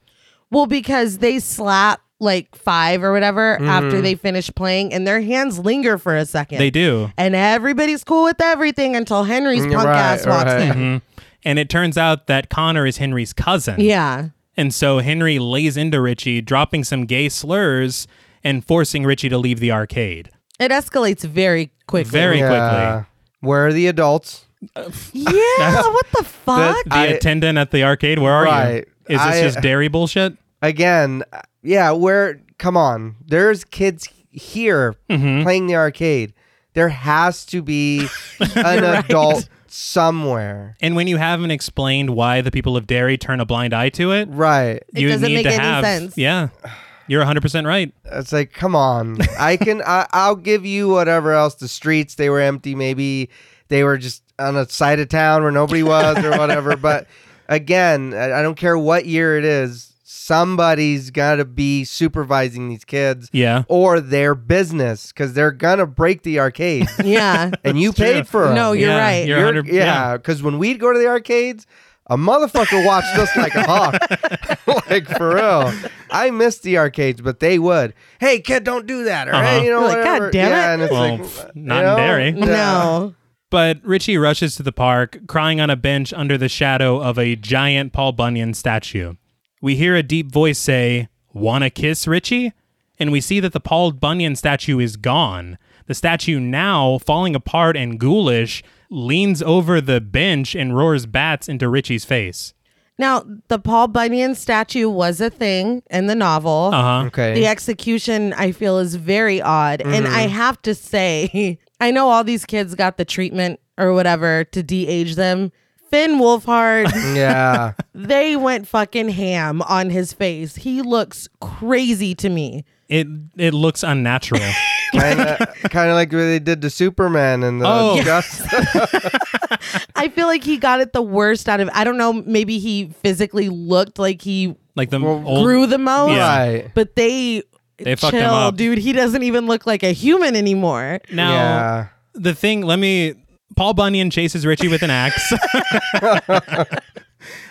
Well, because they slap like five or whatever after they finish playing, and their hands linger for a second.
Mm. They do.
and everybody's cool with everything until Henry's punk
Mm, right,
ass walks
right.
Mm-hmm.
in.
And it turns out that Connor is Henry's cousin.
Yeah.
And so Henry lays into Richie, dropping some gay slurs and forcing Richie to leave the arcade
It escalates very quickly.
very
Yeah. Where are the adults?
*laughs* Yeah.
*laughs*
what the fuck?
quickly. The
I-
attendant at the arcade, where are
Right.
you? Is this
I-
just dairy bullshit?
Again, uh, yeah, where come on. There's kids here
Mm-hmm.
playing the arcade. There has to
*laughs*
be an adult somewhere.
And when you haven't explained why the people of Derry turn a blind eye to it,
Right.
It
you
doesn't
need
make
to
any
have.
sense.
Yeah, you're 100% right.
It's like, come on. I can. I, I'll give you whatever else. The streets they were empty. Maybe they were just on a side of town where nobody was or whatever. But again, I, I don't care what year it is. Somebody's got to be supervising these kids
Yeah.
or their business because they're gonna break the arcade.
yeah.
*laughs*
and you paid for 'em.
No, Oh, you're
Yeah,
right.
You're,
You're-
100
yeah, because when we'd go to the arcades, a motherfucker watched us like a hawk, *laughs* like for real. I miss the arcades, but they would. Hey, kid, don't do that, or
Uh-huh.
hey, you know,
You're like,
whatever.
"God damn
yeah,
it."
And it's
Well,
like,
pff,
you
not in
know?
Derry.
*laughs* Yeah.
No.
But Richie rushes to the park, crying on a bench under the shadow of a giant Paul Bunyan statue. We hear a deep voice say, Wanna kiss Richie? And we see that the Paul Bunyan statue is gone. The statue now, falling apart and ghoulish, leans over the bench and roars bats into Richie's face.
Now, the Paul Bunyan statue was a thing in the novel.
Uh huh.
Okay.
The execution, I feel, is very odd. And I
Mm-hmm.
have to say, *laughs* I know all these kids got the treatment or whatever to de age them. Finn
*laughs*
Wolfhard,
Yeah.
they went fucking ham on his face. He looks crazy to me.
It it looks unnatural.
kind of like what they did to Superman and the
Oh.
Justice-
I feel like he got it the worst out of I don't know, maybe he physically looked like he
like the old
grew the most,
Yeah.
Right.
but they
They
chill,
fucked him up.
dude. He doesn't even look like a human anymore.
now
Yeah.
the thing let me paul bunyan chases richie with an axe *laughs*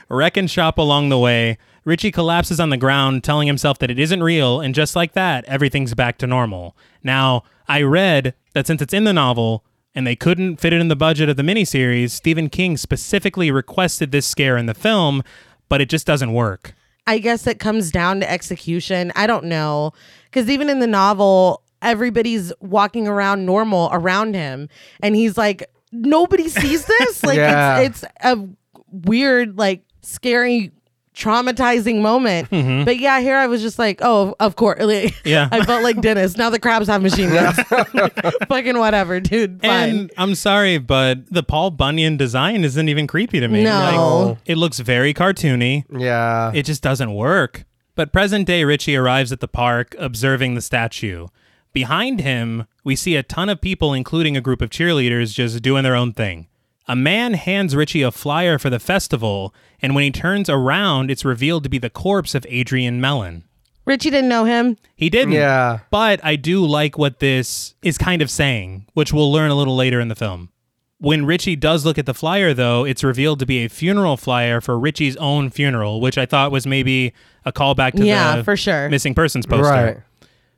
wreck and shop along the way richie collapses on the ground telling himself that it isn't real and just like that everything's back to normal now i read that since it's in the novel and they couldn't fit it in the budget of the miniseries stephen king specifically requested this scare in the film but it just doesn't work
I guess it comes down to execution. I don't know. Because even in the novel, everybody's walking around normal around him. And he's like, nobody sees
*laughs*
this. like,
Yeah.
it's, it's a weird, like, scary, traumatizing moment. But yeah, here I was just like, oh, of course. *laughs* Like,
Mm-hmm. Yeah.
I felt like Dennis. Now the crabs have machine guns. *laughs* Fucking whatever, dude. Fine.
And I'm sorry, but the Paul Bunyan design isn't even creepy to me.
No.
Like, it looks very cartoony.
Yeah.
It just doesn't work. But present day Richie arrives at the park, observing the statue. Behind him, we see a ton of people, including a group of cheerleaders, just doing their own thing. A man hands Richie a flyer for the festival, and when he turns around, it's revealed to be the corpse of Adrian Mellon.
Richie didn't know him.
He didn't.
Yeah.
But I do like what this is kind of saying, which we'll learn a little later in the film. When Richie does look at the flyer, though, it's revealed to be a funeral flyer for Richie's own funeral, which I thought was maybe a callback to
Yeah,
the
for sure.
missing persons poster.
Right.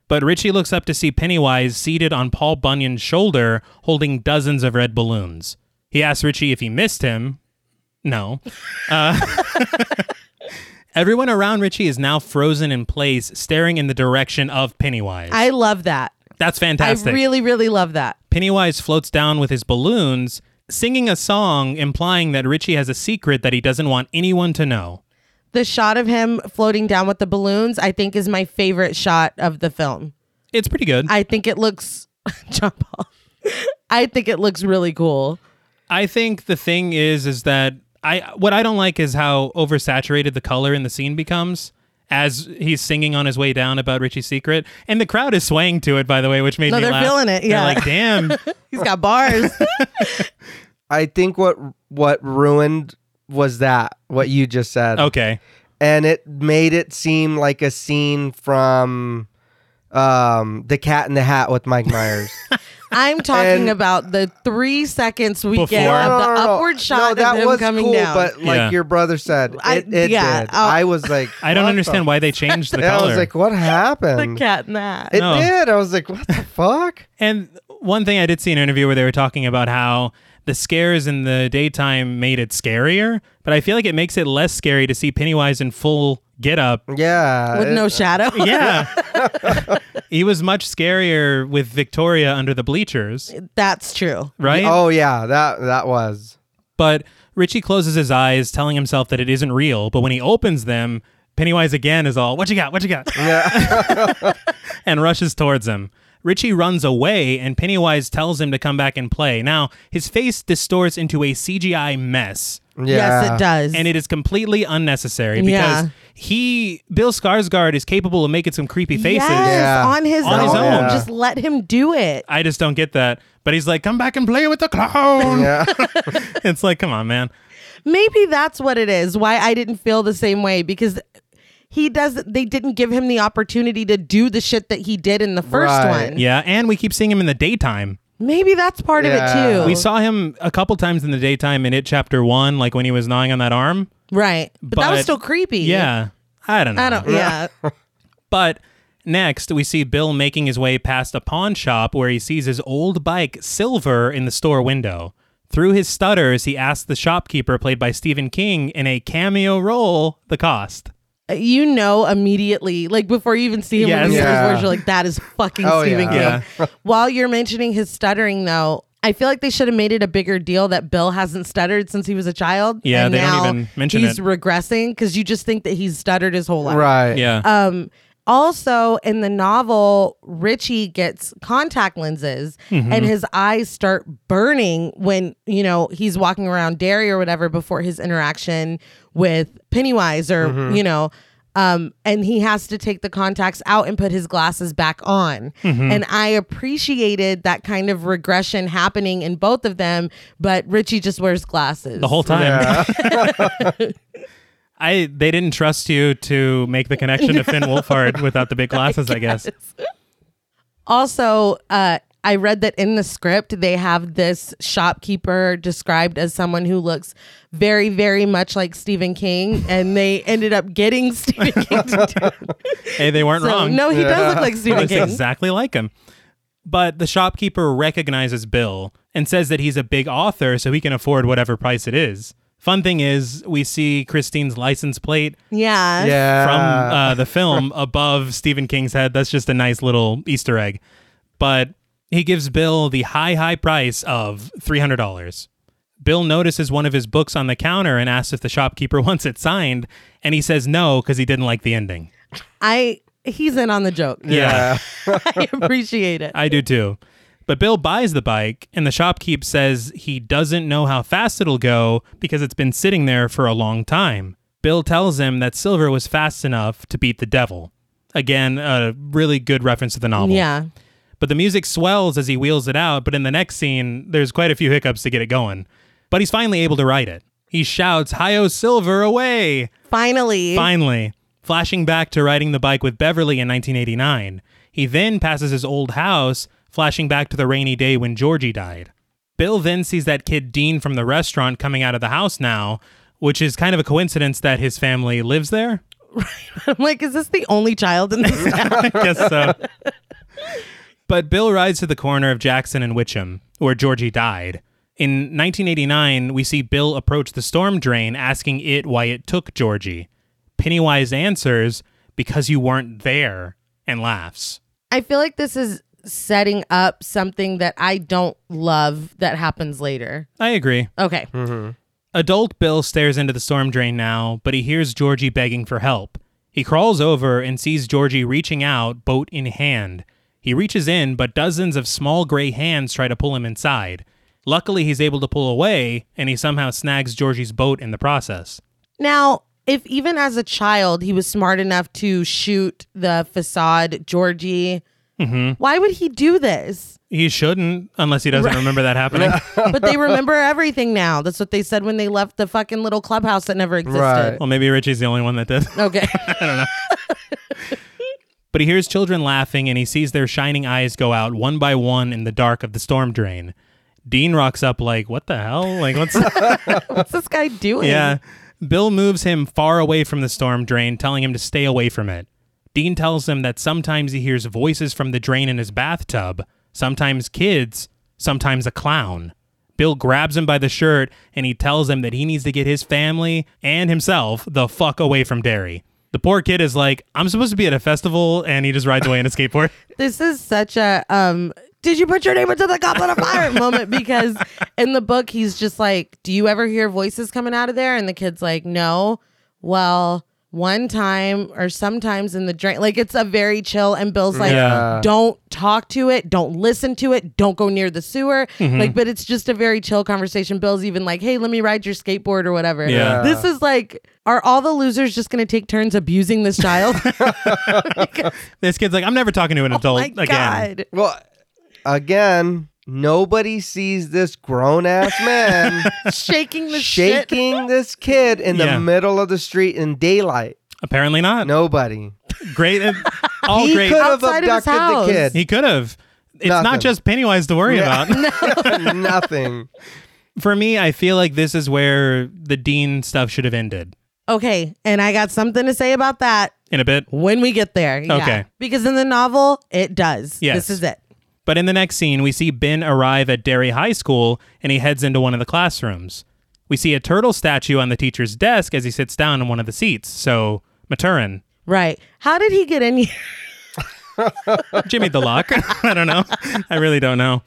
But Richie looks up to see Pennywise seated on Paul Bunyan's shoulder, holding dozens of red balloons. *laughs* He asks Richie if he missed him. No. Uh, Everyone around Richie is now frozen in place, staring in the direction of Pennywise.
I love that.
That's fantastic.
I really, really love that.
Pennywise floats down with his balloons, singing a song implying that Richie has a secret that he doesn't want anyone to know.
The shot of him floating down with the balloons, I think, is my favorite shot of the film.
It's pretty good. I,
I think it looks *laughs* John Paul. I think it looks really cool.
think the thing is is that I what I don't like is how oversaturated the color in the scene becomes as he's singing on his way down about Richie's secret. And the crowd is swaying to it by the way, which made
No,
me
they're
laugh.
feeling it,
They're
yeah.
like,
*laughs*
"Damn,
He's got bars.
I think what what ruined was that what you just said.
okay."
and it made it seem like a scene from um the cat in the hat with mike myers
*laughs* I'm talking
And-
about the three seconds we get
Before.
*laughs* of
No,
the upward shot
that
of him
was
coming
cool
down.
but like
Yeah.
your brother said
I-
it, it
yeah,
did
I'll-
i was like
*laughs* I don't
what
understand
the
why they changed the
f- *laughs* i
color.
was like what
*laughs* the
Mm.
happened
cat in that.
it
No.
did i was like what the fuck
And one thing I did see in an interview where they were talking about how the scares in the daytime made it scarier, but I feel like it makes it less scary to see Pennywise in full get up.
yeah
with
it-
no shadow.
Yeah. he was much scarier with Victoria under the bleachers,
That's true.
right?
oh yeah that that was
But Richie closes his eyes, telling himself that it isn't real, but when he opens them, Pennywise again is all, What you got? What you got?
yeah
*laughs* and rushes towards him. Richie runs away, and Pennywise tells him to come back and play. Now, his face distorts into a CGI mess,
yeah
Yes, it does.
and it is completely unnecessary because
Yeah.
he, Bill Skarsgård, is capable of making some creepy faces.
Yes,
Yeah.
on his
On
own.
his own.
Yeah.
Just let him do it.
I just don't get that. But he's like, come back and play with the clown.
yeah
*laughs* it's like, come on, man.
Maybe that's what it is. Why I didn't feel the same way because he does. They didn't give him the opportunity to do the shit that he did in the first
Right.
one.
Yeah, and we keep seeing him in the daytime.
Maybe that's part of
Yeah.
it too.
We saw him a couple times in the daytime in It Chapter 1, like when he was gnawing on that arm.
right, but, that
but-
was still creepy.
Yeah. I don't know.
I don't.
*laughs*
Yeah,
But next, we see Bill making his way past a pawn shop where he sees his old bike, Silver, in the store window. Through his stutters, he asks the shopkeeper, played by Stephen King, in a cameo role, the cost.
you know immediately, like before you even see him,
Yes.
when you see his
Yeah.
voice, you're like, that is fucking
Oh,
Stephen
yeah. *laughs*
King. While you're mentioning his stuttering, though, I feel like they should have made it a bigger deal that Bill hasn't stuttered since he was a child.
Yeah,
and
they don't
now
even mention
he's
it.
regressing because you just think that he's stuttered his whole life.
right
Yeah.
Um, also, in the novel, Richie gets contact lenses
Mm-hmm.
and his eyes start burning when, you know, he's walking around Derry or whatever before his interaction with Pennywise or,
Mm-hmm.
you know, um, and he has to take the contacts out and put his glasses back on.
Mm-hmm.
And I appreciated that kind of regression happening in both of them, but Richie just wears glasses.
the whole time. *laughs* I they didn't trust you to make the connection to Finn Wolfhard without the big glasses, I guess.
Also, uh, I read that in the script they have this shopkeeper described as someone who looks very, very much like Stephen King, and they ended up getting *laughs* Stephen
*laughs*
King to do it.
Hey, they weren't
So,
wrong.
No, he does look like
He
Stephen
looks
King.
exactly like him. But the shopkeeper recognizes Bill and says that he's a big author, so he can afford whatever price it is. Fun thing is, we see Christine's license plate
Yeah.
yeah
from uh, the film above Stephen King's head. That's just a nice little Easter egg. But he gives Bill the high, high price of $300. Bill notices one of his books on the counter and asks if the shopkeeper *laughs* wants it signed. And he says no because he didn't like the ending.
I he's in on the joke.
yeah.
*laughs* I appreciate it.
I do too. But Bill buys the bike, and the shopkeep says he doesn't know how fast it'll go because it's been sitting there for a long time. Bill tells him that Silver was fast enough to beat the devil. Again, a really good reference to the novel.
yeah.
But the music swells as he wheels it out, but in the next scene, there's quite a few hiccups to get it going. But he's finally able to ride it. He shouts, Hi-Yo Silver away!
Finally. *laughs*
Finally, flashing back to riding the bike with Beverly in 1989, he then passes his old house, flashing back to the rainy day when Georgie died. Bill then sees that kid Dean from the restaurant coming out of the house now, which is kind of a coincidence that his family lives there.
I'm like, is this the only child in this
*laughs*
town?
I guess so. But Bill rides to the corner of Jackson and Witcham, where Georgie died. In 1989, we see Bill approach the storm drain, asking it why it took Georgie. Pennywise answers because you weren't there and laughs.
I feel like this is setting up something that I don't love that happens later.
I agree.
Okay.
Adult Bill stares into the storm drain now, but he hears Georgie begging for help. He crawls over and sees Georgie reaching out, boat in hand. He reaches in, but dozens of small gray hands try to pull him inside. Luckily, he's able to pull away, and he somehow snags Georgie's boat in the process.
Now, if even as a child he was smart enough to shoot the facade Georgie, why would he do this?
He shouldn't, unless he doesn't remember that happening.
But they remember everything now. That's what they said when they left the fucking little clubhouse that never existed.
*laughs* well, maybe Richie's the only one that did.
Okay.
*laughs*
*laughs*
But he hears children laughing and he sees their shining eyes go out one by one in the dark of the storm drain. Dean rocks up like, "What the hell? Like what's
What's this guy doing?
Yeah. Bill moves him far away from the storm drain, telling him to stay away from it. Dean tells him that sometimes he hears voices from the drain in his bathtub, sometimes kids, sometimes a clown. Bill grabs him by the shirt and he tells him that he needs to get his family and himself the fuck away from Derry. The poor kid is like, I'm supposed to be at a festival, and he just rides away on a skateboard.
This is such a um did you put your name into the goblet of fire moment because in the book he's just like, Do you ever hear voices coming out of there? And the kid's like, No. Well, one time or sometimes in the drain. Like it's a very chill and Bill's like,
Yeah.
Don't talk to it, don't listen to it, don't go near the sewer.
Mm-hmm.
Like, but it's just a very chill conversation. Bill's even like, Hey, let me ride your skateboard or whatever.
Yeah.
This is like, are all the losers just gonna take turns abusing
*laughs*
this child? *laughs*
This kid's like, I'm never talking to an adult
My
again.
God.
Well, again, nobody sees this grown ass
*laughs*
man
Shaking the shit
shaking this kid in
Yeah.
the middle of the street in daylight.
Apparently not.
Nobody.
Great. All
he
Oh, great.
could have
Outside of his
abducted the
house.
kid.
He could have. It's
Nothing.
not just Pennywise to worry about. *laughs*
*laughs* Nothing.
For me, I feel like this is where the Dean stuff should have ended.
Okay, and I got something to say about that
In a bit.
when we get there. Yeah.
Okay.
Because in the novel, it does.
Yes.
This is it.
But in the next scene, we see Ben arrive at Derry High School and he heads into one of the classrooms. We see a turtle statue on the teacher's desk as he sits down in one of the seats. So, Maturin,
Right. How did he get in *laughs* here?
Jimmy the Lock. *laughs* I don't know. I really don't know.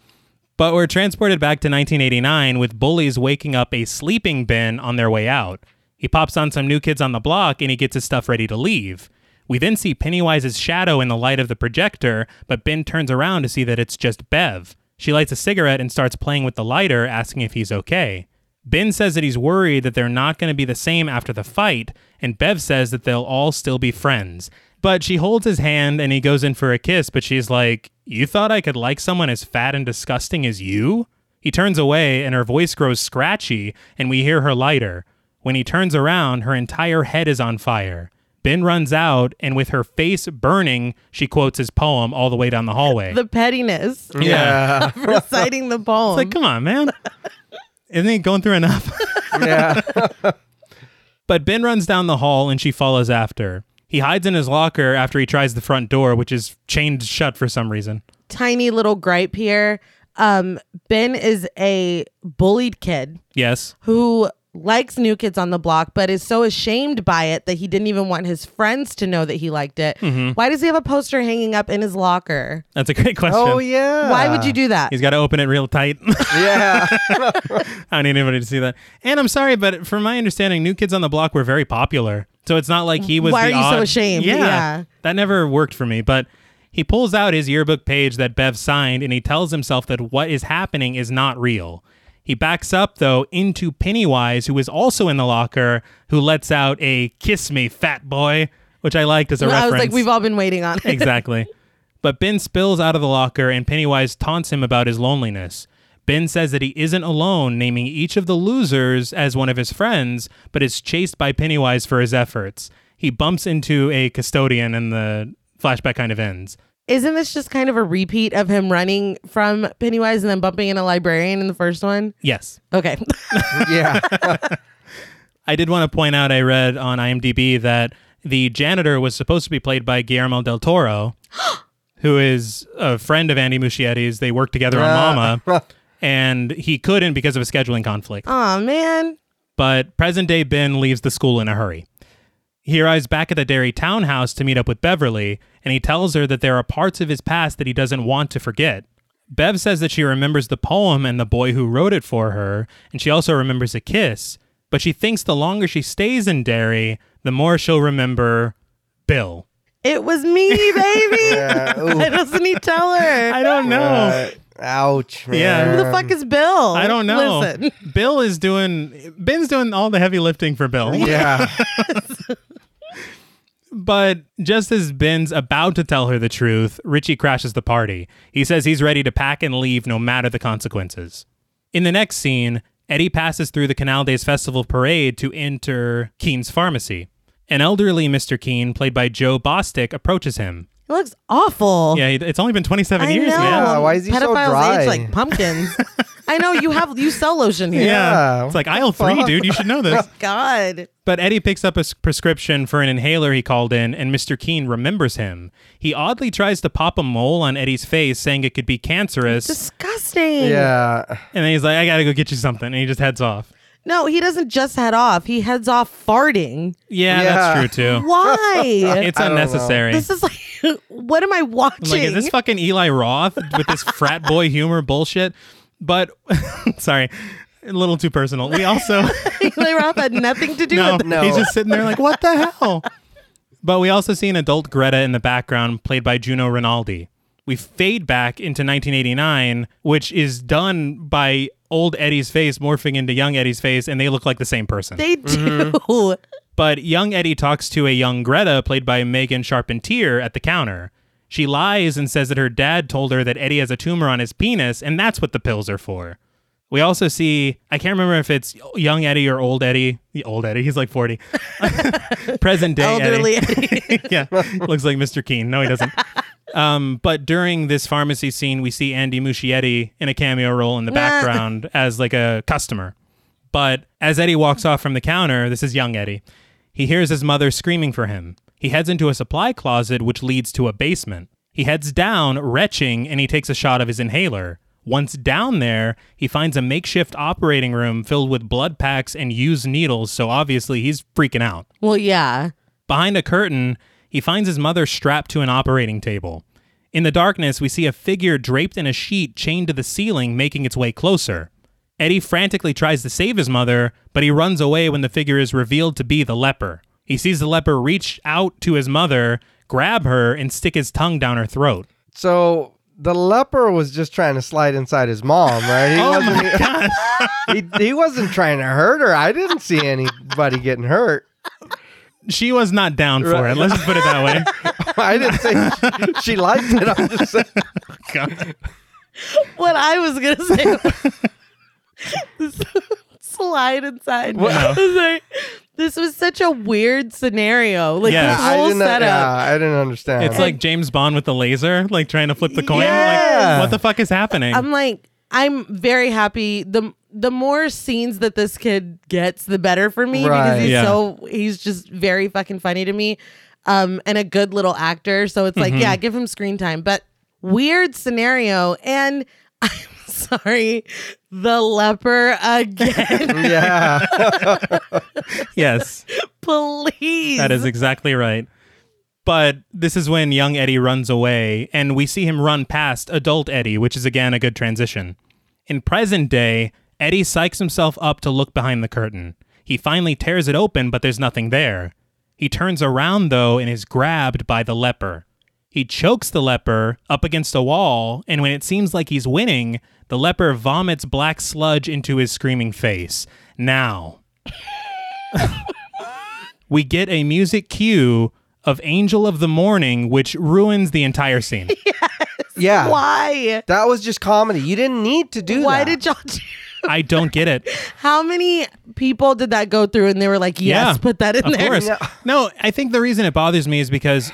But we're transported back to 1989 with bullies waking up a sleeping Ben on their way out. He pops on some new kids on the block and he gets his stuff ready to leave. We then see Pennywise's shadow in the light of the projector, but Ben turns around to see that it's just Bev. She lights a cigarette and starts playing with the lighter, asking if he's okay. Ben says that he's worried that they're not going to be the same after the fight, and Bev says that they'll all still be friends. But she holds his hand and he goes in for a kiss, but she's like, You thought I could like someone as fat and disgusting as you? He turns away and her voice grows scratchy, and we hear her lighter. When he turns around, her entire head is on fire. Ben runs out, and with her face burning, she quotes his poem all the way down the hallway.
The pettiness of
Yeah.
*laughs*
reciting the poem.
Like, come on, man. Isn't he going through enough? *laughs*
Yeah.
But Ben runs down the hall and she follows after. He hides in his locker after he tries the front door, which is chained shut for some reason.
Tiny little gripe here. Um, ben is a bullied kid
Yes.
who likes New Kids on the Block, but is so ashamed by it that he didn't even want his friends to know that he liked it.
Mm-hmm.
Why does he have a poster hanging up in his locker?
That's a great *laughs* question.
Oh yeah.
Why would you do that?
Uh, He's got to open it real tight.
*laughs*
*laughs*
Yeah.
I don't need anybody to see that. And I'm sorry, but from my understanding, New Kids on the Block were very popular. So it's not like he was.
Why
the
are you so
odd-
ashamed?
Yeah,
Yeah.
That never worked for me. But he pulls out his yearbook page that Bev signed and he tells himself that what is happening is not real. He backs up, though, into Pennywise, who is also in the locker, who lets out a kiss me, fat boy, which I liked as a
I
reference.
was like, we've all been
*laughs*
waiting *laughs* on it.
exactly. But Ben spills out of the locker and Pennywise taunts him about his loneliness. Ben says that he isn't alone, naming each of the losers as one of his friends, but is chased by Pennywise for his efforts. He bumps into a custodian and the flashback kind of ends.
Isn't this just kind of a repeat of him running from Pennywise and then bumping in a librarian in the first one?
Yes. *laughs*
Okay.
yeah.
I did want to point out I read on IMDb that the janitor was supposed to be played by Guillermo del Toro, who is a friend of Andy Muschietti's. They worked together on Mama, and he couldn't because of a scheduling conflict.
oh man.
but present day Ben leaves the school in a hurry. He arrives back at the Derry townhouse to meet up with Beverly, and he tells her that there are parts of his past that he doesn't want to forget. Bev says that she remembers the poem and the boy who wrote it for her, and she also remembers a kiss, but she thinks the longer she stays in Derry, the more she'll remember Bill.
It was me,
*laughs*
baby. *laughs* Why doesn't he tell her?
I don't know.
Uh, ouch, man.
Oh. Yeah. *laughs*
Who the fuck is Bill?
I don't know.
Listen,
Bill is doing Ben's doing all the heavy lifting for Bill.
Yeah.
But just as Ben's about to tell her the truth, Richie crashes the party. He says he's ready to pack and leave no matter the consequences. In the next scene, Eddie passes through the Canal Days Festival parade to enter Keene's pharmacy. An elderly Mr. Keene, played by Joe Bostic, approaches him.
it looks awful.
Yeah, it's only been 27
I
years,
know.
man.
Yeah, why is he so
Pedophiles
dry?
age like pumpkins.
*laughs*
I know you have you sell lotion here.
Yeah,
It's like aisle three, dude. You should know this.
God.
But Eddie picks up a s- prescription for an inhaler he called in, and Mr. Keene remembers him. He oddly tries to pop a mole on Eddie's face, saying it could be cancerous.
Disgusting.
yeah.
and then he's like, I gotta go get you something. And he just heads off.
No, he doesn't just head off. He heads off farting.
Yeah,
Yeah.
that's true
*laughs*
too.
Why?
Oh. *laughs* It's
don't know.
unnecessary.
this is like, *laughs* what am I watching?
like, is this fucking Eli Roth with this frat boy humor bullshit? But *laughs* sorry, a little too personal. We also.
Eli Roth had nothing to do
no,
with it.
No.
he's just sitting there like, what the hell? But we also see an adult Greta in the background, played by Juno Rinaldi. We fade back into 1989, which is done by old Eddie's face morphing into young Eddie's face, and they look like the same person.
They do.
Mm-hmm. but young Eddie talks to a young Greta, played by Megan Charpentier, at the counter. She lies and says that her dad told her that Eddie has a tumor on his penis, and that's what the pills are for. We also see, I can't remember if it's young Eddie or old Eddie. The old Eddie, he's like 40. *laughs* Present day Eddie
Elderly
*laughs*
Eddie.
*laughs* yeah, looks like Mr. Keene. No, he doesn't. Um, but during this pharmacy scene, we see Andy Muschietti in a cameo role in the background as like a customer. But as Eddie walks off from the counter, this is young Eddie. He hears his mother screaming for him. He heads into a supply closet, which leads to a basement. He heads down, retching, and he takes a shot of his inhaler. Once down there, he finds a makeshift operating room filled with blood packs and used needles, so obviously he's freaking out.
well, yeah.
Behind a curtain, he finds his mother strapped to an operating table. In the darkness, we see a figure draped in a sheet chained to the ceiling making its way closer. Eddie frantically tries to save his mother, but he runs away when the figure is revealed to be the leper. He sees the leper reach out to his mother, grab her, and stick his tongue down her throat.
So the leper was just trying to slide inside his mom,
*laughs*
right? He,
Oh,
wasn't, *laughs* he, he wasn't trying to hurt her. I didn't see anybody getting hurt. *laughs*
She was not down for
Right.
it. Let's just put it that
*laughs*
way.
I didn't say she, she liked it. I'm just saying.
God.
What I was going to
*laughs*
say was *laughs* slide inside. I was like, this was such a weird scenario. Like,
Yeah.
this
I
whole
didn't, yeah,
setup.
I didn't understand.
It's like James Bond with the laser, like trying to flip the coin.
Yeah.
Like, what the fuck is happening?
I'm like, I'm very happy. The the more scenes that this kid gets, the better for me
Right.
because he's
Yeah.
so he's just very fucking funny to me. Um, and a good little actor. So it's like, yeah,
Mm-hmm.
give him screen time. But weird scenario. And *laughs* I'm sorry, the leper
*laughs*
again.
*laughs*
*laughs*
yeah.
yes.
Please.
That is exactly right. But this is when young Eddie runs away, and we see him run past adult Eddie, which is again a good transition. In present day, Eddie psychs himself up to look behind the curtain. He finally tears it open, but there's nothing there. He turns around, though, and is grabbed by the leper. He chokes the leper up against a wall, and when it seems like he's winning, the leper vomits black sludge into his screaming face. Now, we get a music cue of Angel of the Morning, which ruins the entire
*laughs*
scene.
Yeah.
why?
That was just comedy. You didn't need to do
Why
that.
did y'all do
I don't get it.
how many people did that go through and they were like, Yes,
Yeah,
put that in
Of
there.
course.
No.
No, I think the reason it bothers me is because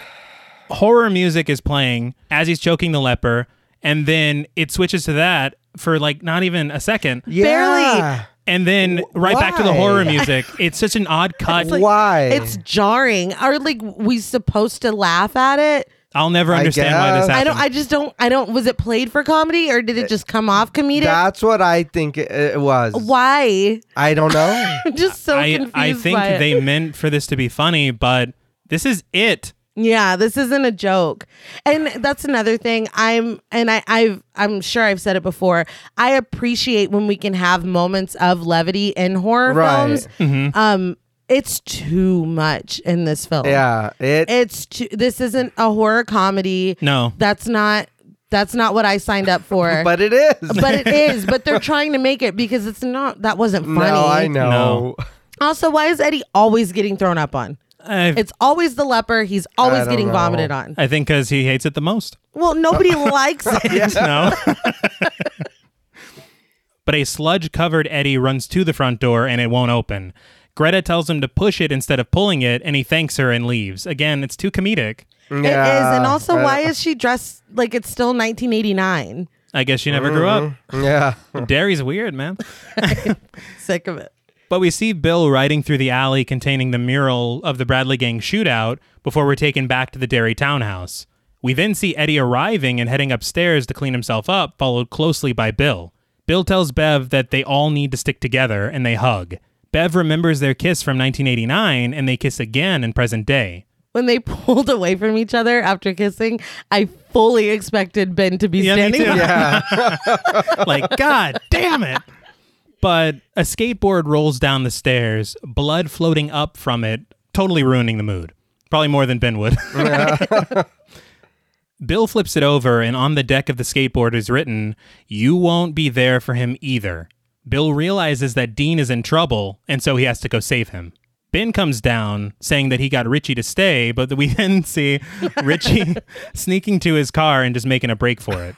horror music is playing as he's choking the leper, and then it switches to that for like not even a second.
yeah.
And then right back to the
why?
horror music. It's such
*laughs*
an odd cut.
Why?
It's jarring. Are like we supposed to laugh at it?
I'll never
I
understand why this
guess.
happened.
I don't. I just don't. I don't. Was it played for comedy or did it just come off comedic?
Uh, That's what I think it, it was.
Why? *laughs*
I don't know.
I'm just so
I,
confused.
I think
by it. *laughs*
they meant for this to be funny, but this is it.
Yeah, this isn't a joke. And that's another thing. I'm and I I've I'm sure I've said it before. I appreciate when we can have moments of levity in horror
Right.
films.
Mm-hmm.
Um it's too much in this film.
yeah, it.
It's too this isn't a horror comedy.
No.
That's not that's not what I signed up for.
*laughs* but it is.
But it is, but they're trying to make it because it's not that wasn't funny.
No, I know.
No.
Also, why is Eddie always getting thrown up on?
I,
It's always the leper. He's always
don't
getting
know.
vomited on.
I think because he hates it the most.
Well,
*laughs*
nobody likes it.
No. but a sludge covered Eddie runs to the front door and it won't open. Greta tells him to push it instead of pulling it, and he thanks her and leaves. Again, it's too comedic.
It is. And also,
I-
why is she dressed like it's still 1989?
I guess she never grew up.
*laughs* Yeah.
Derry's weird, man.
Sick of it.
But we see Bill riding through the alley containing the mural of the Bradley Gang shootout before we're taken back to the Derry townhouse. We then see Eddie arriving and heading upstairs to clean himself up, followed closely by Bill. Bill tells Bev that they all need to stick together and they hug. Bev remembers their kiss from 1989 and they kiss again in present day.
When they *laughs* pulled away from each other after kissing, I fully expected Ben to be
Yeah, me
standing
too.
by.
Yeah.
*laughs* like, God damn it. But a skateboard rolls down the stairs, blood floating up from it, totally ruining the mood. Probably more than Ben would. *laughs* Bill flips it over, and on the deck of the skateboard is written, You won't be there for him either. Bill realizes that Dean is in trouble, and so he has to go save him. Ben comes down, saying that he got Richie to stay, but we *laughs* then see Richie *laughs* sneaking to his car and just making a break for it.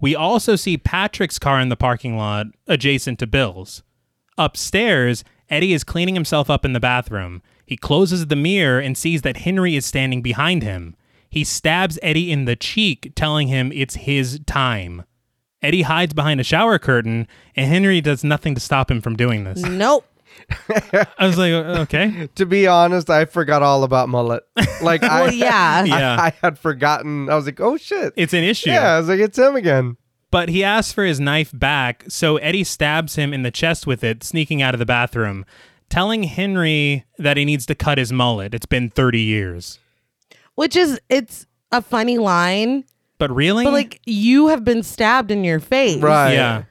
We also see Patrick's car in the parking lot adjacent to Bill's. Upstairs, Eddie is cleaning himself up in the bathroom. He closes the mirror and sees that Henry is standing behind him. He stabs Eddie in the cheek, telling him it's his time. Eddie hides behind a shower curtain, and Henry does nothing to stop him from doing this.
Nope.
I was like, okay.
to be honest, I forgot all about mullet. Like
*laughs*
I,
Well, yeah.
Yeah.
*laughs* I, I had forgotten. I was like, oh shit.
It's an issue.
yeah. I was like, it's him again.
But he asks for his knife back, so Eddie stabs him in the chest with it, sneaking out of the bathroom, telling Henry that he needs to cut his mullet. It's been 30 years.
Which is, it's a funny line,
But really?
but like you have been stabbed in your face.
Right.
Yeah.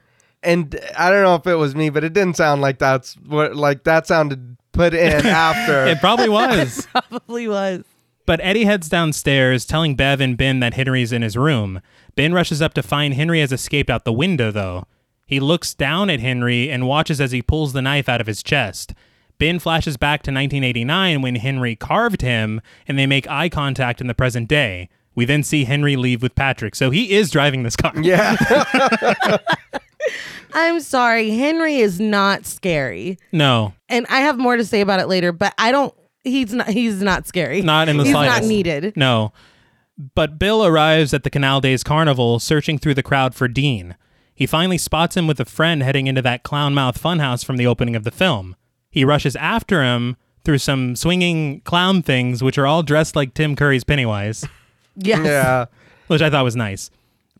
And I don't know if it was me, but it didn't sound like that's what. Like that sounded put
*laughs*
in after.
it
*laughs*
probably was.
*laughs* Probably was.
But Eddie heads downstairs, telling Bev and Ben that Henry's in his room. Ben rushes up to find Henry has escaped out the window, though. He looks down at Henry and watches as he pulls the knife out of his chest. Ben flashes back to 1989 when Henry carved him, and they make eye contact in the present day. We then see Henry leave with Patrick, so he is driving this car.
*laughs* yeah.
I'm sorry. Henry is not scary.
No,
And I have more to say about it later, but I don't. He's not. He's not scary.
Not in the
He's
slightest.
not needed.
No. But Bill arrives at the Canal Days Carnival, searching through the crowd for Dean. He finally spots him with a friend heading into that clownmouth funhouse from the opening of the film. He rushes after him through some swinging clown things, which are all dressed like Tim Curry's Pennywise, *laughs*
Yes.
Yeah.
which I thought was nice.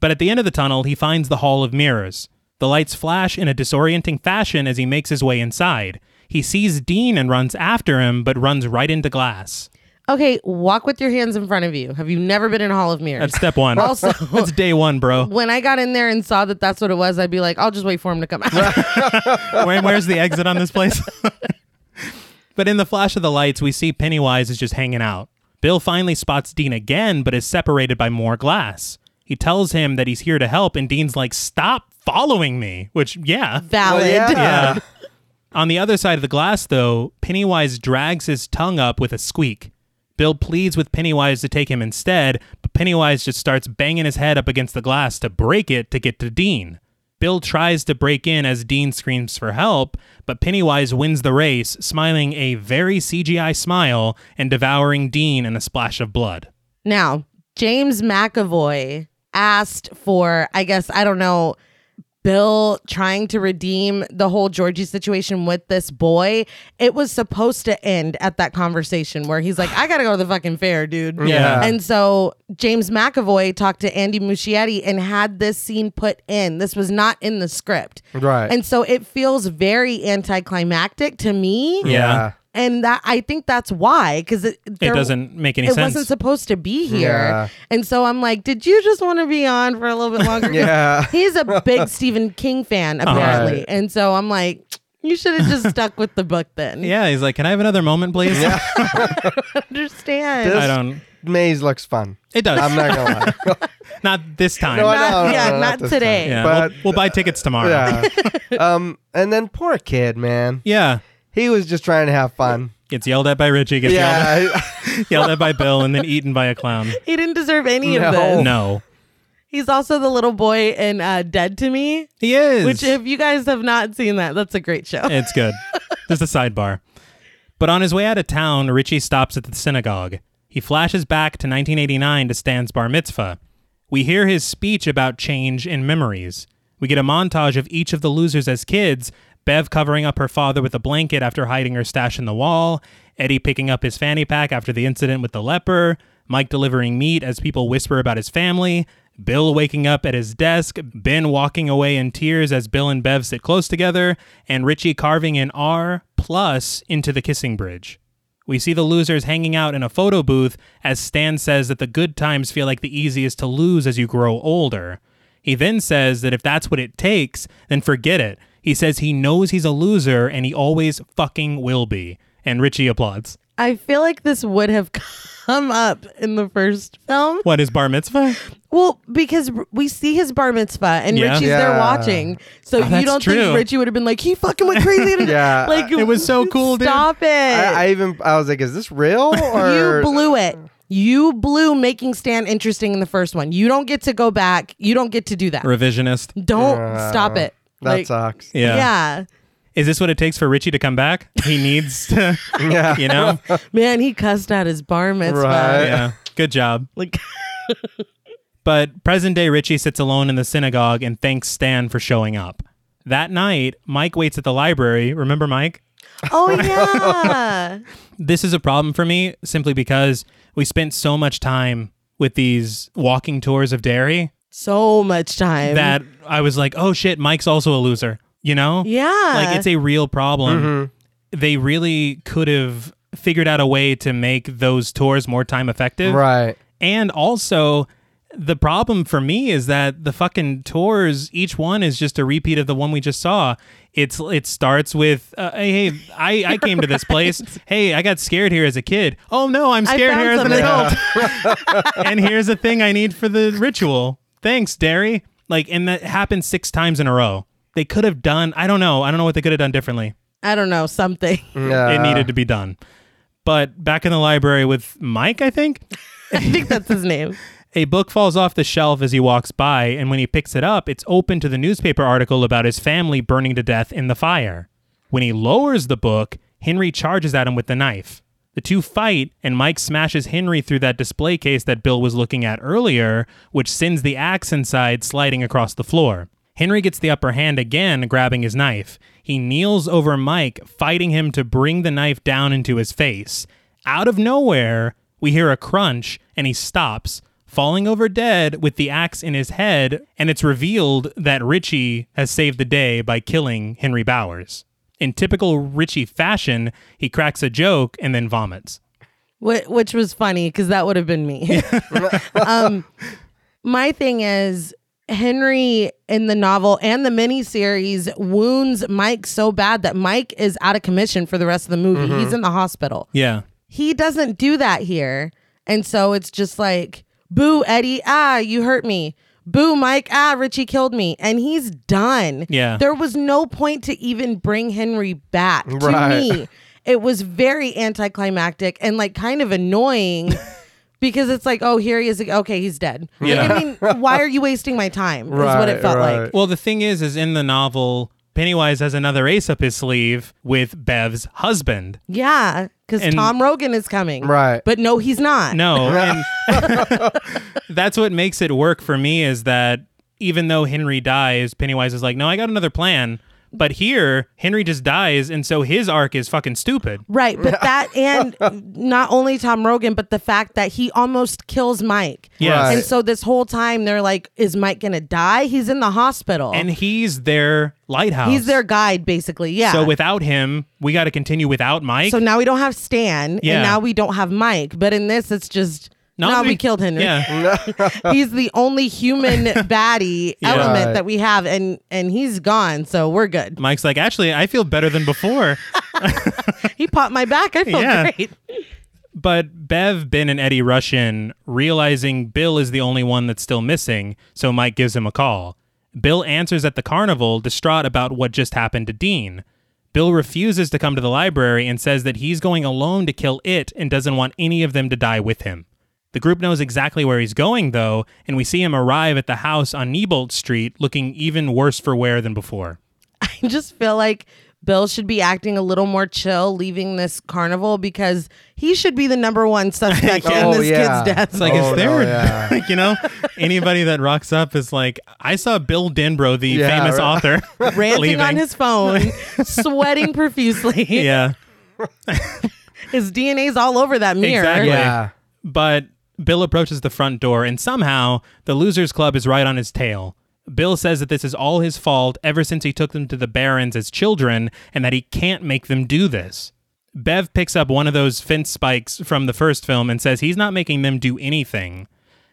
But at the end of the tunnel, he finds the Hall of Mirrors. The lights flash in a disorienting fashion as he makes his way inside. He sees Dean and runs after him, but runs right into glass.
Okay, walk with your hands in front of you. Have you never been in a Hall of Mirrors?
That's step one.
Also-
that's day one, bro.
when I got in there and saw that that's what it was, I'd be like, I'll just wait for him to come out.
Where, where's the exit on this place? *laughs* but in the flash of the lights, we see Pennywise is just hanging out. Bill finally spots Dean again, but is separated by more glass. He tells him that he's here to help, and Dean's like, Stop following me, which, yeah.
*laughs* Valid.
yeah.
Yeah. On the other side of the glass, though, Pennywise drags his tongue up with a squeak. Bill pleads with Pennywise to take him instead, but Pennywise just starts banging his head up against the glass to break it to get to Dean. Bill tries to break in as Dean screams for help, but Pennywise wins the race, smiling a very CGI smile and devouring Dean in a splash of blood.
Now, James McAvoy asked for, I guess, I don't know, Bill trying to redeem the whole Georgie situation with this boy, it was supposed to end at that conversation where he's like, I gotta go to the fucking fair, dude.
Yeah.
And so James McAvoy talked to Andy Muschietti and had this scene put in. This was not in the script.
Right.
And so it feels very anticlimactic to me.
Yeah.
And that I think that's why, because it,
It
there-
doesn't make any
it
sense.
wasn't supposed to be here.
Yeah.
And so I'm like, did you just want to be on for a little bit longer?
Yeah.
*laughs*
Uh,
He's a big Stephen King fan, apparently. And so I'm like, you should have just stuck with the book
*laughs*
then.
yeah, he's like, "Can I have another moment, please?"
I *laughs* understand.
I don't.
Maze looks fun.
It does.
I'm not gonna
*laughs*
lie.
not this time.
No, I
Not-
know, no,
yeah,
no,
not
this
today.
time.
yeah,
but-
we'll, we'll buy tickets tomorrow. *laughs* Yeah.
Yeah. *laughs* um, and then poor kid, man. He was just trying to have fun.
gets yelled at by Richie. Gets yelled,
Yeah.
at, yelled at by Bill, and then eaten by a clown.
He didn't deserve any
No.
of this.
No,
He's also the little boy in uh, Dead to Me,
he is.
which, if you guys have not seen that, that's a great show.
It's good. There's a sidebar. But on his way out of town, Richie stops at the synagogue. He flashes back to 1989 to Stan's bar mitzvah. We hear his speech about change in memories. We get a montage of each of the losers as kids Bev covering up her father with a blanket after hiding her stash in the wall, Eddie picking up his fanny pack after the incident with the leper, Mike delivering meat as people whisper about his family, Bill waking up at his desk, Ben walking away in tears as Bill and Bev sit close together, and Richie carving an R plus into the kissing bridge. We see the losers hanging out in a photo booth as Stan says that the good times feel like the easiest to lose as you grow older. He then says that if that's what it takes, then forget it. He says he knows he's a loser and he always fucking will be. And Richie applauds.
I feel like this would have *laughs* come up in the first film.
What is bar mitzvah?
Well, because r- we see his bar mitzvah and
Yeah. Oh,
Richie's there
Yeah.
watching, so you
that's
don't
true.
think Richie would have been like, "He fucking went crazy." today."
*laughs* Yeah.
*laughs* like
It was so cool, dude.
Stop it!
I, I even I was like, is this real?
*laughs*
Or
you blew it. You blew making Stan interesting in the first one. You don't get to go back. You don't get to do that.
Revisionist.
Don't stop it.
that
Like,
sucks.
Yeah.
yeah.
Is this what it takes for Richie to come back? He needs to,
*laughs* Yeah.
you know?
man, he cussed out his bar mitzvah.
Right.
Yeah. Good job.
Like, *laughs*
But present day Richie sits alone in the synagogue and thanks Stan for showing up. That night, Mike waits at the library. Remember Mike?
oh
*laughs*
yeah,
This is a problem for me simply because we spent so much time with these walking tours of Derry
so much time.
that I was like, oh shit, Mike's also a loser, you know?
yeah,
Like it's a real problem.
Mm-hmm.
They really could have figured out a way to make those tours more time effective.
Right.
And also, the problem for me is that the fucking tours, each one is just a repeat of the one we just saw. It's it starts with, uh, hey, hey, I, I came to
*laughs*
this place. Hey, I got scared here as a kid. Oh no, I'm
I
scared
found
here as an
something. *laughs*
adult. and here's the thing I need for the ritual. Thanks, Derry. Like, and that happened six times in a row. They could have done. I don't know. I don't know what they could have done differently
I don't know something. *laughs*
Yeah.
it needed to be done. But back in the library with Mike, I think,
I think that's his name.
a book falls off the shelf as he walks by, and when he picks it up, it's open to the newspaper article about his family burning to death in the fire. When he lowers the book, Henry charges at him with the knife. The two fight, and Mike smashes Henry through that display case that Bill was looking at earlier, which sends the axe inside, sliding across the floor. Henry gets the upper hand again, grabbing his knife. He kneels over Mike, fighting him to bring the knife down into his face. Out of nowhere, we hear a crunch and he stops, falling over dead with the axe in his head, and it's revealed that Richie has saved the day by killing Henry Bowers. In typical Richie fashion, he cracks a joke and then vomits.
Which, which was funny because that would have been me. *laughs* um, my thing is, Henry in the novel and the miniseries wounds Mike so bad that Mike is out of commission for the rest of the movie. He's in the hospital.
Yeah.
He doesn't do that here. And so it's just like, boo, Eddie, ah, you hurt me. Boo, Mike, ah, Richie killed me. And he's done.
Yeah.
There was no point to even bring Henry back to
Right. *laughs*
me. It was very anticlimactic and like kind of
*laughs*
annoying because it's like, oh, here he is. Okay, he's dead. Like,
Yeah.
I mean, why are you wasting my time? Is what
*laughs* Right,
it felt
right.
like.
Well, the thing is, is in the novel, Pennywise has another ace up his sleeve with Bev's husband.
Yeah, because
And-
Tom Rogan is coming.
Right.
But no, he's not.
No, and that's what makes it work for me is that even though Henry dies, Pennywise is like, no, I got another plan. But here, Henry just dies, and so his arc is fucking stupid.
Right, but that and
*laughs*
not only Tom Rogan, but the fact that he almost kills Mike.
Yes.
Right.
And so this whole time they're like, is Mike gonna die? He's in the hospital.
And he's their lighthouse.
he's their guide basically. Yeah.
So without him, we got to continue without Mike.
So now we don't have Stan
Yeah.
and now we don't have Mike. But in this it's just
Now
now, we, killed Henry.
Yeah.
*laughs* he's the only
*laughs*
human baddie
Yeah.
element
Right.
that we have and and he's gone, so we're good.
Mike's like, actually, I feel better than before.
He popped my back. I feel
Yeah.
great.
But Bev, Ben, and Eddie rush in, realizing Bill is the only one that's still missing, so Mike gives him a call. Bill answers at the carnival, distraught about what just happened to Dean. Bill refuses to come to the library and says that he's going alone to kill it and doesn't want any of them to die with him. The group knows exactly where he's going, though, and we see him arrive at the house on Niebolt Street looking even worse for wear than before.
*laughs* I just feel like Bill should be acting a little more chill leaving this carnival because he should be the number
*laughs*
one suspect
Oh,
in this
yeah.
kid's death.
It's like,
Oh,
is there,
no, yeah.
*laughs* like, you know, anybody that rocks up is like, I saw Bill Denbro, the
Yeah,
famous
right. *laughs*
author,
ranting
leaving.
on
*laughs*
his phone, sweating profusely.
yeah,
His DNA's all over that mirror.
exactly.
Yeah.
But Bill approaches the front door, and somehow the Losers Club is right on his tail. Bill says that this is all his fault ever since he took them to the Barons as children, and that he can't make them do this. Bev picks up one of those fence spikes from the first film and says he's not making them do anything.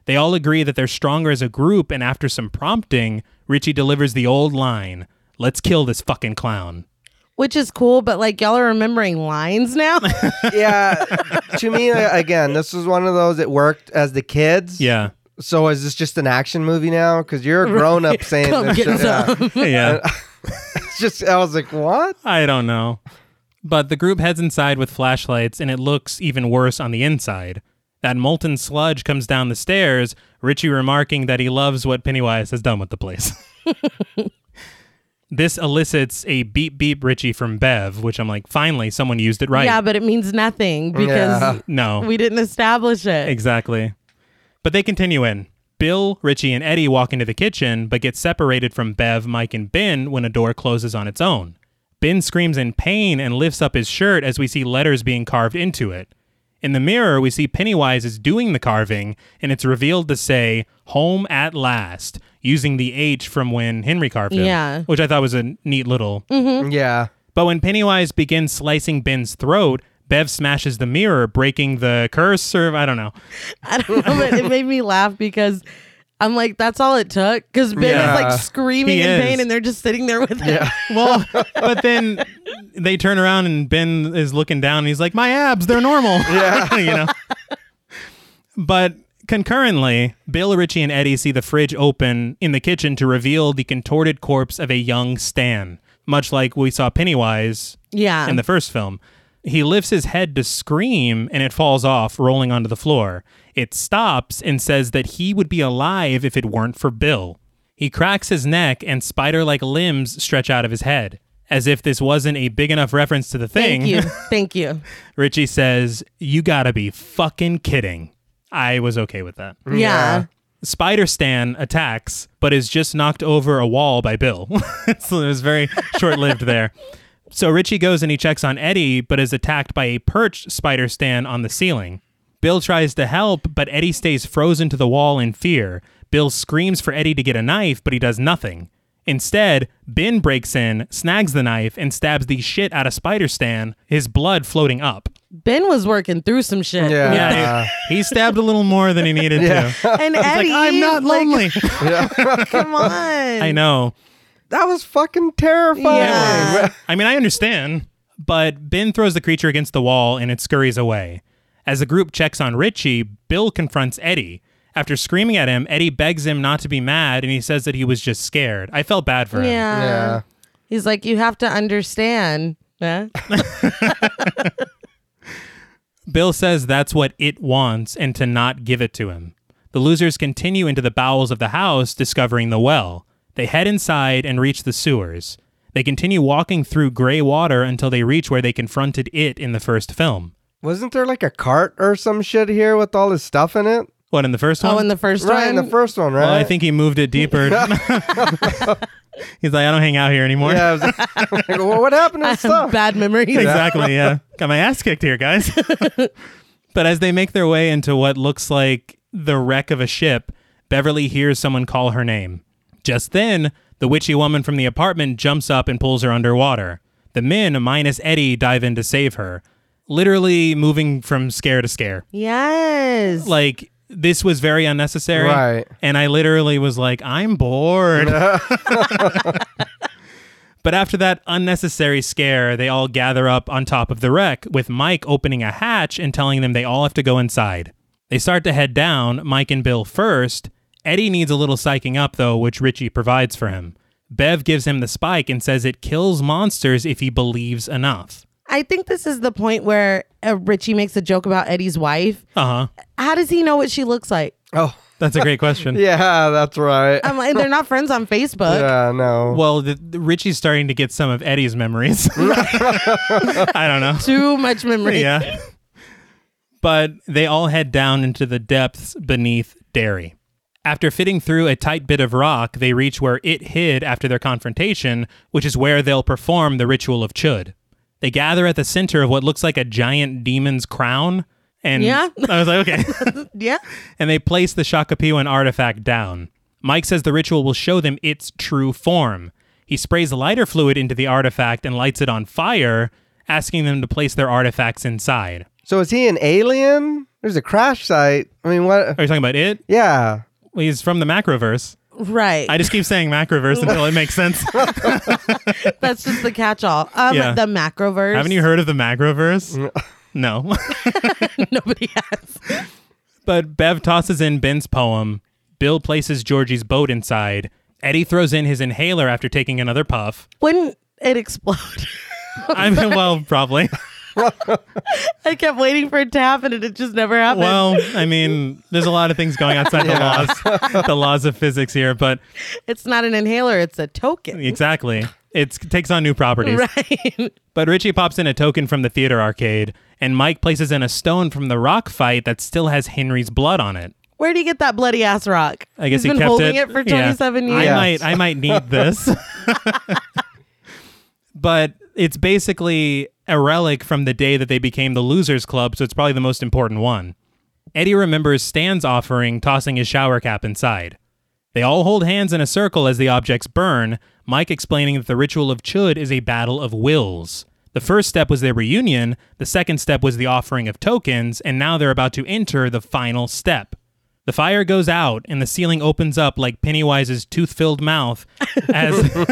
They all agree that they're stronger as a group, and after some prompting, Richie delivers the old line Let's kill this fucking clown.
Which is cool, but like y'all are remembering
*laughs*
lines now.
yeah. to me, uh, again, this was one of those that worked as the kids.
Yeah.
So is this just an action movie now? Because you're a grown up saying
Come
this.
get
shit. Yeah.
some.
Yeah.
It's just I was like, what?
I don't know. But the group heads inside with flashlights, and it looks even worse on the inside. That molten sludge comes down the stairs, Richie remarking that he loves what Pennywise has done with the place. *laughs* this elicits a beep beep Richie from Bev, which I'm like, finally, someone used it right.
*laughs* Yeah, but it means nothing because
no.
we didn't establish it.
Exactly. But they continue in. Bill, Richie, and Eddie walk into the kitchen, but get separated from Bev, Mike, and Ben when a door closes on its own. Ben screams in pain and lifts up his shirt as we see letters being carved into it. In the mirror, we see Pennywise is doing the carving, and it's revealed to say, Home at Last, using the H from when Henry carved him.
Yeah.
Which I thought was a neat little
Mm-hmm.
Mm-hmm.
Yeah.
but when Pennywise begins slicing Ben's throat, Bev smashes the mirror, breaking the curse, or I don't know.
*laughs* I don't know, but it made me laugh because I'm like, that's all it took. Because Ben
Yeah.
is like screaming
He
in
is.
pain and they're just sitting there with him.
Well, but then they turn around and Ben is looking down and he's like, My abs, they're normal. Yeah. *laughs* you know? But concurrently, Bill, Richie, and Eddie see the fridge open in the kitchen to reveal the contorted corpse of a young Stan, much like we saw Pennywise
Yeah.
in the first film. He lifts his head to scream and it falls off, rolling onto the floor. It stops and says that he would be alive if it weren't for Bill. He cracks his neck and spider like limbs stretch out of his head. As if this wasn't a big enough reference to the thing, *laughs*
Thank you. Thank you.
Richie says, You gotta be fucking kidding. I was okay with that.
Yeah.
Spider Stan attacks, but is just knocked over a wall by Bill. *laughs* so it was very short lived there. So Richie goes and he checks on Eddie, but is attacked by a perched Spider Stan on the ceiling. Bill tries to help, but Eddie stays frozen to the wall in fear. Bill screams for Eddie to get a knife, but he does nothing. Instead, Ben breaks in, snags the knife, and stabs the shit out of Spider Stan, his blood floating up.
Ben was working through some shit.
Yeah.
Yeah, *laughs* he, he stabbed a little more than he needed to.
*laughs* And
Like,
Eddie,
I'm not
like,
lonely.
*laughs* come on.
*laughs* I know.
That was fucking terrifying.
Yeah.
I mean, I understand, but Ben throws the creature against the wall and it scurries away. As the group checks on Richie, Bill confronts Eddie. After screaming at him, Eddie begs him not to be mad and he says that he was just scared. I felt bad for him.
Yeah.
Yeah.
He's like, you have to understand.
*laughs*
Huh?
Bill says that's what it wants and to not give it to him. The losers continue into the bowels of the house, discovering the well. They head inside and reach the sewers. They continue walking through gray water until they reach where they confronted it in the first film.
Wasn't there like a cart or some shit here with all his stuff in it?
What in the first one?
Oh, in the first
right in
one.
the first one, right?
well, I think he moved it deeper. *laughs* He's like, I don't hang out here anymore.
*laughs* Yeah. I was like, *laughs* well, what happened to the
*laughs*
stuff?
Bad memories.
*laughs* exactly. Yeah. Got my ass kicked here, guys. *laughs* but as they make their way into what looks like the wreck of a ship, Beverly hears someone call her name. Just then, the witchy woman from the apartment jumps up and pulls her underwater. The men, minus Eddie, dive in to save her, literally moving from scare to scare.
Yes.
Like, this was very unnecessary.
Right.
And I literally was like, I'm bored. *laughs* But after that unnecessary scare, they all gather up on top of the wreck, with Mike opening a hatch and telling them they all have to go inside. They start to head down, Mike and Bill first. Eddie needs a little psyching up, though, which Richie provides for him. Bev gives him the spike and says it kills monsters if he believes enough.
I think this is the point where uh, Richie makes a joke about Eddie's wife.
Uh huh.
How does he know what she looks like?
Oh,
That's a great
*laughs*
question.
yeah, that's right.
I'm like, they're not friends on Facebook.
yeah, no.
Well, the, the- Richie's starting to get some of Eddie's memories. *laughs* I don't know.
Too much memory.
yeah. But they all head down into the depths beneath Derry. After fitting through a tight bit of rock, they reach where it hid after their confrontation, which is where they'll perform the ritual of Chud. They gather at the center of what looks like a giant demon's crown. And
Yeah.
I was like, okay.
Yeah.
and they place the Shakapiwan artifact down. Mike says the ritual will show them its true form. He sprays lighter fluid into the artifact and lights it on fire, asking them to place their artifacts inside.
so is he an alien? There's a crash site. I mean, what?
Are you talking about it?
Yeah.
Well, he's from the macroverse.
Right.
I just keep saying macroverse until it makes sense.
That's just the catch all. Um,
Yeah.
The macroverse.
Haven't you heard of the macroverse? No. *laughs*
*laughs* Nobody has.
But Bev tosses in Ben's poem. Bill places Georgie's boat inside. Eddie throws in his inhaler after taking another puff.
Wouldn't it explode?
I mean, well, probably.
I kept waiting for it to happen and it just never happened.
Well, I mean, there's a lot of things going outside the laws, the laws of physics here, but
it's not an inhaler, it's a token.
exactly, it's, it takes on new properties.
*laughs* Right.
But Richie pops in a token from the theater arcade, and Mike places in a stone from the rock fight that still has Henry's blood on it.
Where do you get that bloody ass rock?
I guess
He's
he
been
kept
holding it, for
yeah.
27 years.
I
Yeah.
might, I might
*laughs*
need this. *laughs* but it's basically a relic from the day that they became the Losers Club, so it's probably the most important one. Eddie remembers Stan's offering, tossing his shower cap inside. They all hold hands in a circle as the objects burn, Mike explaining that the ritual of Chud is a battle of wills. The first step was their reunion, the second step was the offering of tokens, and now they're about to enter the final step. The fire goes out, and the ceiling opens up like Pennywise's tooth filled mouth as *laughs*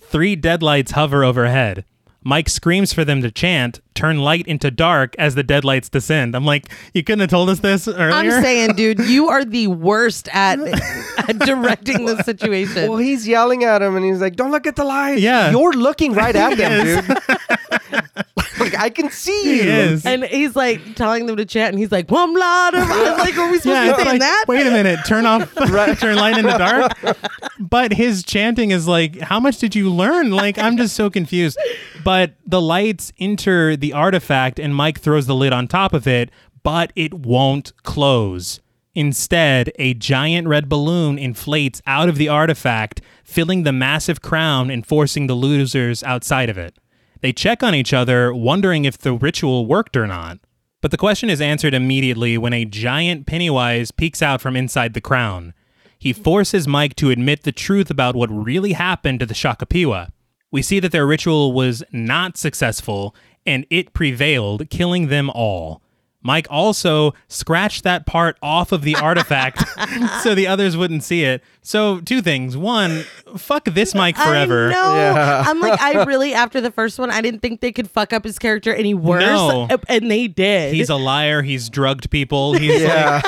three deadlights hover overhead. Mike screams for them to chant, turn light into dark as the deadlights descend. I'm like, you couldn't have told us this earlier?
I'm saying,
*laughs*
dude, you are the worst at, at directing the
Well,
situation.
he's yelling at him, and he's like, "Don't look at the lights."
Yeah.
You're looking right at them, dude.
*laughs*
like I can see you.
He is.
And he's like telling them to chat, and he's like, "One lot of." I'm like, "Are we supposed
Yeah,
to
it's
be saying
like,
that?"
Wait a minute, turn off, *laughs* turn light into dark. But his chanting is like, how much did you learn? Like, I'm just so confused. But the lights enter the artifact, and Mike throws the lid on top of it, but it won't close. Instead, a giant red balloon inflates out of the artifact, filling the massive crown and forcing the losers outside of it. They check on each other, wondering if the ritual worked or not. But the question is answered immediately when a giant Pennywise peeks out from inside the crown. He forces Mike to admit the truth about what really happened to the Shakapiwa. We see that their ritual was not successful, and it prevailed, killing them all. Mike also scratched that part off
*laughs*
of the artifact *laughs* so the others wouldn't see it. So, two things. One, fuck this Mike forever.
I know. I'm
*laughs*
like, I really after the first one, I didn't think they could fuck up his character any worse,
No.
a- and they did.
He's a liar. He's drugged people. He's
Yeah.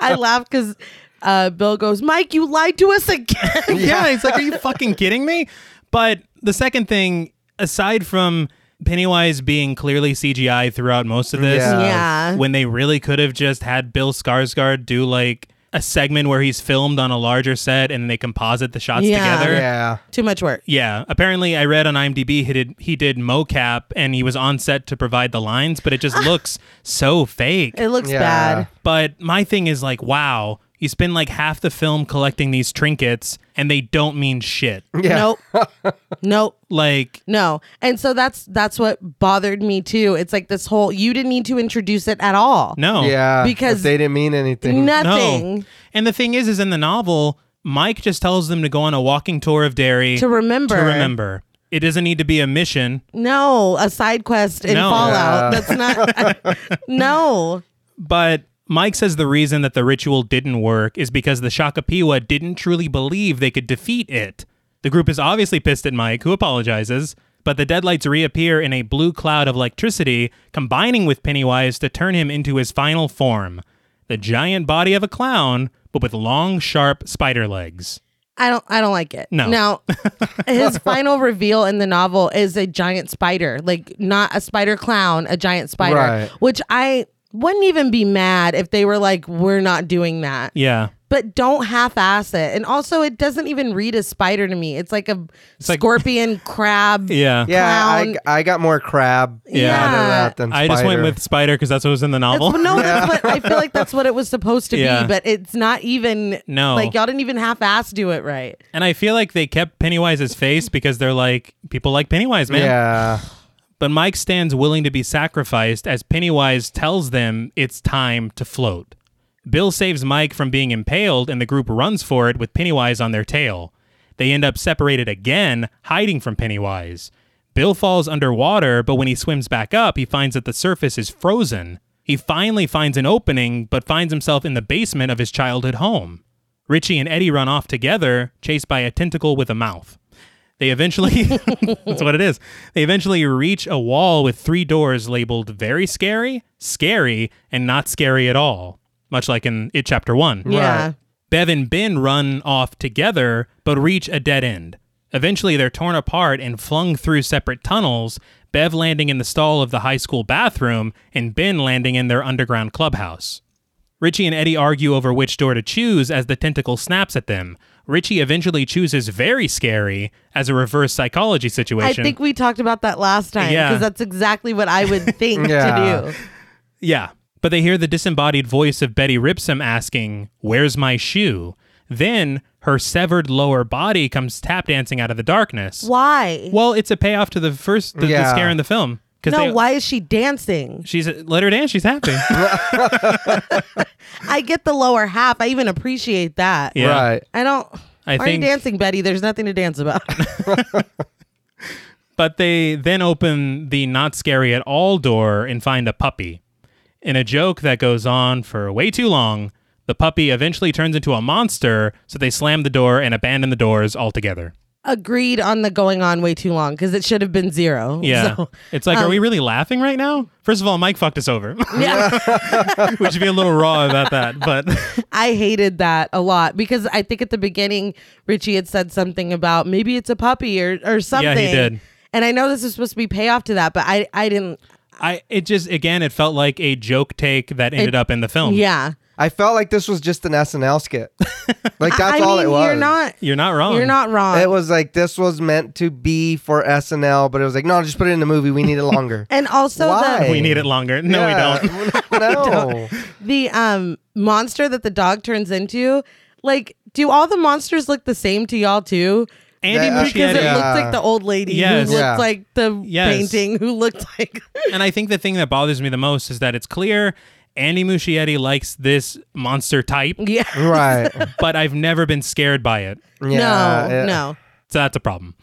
I laughed because uh, Bill goes, "Mike, you lied to us again."
*laughs* yeah. he's like, are you fucking kidding me? But the second thing, aside from Pennywise being clearly CGI throughout most of this,
Yeah.
Yeah.
when they really could have just had Bill Skarsgård do like a segment where he's filmed on a larger set and they composite the shots
Yeah.
together.
Yeah.
Too much work.
Yeah, apparently I read on IMDb he did he did mocap and he was on set to provide the lines, but
*laughs*
it just looks so fake.
It looks
Yeah.
bad.
But my thing is like, wow, you spend like half the film collecting these trinkets and they don't mean shit.
*laughs* Yeah. *laughs*
Nope. nope.
Like
No. And so that's that's what bothered me too. It's like this whole you didn't need to introduce it at all.
no.
Yeah.
Because-
if they didn't mean anything.
Nothing
No. And the thing is is in the novel, Mike just tells them to go on a walking tour of Derry
to remember.
to remember. It doesn't need to be a mission.
No, a side quest in
No.
Fallout. That's not
*laughs*
No.
But Mike says the reason that the ritual didn't work is because the Shakapiwa didn't truly believe they could defeat it. The group is obviously pissed at Mike, who apologizes, but the deadlights reappear in a blue cloud of electricity, combining with Pennywise to turn him into his final form the giant body of a clown, but with long, sharp spider legs.
I don't I don't like it.
No. *laughs*
Now his final reveal in the novel is a giant spider. Like not a spider clown, a giant spider.
Right.
Which I wouldn't even be mad if they were like, We're not doing that.
Yeah.
But don't half ass it. And also it doesn't even read as spider to me. It's like a
like-
scorpion
*laughs*
crab.
Yeah.
Yeah, I,
Clown.
I got more crab
Yeah.
out of that than
I just went
spider.
with spider because that's what was in the
That's,
novel.
what- no, that's what I feel like that's what it was supposed to
Yeah.
be, but it's not even
No.
like y'all didn't even half ass do it right.
And I feel like they kept Pennywise's face because they're like, people like Pennywise, man.
Yeah.
But Mike stands willing to be sacrificed as Pennywise tells them it's time to float. Bill saves Mike from being impaled, and the group runs for it with Pennywise on their tail. They end up separated again, hiding from Pennywise. Bill falls underwater, but when he swims back up, he finds that the surface is frozen. He finally finds an opening, but finds himself in the basement of his childhood home. Richie and Eddie run off together, chased by a tentacle with a mouth. They eventually *laughs* That's what it is. They eventually reach a wall with three doors labeled very scary, scary, and not scary at all, much like in It Chapter 1.
Yeah.
Bev and Ben run off together but reach a dead end. Eventually they're torn apart and flung through separate tunnels, Bev landing in the stall of the high school bathroom and Ben landing in their underground clubhouse. Richie and Eddie argue over which door to choose as the tentacle snaps at them. Richie eventually chooses very scary as a reverse psychology
I
situation.
think we talked about that last time because
Yeah.
that's exactly what I would think
Yeah.
to do.
Yeah. But they hear the disembodied voice of Betty Ripsom asking, Where's my shoe? Then her severed lower body comes tap dancing out of the darkness.
Why?
Well, it's a payoff to the first the, the
Yeah.
scare in the film. Because
No, why is she dancing?
she's let her dance, she's
*laughs*
happy.
I get the lower half. I even appreciate that.
Yeah.
Right.
I don't.
I
why are
think-
you dancing, Betty? There's nothing to
*laughs*
dance about.
But they then open the not scary at all door and find a puppy. In a joke that goes on for way too long, the puppy eventually turns into a monster, so they slam the door and abandon the doors altogether.
Agreed on the going on way too long because it should have been zero.
Yeah.
So- um,
it's like, are we really laughing right now? First of all, Mike fucked us over. *laughs*
*laughs*
yeah.
we should be a little raw about that. But *laughs*
I hated that a lot because I think at the beginning Richie had said something about maybe it's a puppy or or something.
did.
And I know this is supposed to be payoff to that, but I I didn't.
I it just again it felt like a joke take that ended up in the film.
Yeah.
I felt like this was just an
*laughs*
SNL skit. like that's
I
all
mean,
it was.
You're not.
You're not wrong.
You're not wrong.
It was like this was meant to be for SNL, but it was like no, just put it in the movie. We need it longer.
and also
Why?
We need it longer. *laughs* No, we don't.
*laughs*
we don't. *laughs* no.
the the um monster that the dog turns into, like, do all the monsters look the same to y'all too?
Andy
Yeah,
Because
Muschietti.
it
Yeah.
looked like the old lady
Yes.
who looked
Yeah.
like the
Yes.
painting, who looked like *laughs*
and I think the thing that bothers me the most is that it's clear Andy Muschietti likes this monster type,
yeah.
Right.
*laughs*
but I've never been scared by it.
Yeah,
no,
it-
no.
So that's a problem.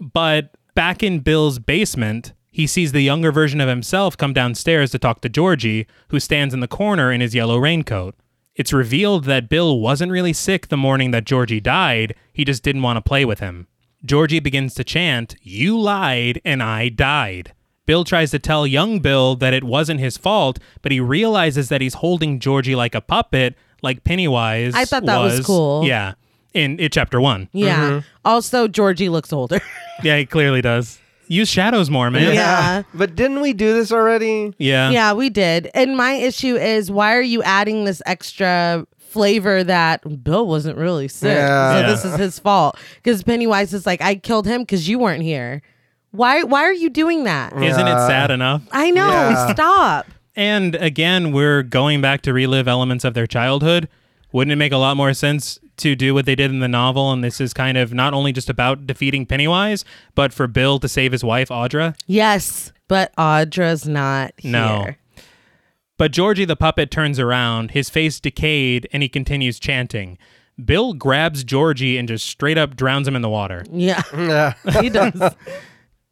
But back in Bill's basement, he sees the younger version of himself come downstairs to talk to Georgie, who stands in the corner in his yellow raincoat. It's revealed that Bill wasn't really sick the morning that Georgie died, he just didn't want to play with him. Georgie begins to chant, You lied and I died. Bill tries to tell young Bill that it wasn't his fault, but he realizes that he's holding Georgie like a puppet, like Pennywise.
I thought that was cool.
Yeah. In it chapter one.
Yeah. Also, Georgie looks older.
Mm-hmm.
*laughs*
Yeah, he clearly does. Use shadows more, man. *laughs* Yeah.
Yeah.
But didn't we do this already?
Yeah.
yeah, we did. And my issue is why are you adding this extra flavor that Bill wasn't really sick,
Yeah.
so
Yeah.
this is his fault. Because Pennywise is like, I killed him because you weren't here. Why? Why are you doing that?
Isn't it sad enough?
I know.
Yeah.
Stop.
And again, we're going back to relive elements of their childhood. Wouldn't it make a lot more sense to do what they did in the novel? And this is kind of not only just about defeating Pennywise, but for Bill to save his wife, Audra.
Yes, but Audra's not
No.
here.
But Georgie the puppet turns around, his face decayed, and he continues chanting. Bill grabs Georgie and just straight up drowns him in the water. *laughs*
Yeah,
Yeah.
he does.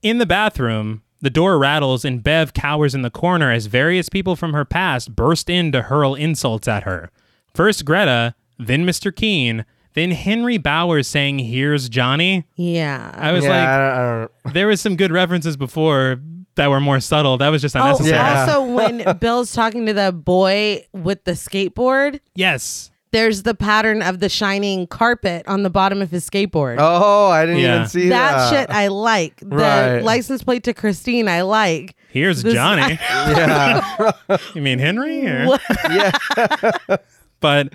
In the bathroom, the door rattles and Bev cowers in the corner as various people from her past burst in to hurl insults at her. First Greta, then Mr. Keene, then Henry Bowers saying, Here's Johnny.
Yeah.
I was
yeah, I don't, I don't,
like, there was some good references before that were more subtle. That was just
Oh,
unnecessary.
Yeah.
also
*laughs*
when Bill's talking to the boy with the skateboard,
Yes.
there's the pattern of the shining carpet on the bottom of his skateboard.
oh, I didn't
Yeah.
even see
that
that.
shit I like. The
Right.
license plate to Christine I like.
Here's
This- *laughs*
Johnny.
*laughs* Yeah.
you mean Henry? or-
What?
yeah.
*laughs* But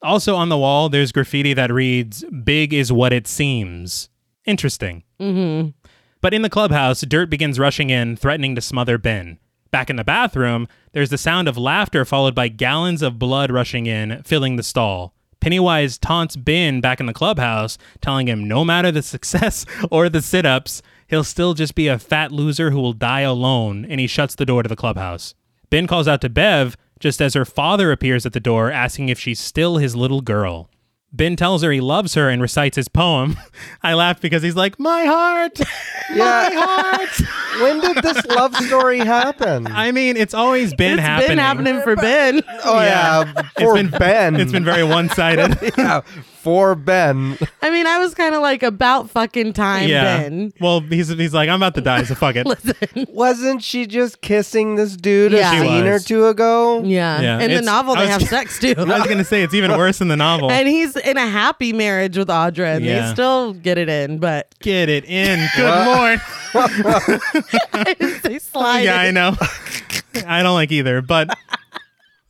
also on the wall, there's graffiti that reads, Big is what it seems. Interesting. Mm-hmm. But in the clubhouse, Dirt begins rushing in, threatening to smother Ben. Back in the bathroom, there's the sound of laughter followed by gallons of blood rushing in, filling the stall. Pennywise taunts Ben back in the clubhouse, telling him no matter the *laughs* success or the sit ups, he'll still just be a fat loser who will die alone, and he shuts the door to the clubhouse. Ben calls out to Bev just as her father appears at the door, asking if she's still his little girl. Ben tells her he loves her and recites his poem. *laughs* I laugh because he's like, My heart! *laughs*
yeah. when did this love story happen?
I mean, it's always been
It's
happening.
been happening for Ben.
oh yeah, for
been-
Ben.
It's been very one
*laughs*
sided.
*laughs* yeah, for Ben.
I mean, I was kind of like about fucking time,
yeah.
Ben. *laughs*
Well, he's, he's like, I'm about to die, so fuck it.
Wasn't she just kissing this dude
Yeah.
a
She
scene or
was.
two ago?
Yeah.
Yeah,
In the
it's-
novel,
I
they
was-
have
*laughs*
sex too.
I was going to say, it's
*laughs*
even worse in the novel.
and he's in a happy marriage with Audra, and
Yeah.
they still get it in, but
*laughs*
*laughs*
Get it in. Good lord.
they slide.
yeah, I
it.
know.
*laughs*
I don't like either, but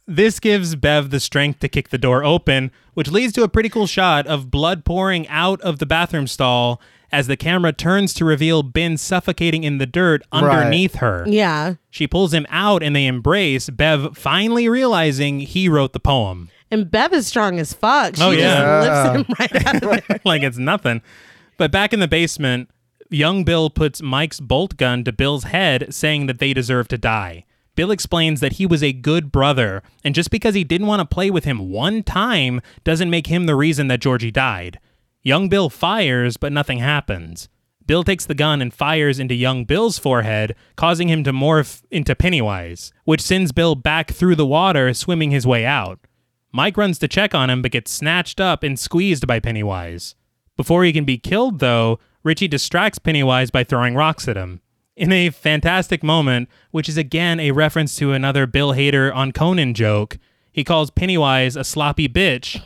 this gives Bev the strength to kick the door open, which leads to a pretty cool shot of blood pouring out of the bathroom stall as the camera turns to reveal Ben suffocating in the dirt underneath her.
Yeah.
She pulls him out and they embrace, Bev finally realizing he wrote the poem.
And Bev is strong as fuck. She
Oh, yeah.
just lifts him
*laughs*
right out of there.
like it's nothing. But back in the basement, young Bill puts Mike's bolt gun to Bill's head, saying that they deserve to die. Bill explains that he was a good brother, and just because he didn't want to play with him one time doesn't make him the reason that Georgie died. Young Bill fires, but nothing happens. Bill takes the gun and fires into young Bill's forehead, causing him to morph into Pennywise, which sends Bill back through the water, swimming his way out. Mike runs to check on him but gets snatched up and squeezed by Pennywise. Before he can be killed, though, Richie distracts Pennywise by throwing rocks at him. In a fantastic moment, which is again a reference to another Bill Hader on Conan joke, he calls Pennywise a sloppy bitch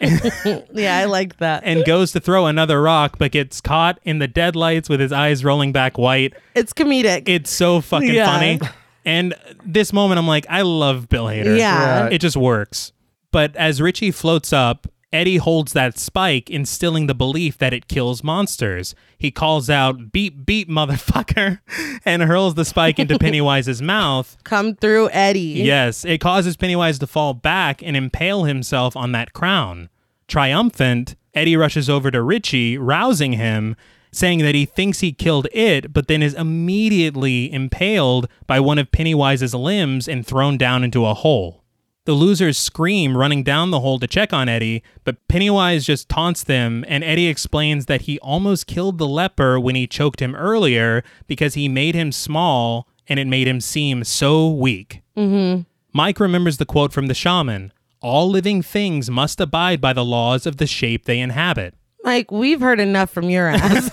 Yeah, I like that.
and goes to throw another rock but gets caught in the deadlights with his eyes rolling back white.
it's comedic.
It's so fucking
Yeah.
funny. And this moment, I'm like, I love Bill Hader.
Yeah.
It just works. But as Richie floats up, Eddie holds that spike, instilling the belief that it kills monsters. He calls out, beep, beep, motherfucker, *laughs* and hurls the spike
*laughs*
into Pennywise's mouth.
Come through, Eddie.
Yes, it causes Pennywise to fall back and impale himself on that crown. Triumphant, Eddie rushes over to Richie, rousing him, saying that he thinks he killed it, but then is immediately impaled by one of Pennywise's limbs and thrown down into a hole. The losers scream, running down the hole to check on Eddie, but Pennywise just taunts them, and Eddie explains that he almost killed the leper when he choked him earlier because he made him small and it made him seem so weak. Mike remembers the quote from the shaman All living things must abide by the laws of the shape they inhabit.
Mike, we've heard enough from your
*laughs*
ass.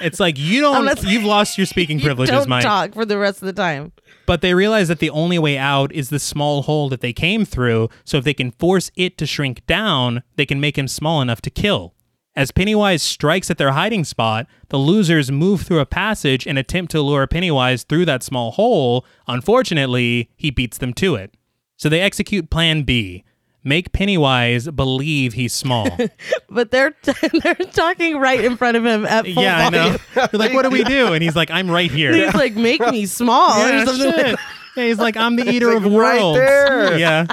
It's like you don't
Unless-
you've lost your speaking privileges,
Don't
Mike.
talk for the rest of the time.
But they realize that the only way out is the small hole that they came through, so if they can force it to shrink down, they can make him small enough to kill. As Pennywise strikes at their hiding spot, the losers move through a passage and attempt to lure Pennywise through that small hole. Unfortunately, he beats them to it. So they execute Plan B. Make Pennywise believe he's small.
But they're *laughs* they're talking right in front of him at full
yeah, I know.
volume.
You're like, what do we do? And he's like, I'm right here.
He's like, make me small
Oh,
Yeah,
or something. like-
*laughs*
shit. Yeah, he's like, I'm the eater
like
of
right
worlds.
there.
Yeah.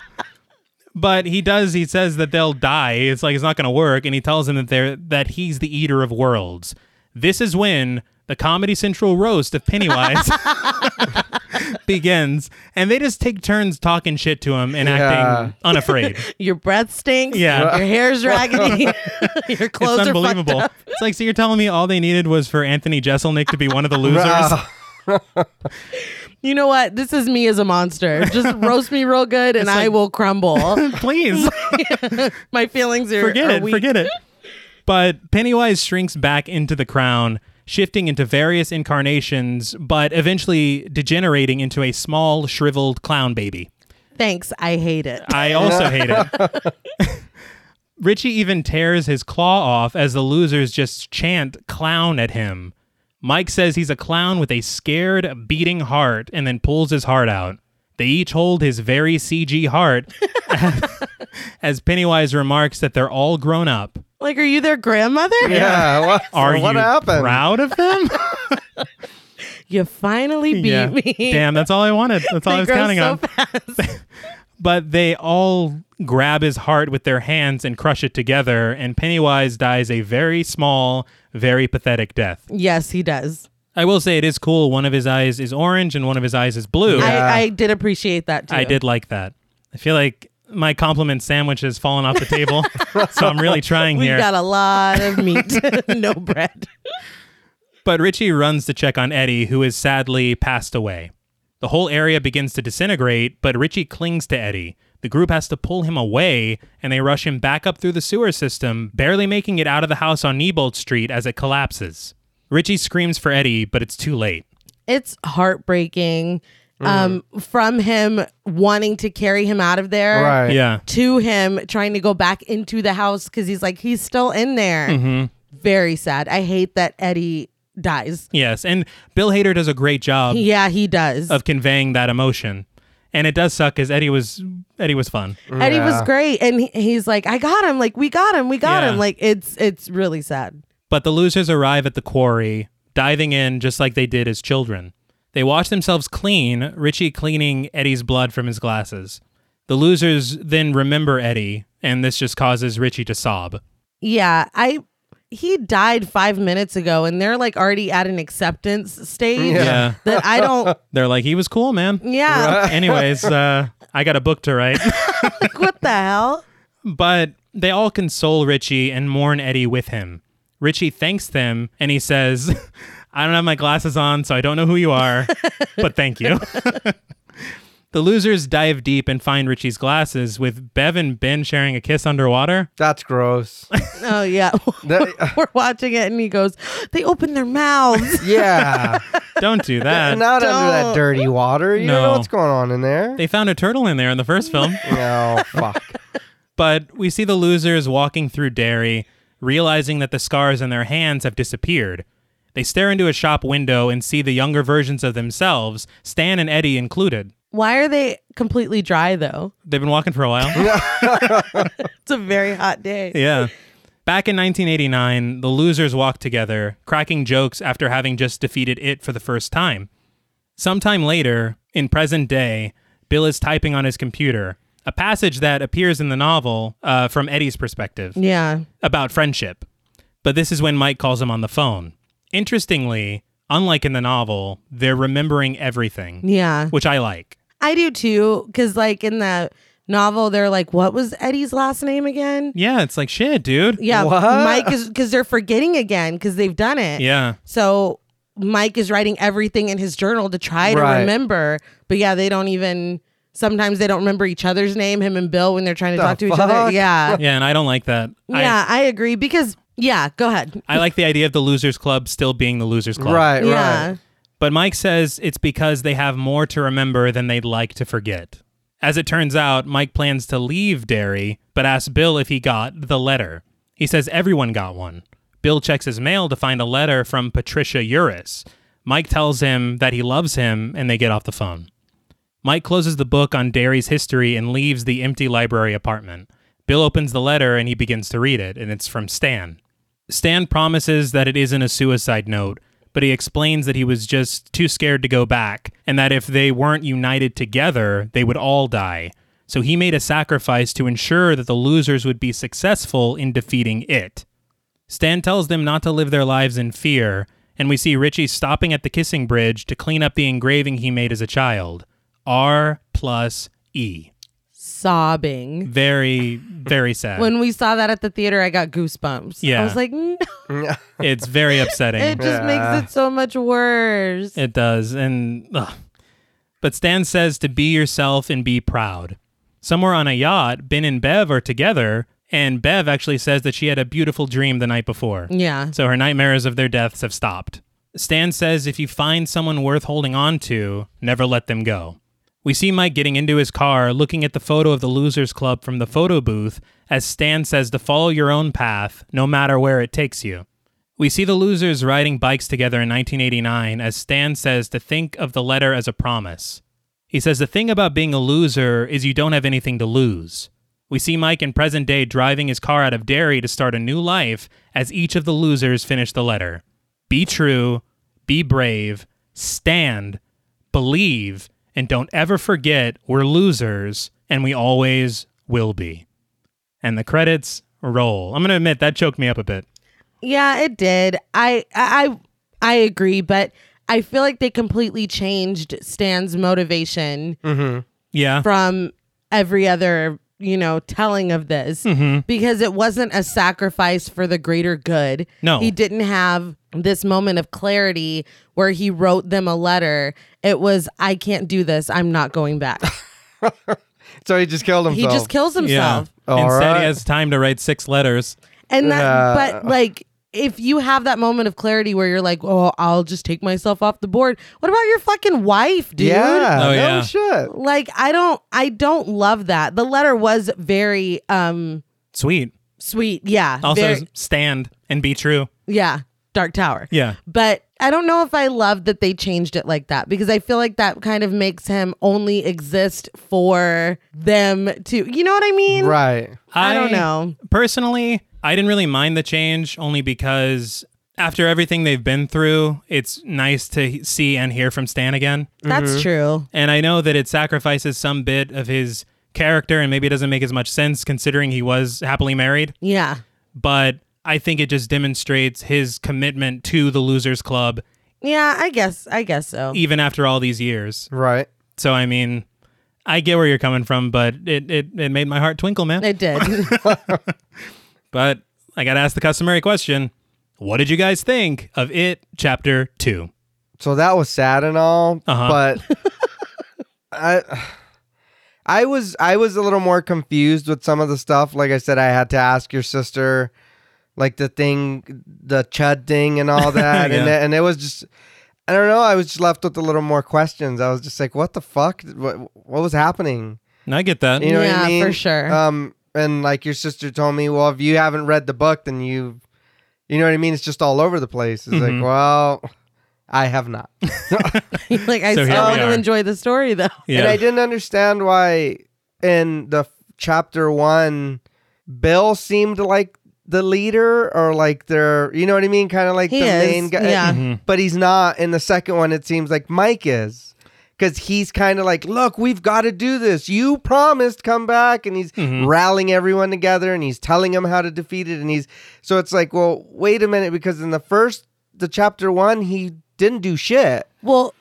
But he does. He says that they'll die. It's like it's not going to work, and he tells him that they're that he's the eater of worlds. This is when the Comedy Central roast of
*laughs*
Pennywise *laughs* begins, and they just take turns talking shit to him and
Yeah.
acting
*laughs*
unafraid.
Your breath stinks.
Yeah.
Your
*laughs*
hair's raggedy. *laughs* Your clothes
it's
are fucked
unbelievable.
up.
It's like so you're telling me all they needed was for Anthony Jeselnik to be one of the losers.
Wow.
You know what? This is me as a
*laughs*
monster. Just roast me real good, and I will crumble.
Please.
My feelings are
forget
are
it,
weak.
forget it. *laughs* But Pennywise shrinks back into the crown, shifting into various incarnations, but eventually degenerating into a small, shriveled clown baby.
Thanks. I hate it.
I also hate it. *laughs* Richie even tears his claw off as the losers just chant clown at him. Mike says he's a clown with a scared, beating heart and then pulls his heart out. They each hold his very CG heart *laughs* as Pennywise remarks that they're all grown up.
Like, are you their grandmother?
Yeah. What,
Are
what
you
happened?
proud of
*laughs*
them?
You finally beat me.
Damn, that's all I wanted. That's all
They
I was
grow
counting
so
on. but they all grab his heart with their hands and crush it together, and Pennywise dies a very small, very pathetic death.
Yes, he does.
I will say it is cool. One of his eyes is orange and one of his eyes is blue.
I, I did appreciate that too.
I did like that. I feel like my compliment sandwich has fallen off the
*laughs*
table, so I'm really trying
We've
here.
got a lot of meat, *laughs* no bread.
But Richie runs to check on Eddie, who is sadly passed away. The whole area begins to disintegrate, but Richie clings to Eddie. The group has to pull him away, and they rush him back up through the sewer system, barely making it out of the house on Niebolt Street as it collapses. Richie screams for Eddie, but it's too late.
It's heartbreaking. Um, from him wanting to carry him out of there.
Right.
Yeah.
To him trying to go back into the house because he's like he's still in there. Very sad. I hate that Eddie dies.
Yes, and Bill Hader does a great job
Yeah, he does.
of conveying that emotion. And it does suck because Eddie was Eddie was fun.
Eddie was great, and he, he's like, "I got him! Like we got him! We got
Yeah.
him!" Like it's it's really sad.
But the losers arrive at the quarry, diving in just like they did as children. They wash themselves clean, Richie cleaning Eddie's blood from his glasses. The losers then remember Eddie, and this just causes Richie to sob.
Yeah, I he died five minutes ago, and they're like already at an acceptance stage
Yeah.
that I don't.
They're like, he was cool,
*laughs*
man.
Yeah,
Anyways, uh, I got a book to write.
like, what the hell?
But they all console Richie and mourn Eddie with him. Richie thanks them and he says, *laughs* I don't have my glasses on, so I don't know who you are, but thank you. the losers dive deep and find Richie's glasses, with Bev and Ben sharing a kiss underwater. *laughs*
That's gross.
Oh yeah,
*laughs* That-
*laughs* we're watching it, and he goes, "They open their
*laughs*
mouths."
yeah.
Don't do that.
Not under
don't.
that dirty water. You don't
No.
know what's going on in there.
They found a turtle in there in the first film. *laughs*
No, fuck.
But we see the losers walking through Derry, realizing that the scars on their hands have disappeared. They stare into a shop window and see the younger versions of themselves, Stan and Eddie included.
Why are they completely dry though?
They've been walking for a while.
It's a very hot day.
yeah. Back in 1989, the losers walked together, cracking jokes after having just defeated it for the first time. Sometime later, in present day, Bill is typing on his computer a passage that appears in the novel uh, from Eddie's perspective.
Yeah,
about friendship. But this is when Mike calls him on the phone. Interestingly, unlike in the novel, they're remembering everything,
yeah.
which I like.
I do too, because like in the novel, they're like, "What was Eddie's last name again?"
Yeah, it's like shit, dude.
Yeah, Mike is because they're forgetting again because they've done it.
Yeah.
So Mike is writing everything in his journal to try to
Right.
remember. But yeah, they don't even. Sometimes they don't remember each other's name, him and Bill, when they're trying to talk to each other.
fuck?
Yeah,
Yeah, and I don't like that.
yeah, I agree because yeah, go ahead.
I, I like the idea of the losers club still being the losers club.
Right,
yeah,
right.
But Mike says it's because they have more to remember than they'd like to forget. As it turns out, Mike plans to leave Derry, but asks Bill if he got the letter. He says everyone got one. Bill checks his mail to find a letter from Patricia Uris. Mike tells him that he loves him, and they get off the phone. Mike closes the book on Derry's history and leaves the empty library apartment. Bill opens the letter and he begins to read it, and it's from Stan. Stan promises that it isn't a suicide note, but he explains that he was just too scared to go back, and that if they weren't united together, they would all die. So he made a sacrifice to ensure that the losers would be successful in defeating it. Stan tells them not to live their lives in fear, and we see Richie stopping at the kissing bridge to clean up the engraving he made as a child R plus E.
sobbing.
Very, very sad.
When we saw that at the theater, I got goosebumps.
Yeah.
I was like, no,
it's very upsetting.
*laughs* it just makes it so much worse.
It does. And ugh. but Stan says to be yourself and be proud. Somewhere on a yacht, Ben and Bev are together, and Bev actually says that she had a beautiful dream the night before.
yeah.
So her nightmares of their deaths have stopped. Stan says if you find someone worth holding on to, never let them go. We see Mike getting into his car, looking at the photo of the Losers Club from the photo booth, as Stan says to follow your own path, no matter where it takes you. We see the losers riding bikes together in 1989, as Stan says to think of the letter as a promise. He says the thing about being a loser is you don't have anything to lose. We see Mike in present day driving his car out of Derry to start a new life as each of the losers finish the letter. Be true, be brave, stand, believe, and don't ever forget we're losers and we always will be. And the credits roll. I'm going to admit that choked me up a bit.
Yeah, it did. I I I I agree, but I feel like they completely changed Stan's motivation
Yeah.
from every other, you know, telling of this
Mm-hmm.
because it wasn't a sacrifice for the greater good.
No.
He didn't have this moment of clarity where he wrote them a letter. It was I can't do this. I'm not
*laughs*
going back.
So he just killed
he
himself.
just kills
yeah.
himself.
All
Instead,
right.
he has time to write six letters.
And that,
Yeah.
but like, if you have that moment of clarity where you're like, oh, I'll just take myself off the board. What about your fucking wife, dude?
Yeah.
Oh,
no
yeah.
shit.
Like, I don't, I don't love that. The letter was very, um,
Sweet.
sweet. Yeah.
Also,
very-
stand and be true.
yeah. Dark Tower.
Yeah.
But I don't know if I love that they changed it like that because I feel like that kind of makes him only exist for them to, you know what I mean?
Right.
I don't know.
Personally, I didn't really mind the change only because after everything they've been through, it's nice to he- see and hear from Stan again.
That's
Mm-hmm.
true.
And I know that it sacrifices some bit of his character and maybe it doesn't make as much sense considering he was happily married,
Yeah.
but I think it just demonstrates his commitment to the Losers Club
Yeah. I guess, I guess so.
even after all these years.
Right.
So I mean, I get where you're coming from, but it it, it made my heart twinkle, man.
It
*laughs*
did.
But I got to ask the customary question. What did you guys think of it chapter 2?
So that was sad and all,
Uh-huh.
*laughs*
but I I was I was a little more confused with some of the stuff. Like I said, I had to ask your sister, like the thing, the chud thing, and
*laughs*
all that,
Yeah.
and it, and it was just. I don't know. I was just left with a little more questions. I was just like, "What the fuck? What, what was happening?"
And I get that.
You know what
Yeah,
I mean?
for sure.
Um, and like your sister told me, well, if you haven't read the book, then you, you know what I mean? It's just all over the place. It's like, well, I have not,
*laughs* like I
So here
still
we
want
are.
to enjoy the story though.
Yeah.
and I didn't understand why in the f- chapter one, Bill seemed like the leader or like their, you know what I mean? Kind of like
He
the
is,
main guy,
yeah.
but he's not. In the second one, it seems like Mike is. Because he's kind of like, look, we've got to do this. You promised come back. And he's rallying everyone together and he's telling them how to defeat it. And he's, so it's like, well, wait a minute. Because in the first, the chapter one, he didn't do shit.
Well,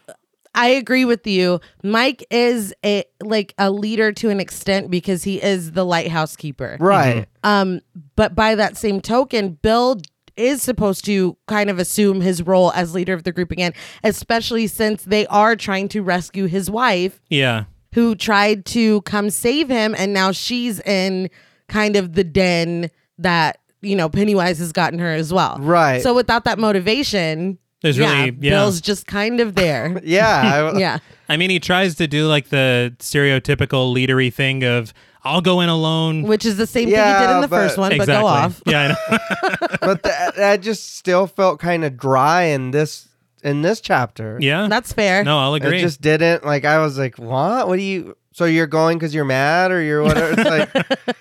I agree with you. Mike is a like a leader to an extent because he is the lighthouse keeper.
Right.
Um, but by that same token, Bill is supposed to kind of assume his role as leader of the group again, especially since they are trying to rescue his wife
yeah.
who tried to come save him and now she's in kind of the den that you know Pennywise has gotten her as well.
Right.
So without that motivation,
There's really- yeah.
Bill's just kind of there. *laughs*
*laughs* Yeah. I-
yeah.
I mean, he tries to do like the stereotypical leadery thing of I'll go in alone.
Which is the same thing he did
Yeah,
in the
but-
first one,
exactly.
but go off.
*laughs* Yeah, I know.
but that, that just still felt kind of dry in this in this chapter.
Yeah.
That's fair.
no, I'll
It
agree.
just didn't like I was like, what? What do you? So you're going because you're mad or you're whatever? It's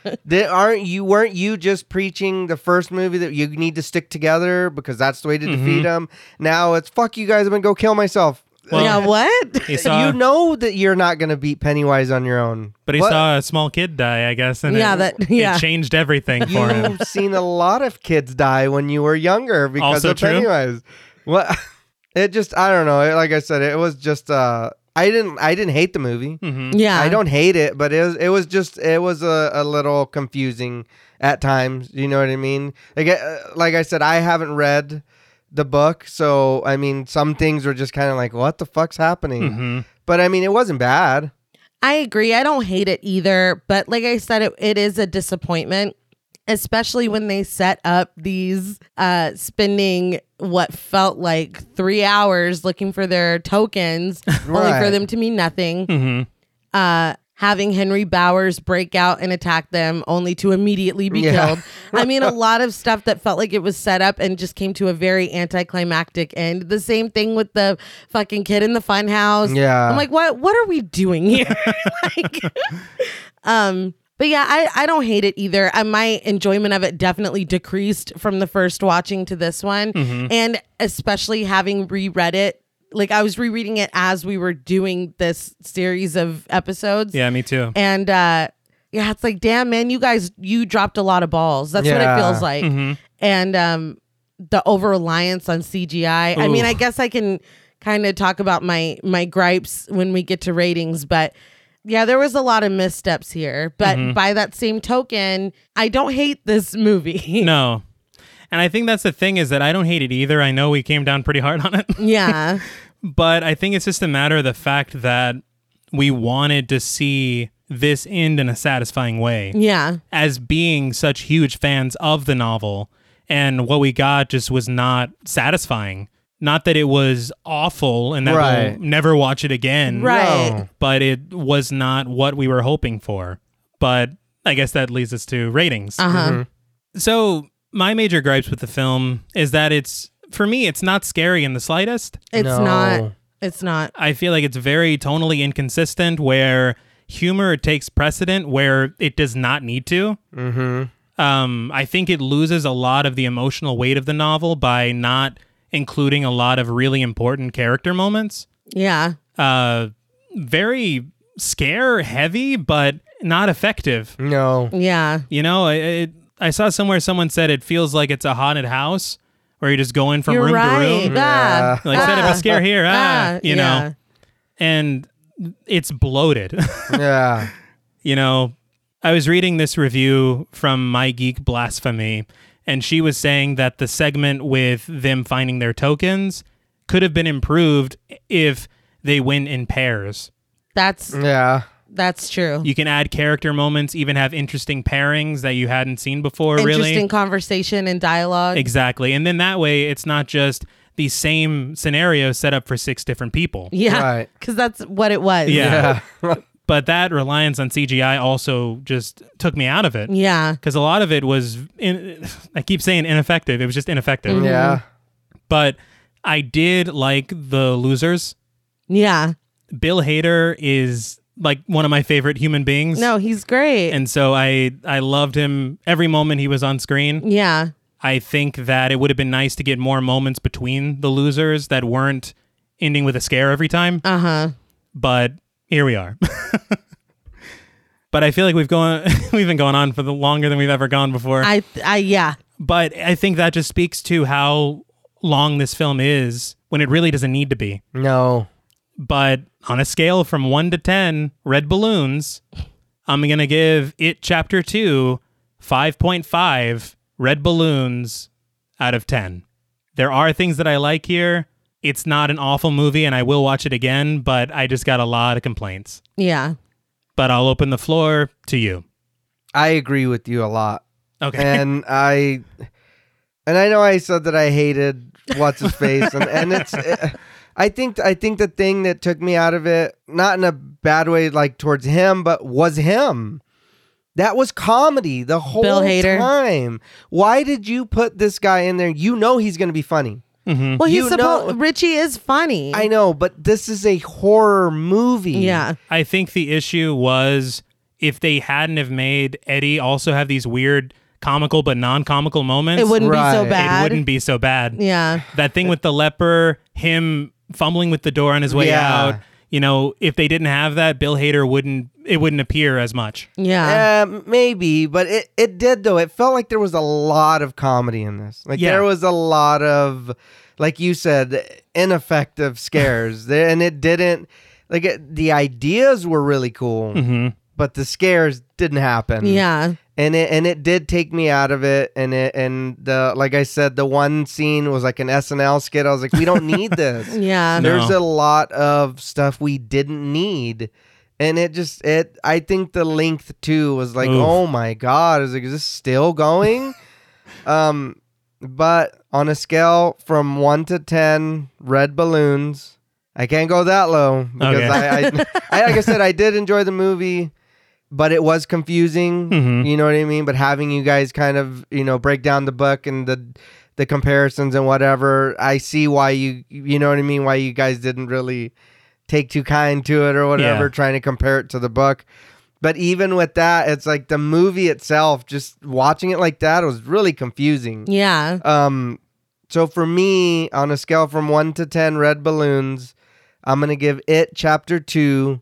like,
*laughs*
di- aren't you? Weren't you just preaching the first movie that you need to stick together because that's the way to defeat them? Now it's fuck you guys. I'm gonna go kill myself.
Mm-hmm. well,
yeah, what?
he saw,
you know that you're not gonna beat Pennywise on your own.
but he
What?
saw a small kid die, I guess, and
Yeah,
it,
that-
it
yeah.
changed everything for him.
You've seen a lot of kids die when you were younger because
Also
of
true.
Pennywise. What? *laughs* It just I don't know. It- Like I said, it was just uh, I didn't I didn't hate the movie.
hmm
*laughs* yeah.
I don't hate it, but it was, it was just it was a, a little confusing at times. You know what I mean? Like uh, like I said, I haven't read the book, so I mean some things were just kind of like what the fuck's happening.
hmm
But I mean it wasn't bad.
I agree. I don't hate it either. But like I said, it, it is a disappointment, especially when they set up these uh, spending what felt like three hours looking for their tokens, only
Right.
for them to mean nothing.
hmm
Uh, having Henry Bowers break out and attack them, only to immediately be
Yeah.
killed. I mean, a
*laughs*
lot of stuff that felt like it was set up and just came to a very anticlimactic end. The same thing with the fucking kid in the funhouse.
Yeah.
I'm like, what what are we doing here? like *laughs* um but yeah, I, I don't hate it either. Uh, my enjoyment of it definitely decreased from the first watching to this one. And especially having reread it, like I was rereading it as we were doing this series of episodes.
Yeah, me too.
And uh yeah, it's like, damn man, you guys you dropped a lot of balls. That's
Yeah.
what
Mm-hmm.
it feels like.
Mhm.
And um the over reliance on CGI. I mean,
Oof.
I guess I can kind of talk about my my gripes when we get to ratings, but yeah, there was a lot of missteps here. But
Mm-hmm.
by that same token, I don't hate this movie. *laughs*
No. And I think that's the thing is that I don't hate it either. I know we came down pretty hard on it.
yeah.
but I think it's just a matter of the fact that we wanted to see this end in a satisfying way
Yeah.
as being such huge fans of the novel. And what we got just was not satisfying. Not that it was awful and that we'll
Right.
never watch it again,
Right.
No.
but it was not what we were hoping for. But I guess that leads us to ratings.
Uh huh.
Mm-hmm.
So, my major gripes with the film is that it's, for me, it's not scary in the slightest.
It's
No.
not. It's not.
I feel like it's very tonally inconsistent where humor takes precedent where it does not need to.
Mm-hmm.
Um, I think it loses a lot of the emotional weight of the novel by not including a lot of really important character moments.
Yeah.
Uh, very scare heavy, but not effective.
No.
Yeah.
You know, I- it, I saw somewhere someone said it feels like it's a haunted house where you just go in from
You're
room
right.
to room.
Ah.
Like, set up a scare here, ah, you
yeah.
know, and it's bloated. *laughs*
Yeah.
you know, I was reading this review from My Geek Blasphemy, and she was saying that the segment with them finding their tokens could have been improved if they win in pairs.
That's
Yeah.
that's true.
You can add character moments, even have interesting pairings that you hadn't seen before, really.
Interesting conversation and dialogue.
Exactly. And then that way, it's not just the same scenario set up for six different people.
Yeah. *laughs*
Right.
Because that's what it was.
Yeah.
Yeah.
But that reliance on CGI also just took me out of it.
Yeah.
because a lot of it was in, i keep saying ineffective it was just ineffective
Mm-hmm.
Yeah.
Mm-hmm. but i did like the losers
Yeah.
bill hader is like one of my favorite human beings
No, he's great.
and so i i loved him every moment he was on screen
yeah.
i think that it would have been nice to get more moments between the losers that weren't ending with a scare every time
Uh huh.
but here we are *laughs* but i feel like we've gone *laughs* we've been going on for the longer than we've ever gone before
I, I, yeah.
but I think that just speaks to how long this film is when it really doesn't need to be.
No.
But on a scale from one to 10, red balloons, I'm going to give it chapter two 5.5 red balloons out of 10. There are things that I like here. It's not an awful movie and I will watch it again, but I just got a lot of complaints.
Yeah.
But I'll open the floor to you.
I agree with you a lot.
Okay.
and I and I know I said that I hated what's his face, and, and it's. eh, I think I think the thing that took me out of it, not in a bad way, like towards him, but was him. That was comedy the whole
Bill Hader.
time. Why did you put this guy in there? You know he's going to be funny.
Mm-hmm.
Well, he's
You know-
supposed Richie is funny.
I know, but this is a horror movie.
yeah.
I think the issue was if they hadn't have made Eddie also have these weird comical but non-comical moments,
It wouldn't be
Right.
so
It
it
bad.
wouldn't be so bad.
*sighs*
Yeah.
That thing with the leper, him fumbling with the door on his way
Yeah.
out. You know, if they didn't have that, Bill Hader wouldn't it wouldn't appear as much.
Yeah.
Uh, maybe, but it, it did though. It felt like there was a lot of comedy in this. Like
Yeah.
there was a lot of, like you said, ineffective scares. There- and it didn't like it, the ideas were really cool, but the scares didn't happen.
yeah.
and it and it did take me out of it. And it and the like I said, the one scene was like an SNL skit. I was like, we don't need this.
Yeah.
No.
There's a lot of stuff we didn't need. And it just it I think the length too was like,
Oof.
oh my god, is, like, is this
*laughs*
still going? um but on a scale from one to ten, red balloons. I can't go that low because
Okay. *laughs*
I, I, I like I said, I did enjoy the movie, but it was confusing.
Mhm.
You know what I mean? But having you guys kind of, you know, break down the book and the the comparisons and whatever, I see why you you know what I mean, why you guys didn't really take too kind to it or whatever,
Yeah.
trying to compare it to the book. But even with that, it's like the movie itself, just watching it like that was really confusing.
Yeah.
Um, so for me, on a scale from one to ten red balloons, I'm gonna give it chapter two,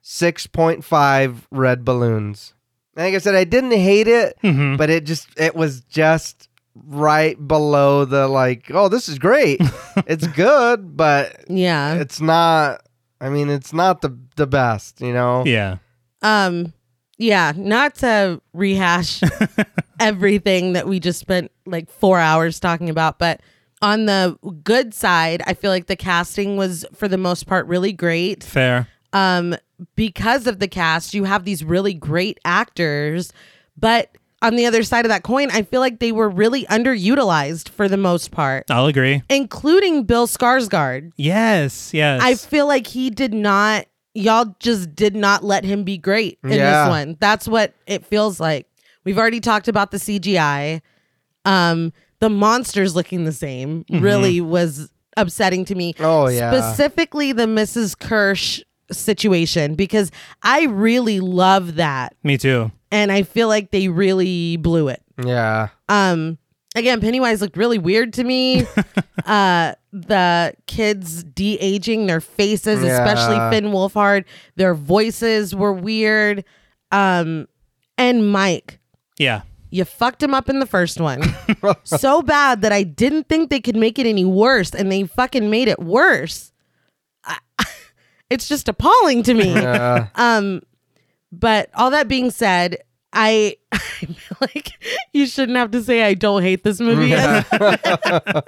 six point five red balloons. And Like I said, I didn't hate it,
Mm-hmm.
Mhm.
*laughs* but it just it was just right below the like, oh, this is great. it's good, but
Yeah.
it's not I mean, it's not the the best, you know?
Yeah.
Um, yeah, not to rehash everything that we just spent like four hours talking about, but on the good side, I feel like the casting was for the most part really great.
Fair.
Um, because of the cast, you have these really great actors, but on the other side of that coin, I feel like they were really underutilized for the most part,
I'll agree.
including Bill Skarsgård.
Yes, yes.
I feel like he did not. Y'all just did not let him be great in
Yeah.
this one. That's what it feels like. We've already talked about the CGI. Um, the monsters looking the same really was upsetting to me.
Mm-hmm. Oh, yeah.
specifically the Mrs. Kirsch situation because I really love that,
Me too.
and I feel like they really blew it.
Yeah.
Um, again, Pennywise looked really weird to
*laughs*
me. uh, the kids de aging their faces, especially
Yeah.
Finn Wolfhard, their voices were weird. Um, and Mike,
Yeah.
you fucked him up in the first
*laughs*
one so bad that I didn't think they could make it any worse, and they fucking made it worse. I- *laughs* it's just appalling to me.
Yeah.
Um, but all that being said, I, *laughs* I feel like you shouldn't have to say I don't hate this
*laughs*
movie *laughs* as, *laughs*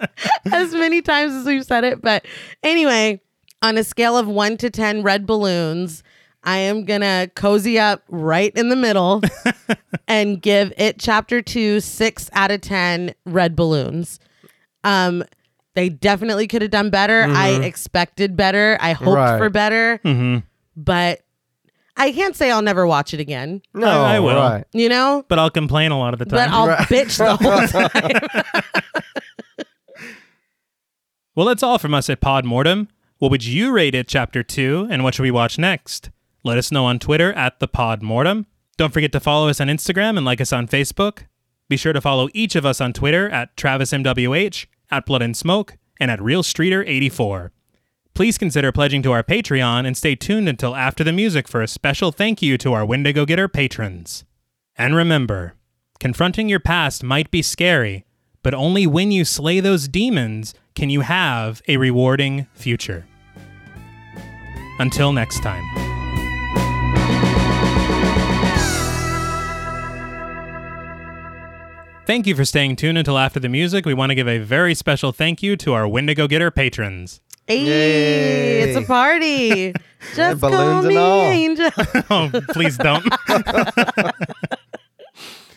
as many times as we've said it. But anyway, on a scale of one to ten red balloons, I am gonna cozy up right in the
*laughs*
middle and give it chapter two six out of ten red balloons. Um, they definitely could have done better. I expected better. I hoped
Mm-hmm. Right. Mm-hmm.
for better
Mhm.
but I can't say I'll never watch it again.
No,
I will.
right.
You know,
But I'll complain a lot of the
but
time.
I'll bitch the
*laughs*
whole time.
well, that's all from us at Podmortem. What would you rate it chapter 2 and what should we watch next? Let us know on Twitter at the Podmortem. Don't forget to follow us on Instagram and like us on Facebook. Be sure to follow each of us on Twitter at TravisMWH, at Blood and Smoke, and at RealStreeter84. Please consider pledging to our Patreon and stay tuned until after the music for a special thank you to our Wendigo Getter patrons. And remember, confronting your past might be scary, but only when you slay those demons can you have a rewarding future. Until next time. Thank you for staying tuned until after the music. We want to give a very special thank you to our Wendigo Getter patrons.
Hey, it's a
*laughs*
party. Just
balloons
call
and
me
all.
angel.
oh, please don't.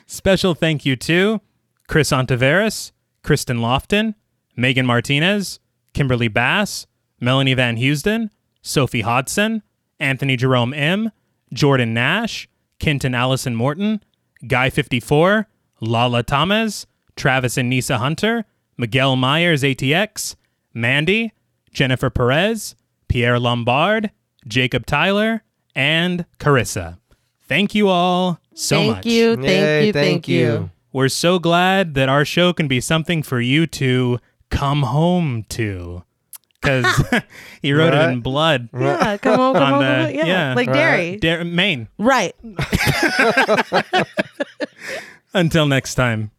Special thank you to Chris Ontiveros, Kristen Lofton, Megan Martinez, Kimberly Bass, Melanie Van Houston, Sophie Hodson, Anthony Jerome M, Jordan Nash, Kenton Allison Morton, Guy54, Lala Thomas, Travis and Nisa Hunter, Miguel Myers ATX, Mandy, Jennifer Perez, Pierre Lombard, Jacob Tyler, and Carissa. Thank you all so
thank
much.
you, thank
Yay,
you, thank you.
We're so glad that our show can be something for you to come home to.
*laughs*
Because *laughs* he wrote it in
Right.
blood.
Yeah, Uh, come home, come
On
home,
the-
come home. Yeah,
yeah.
like
Right.
dairy.
Dar- Maine.
Right.
Until next time.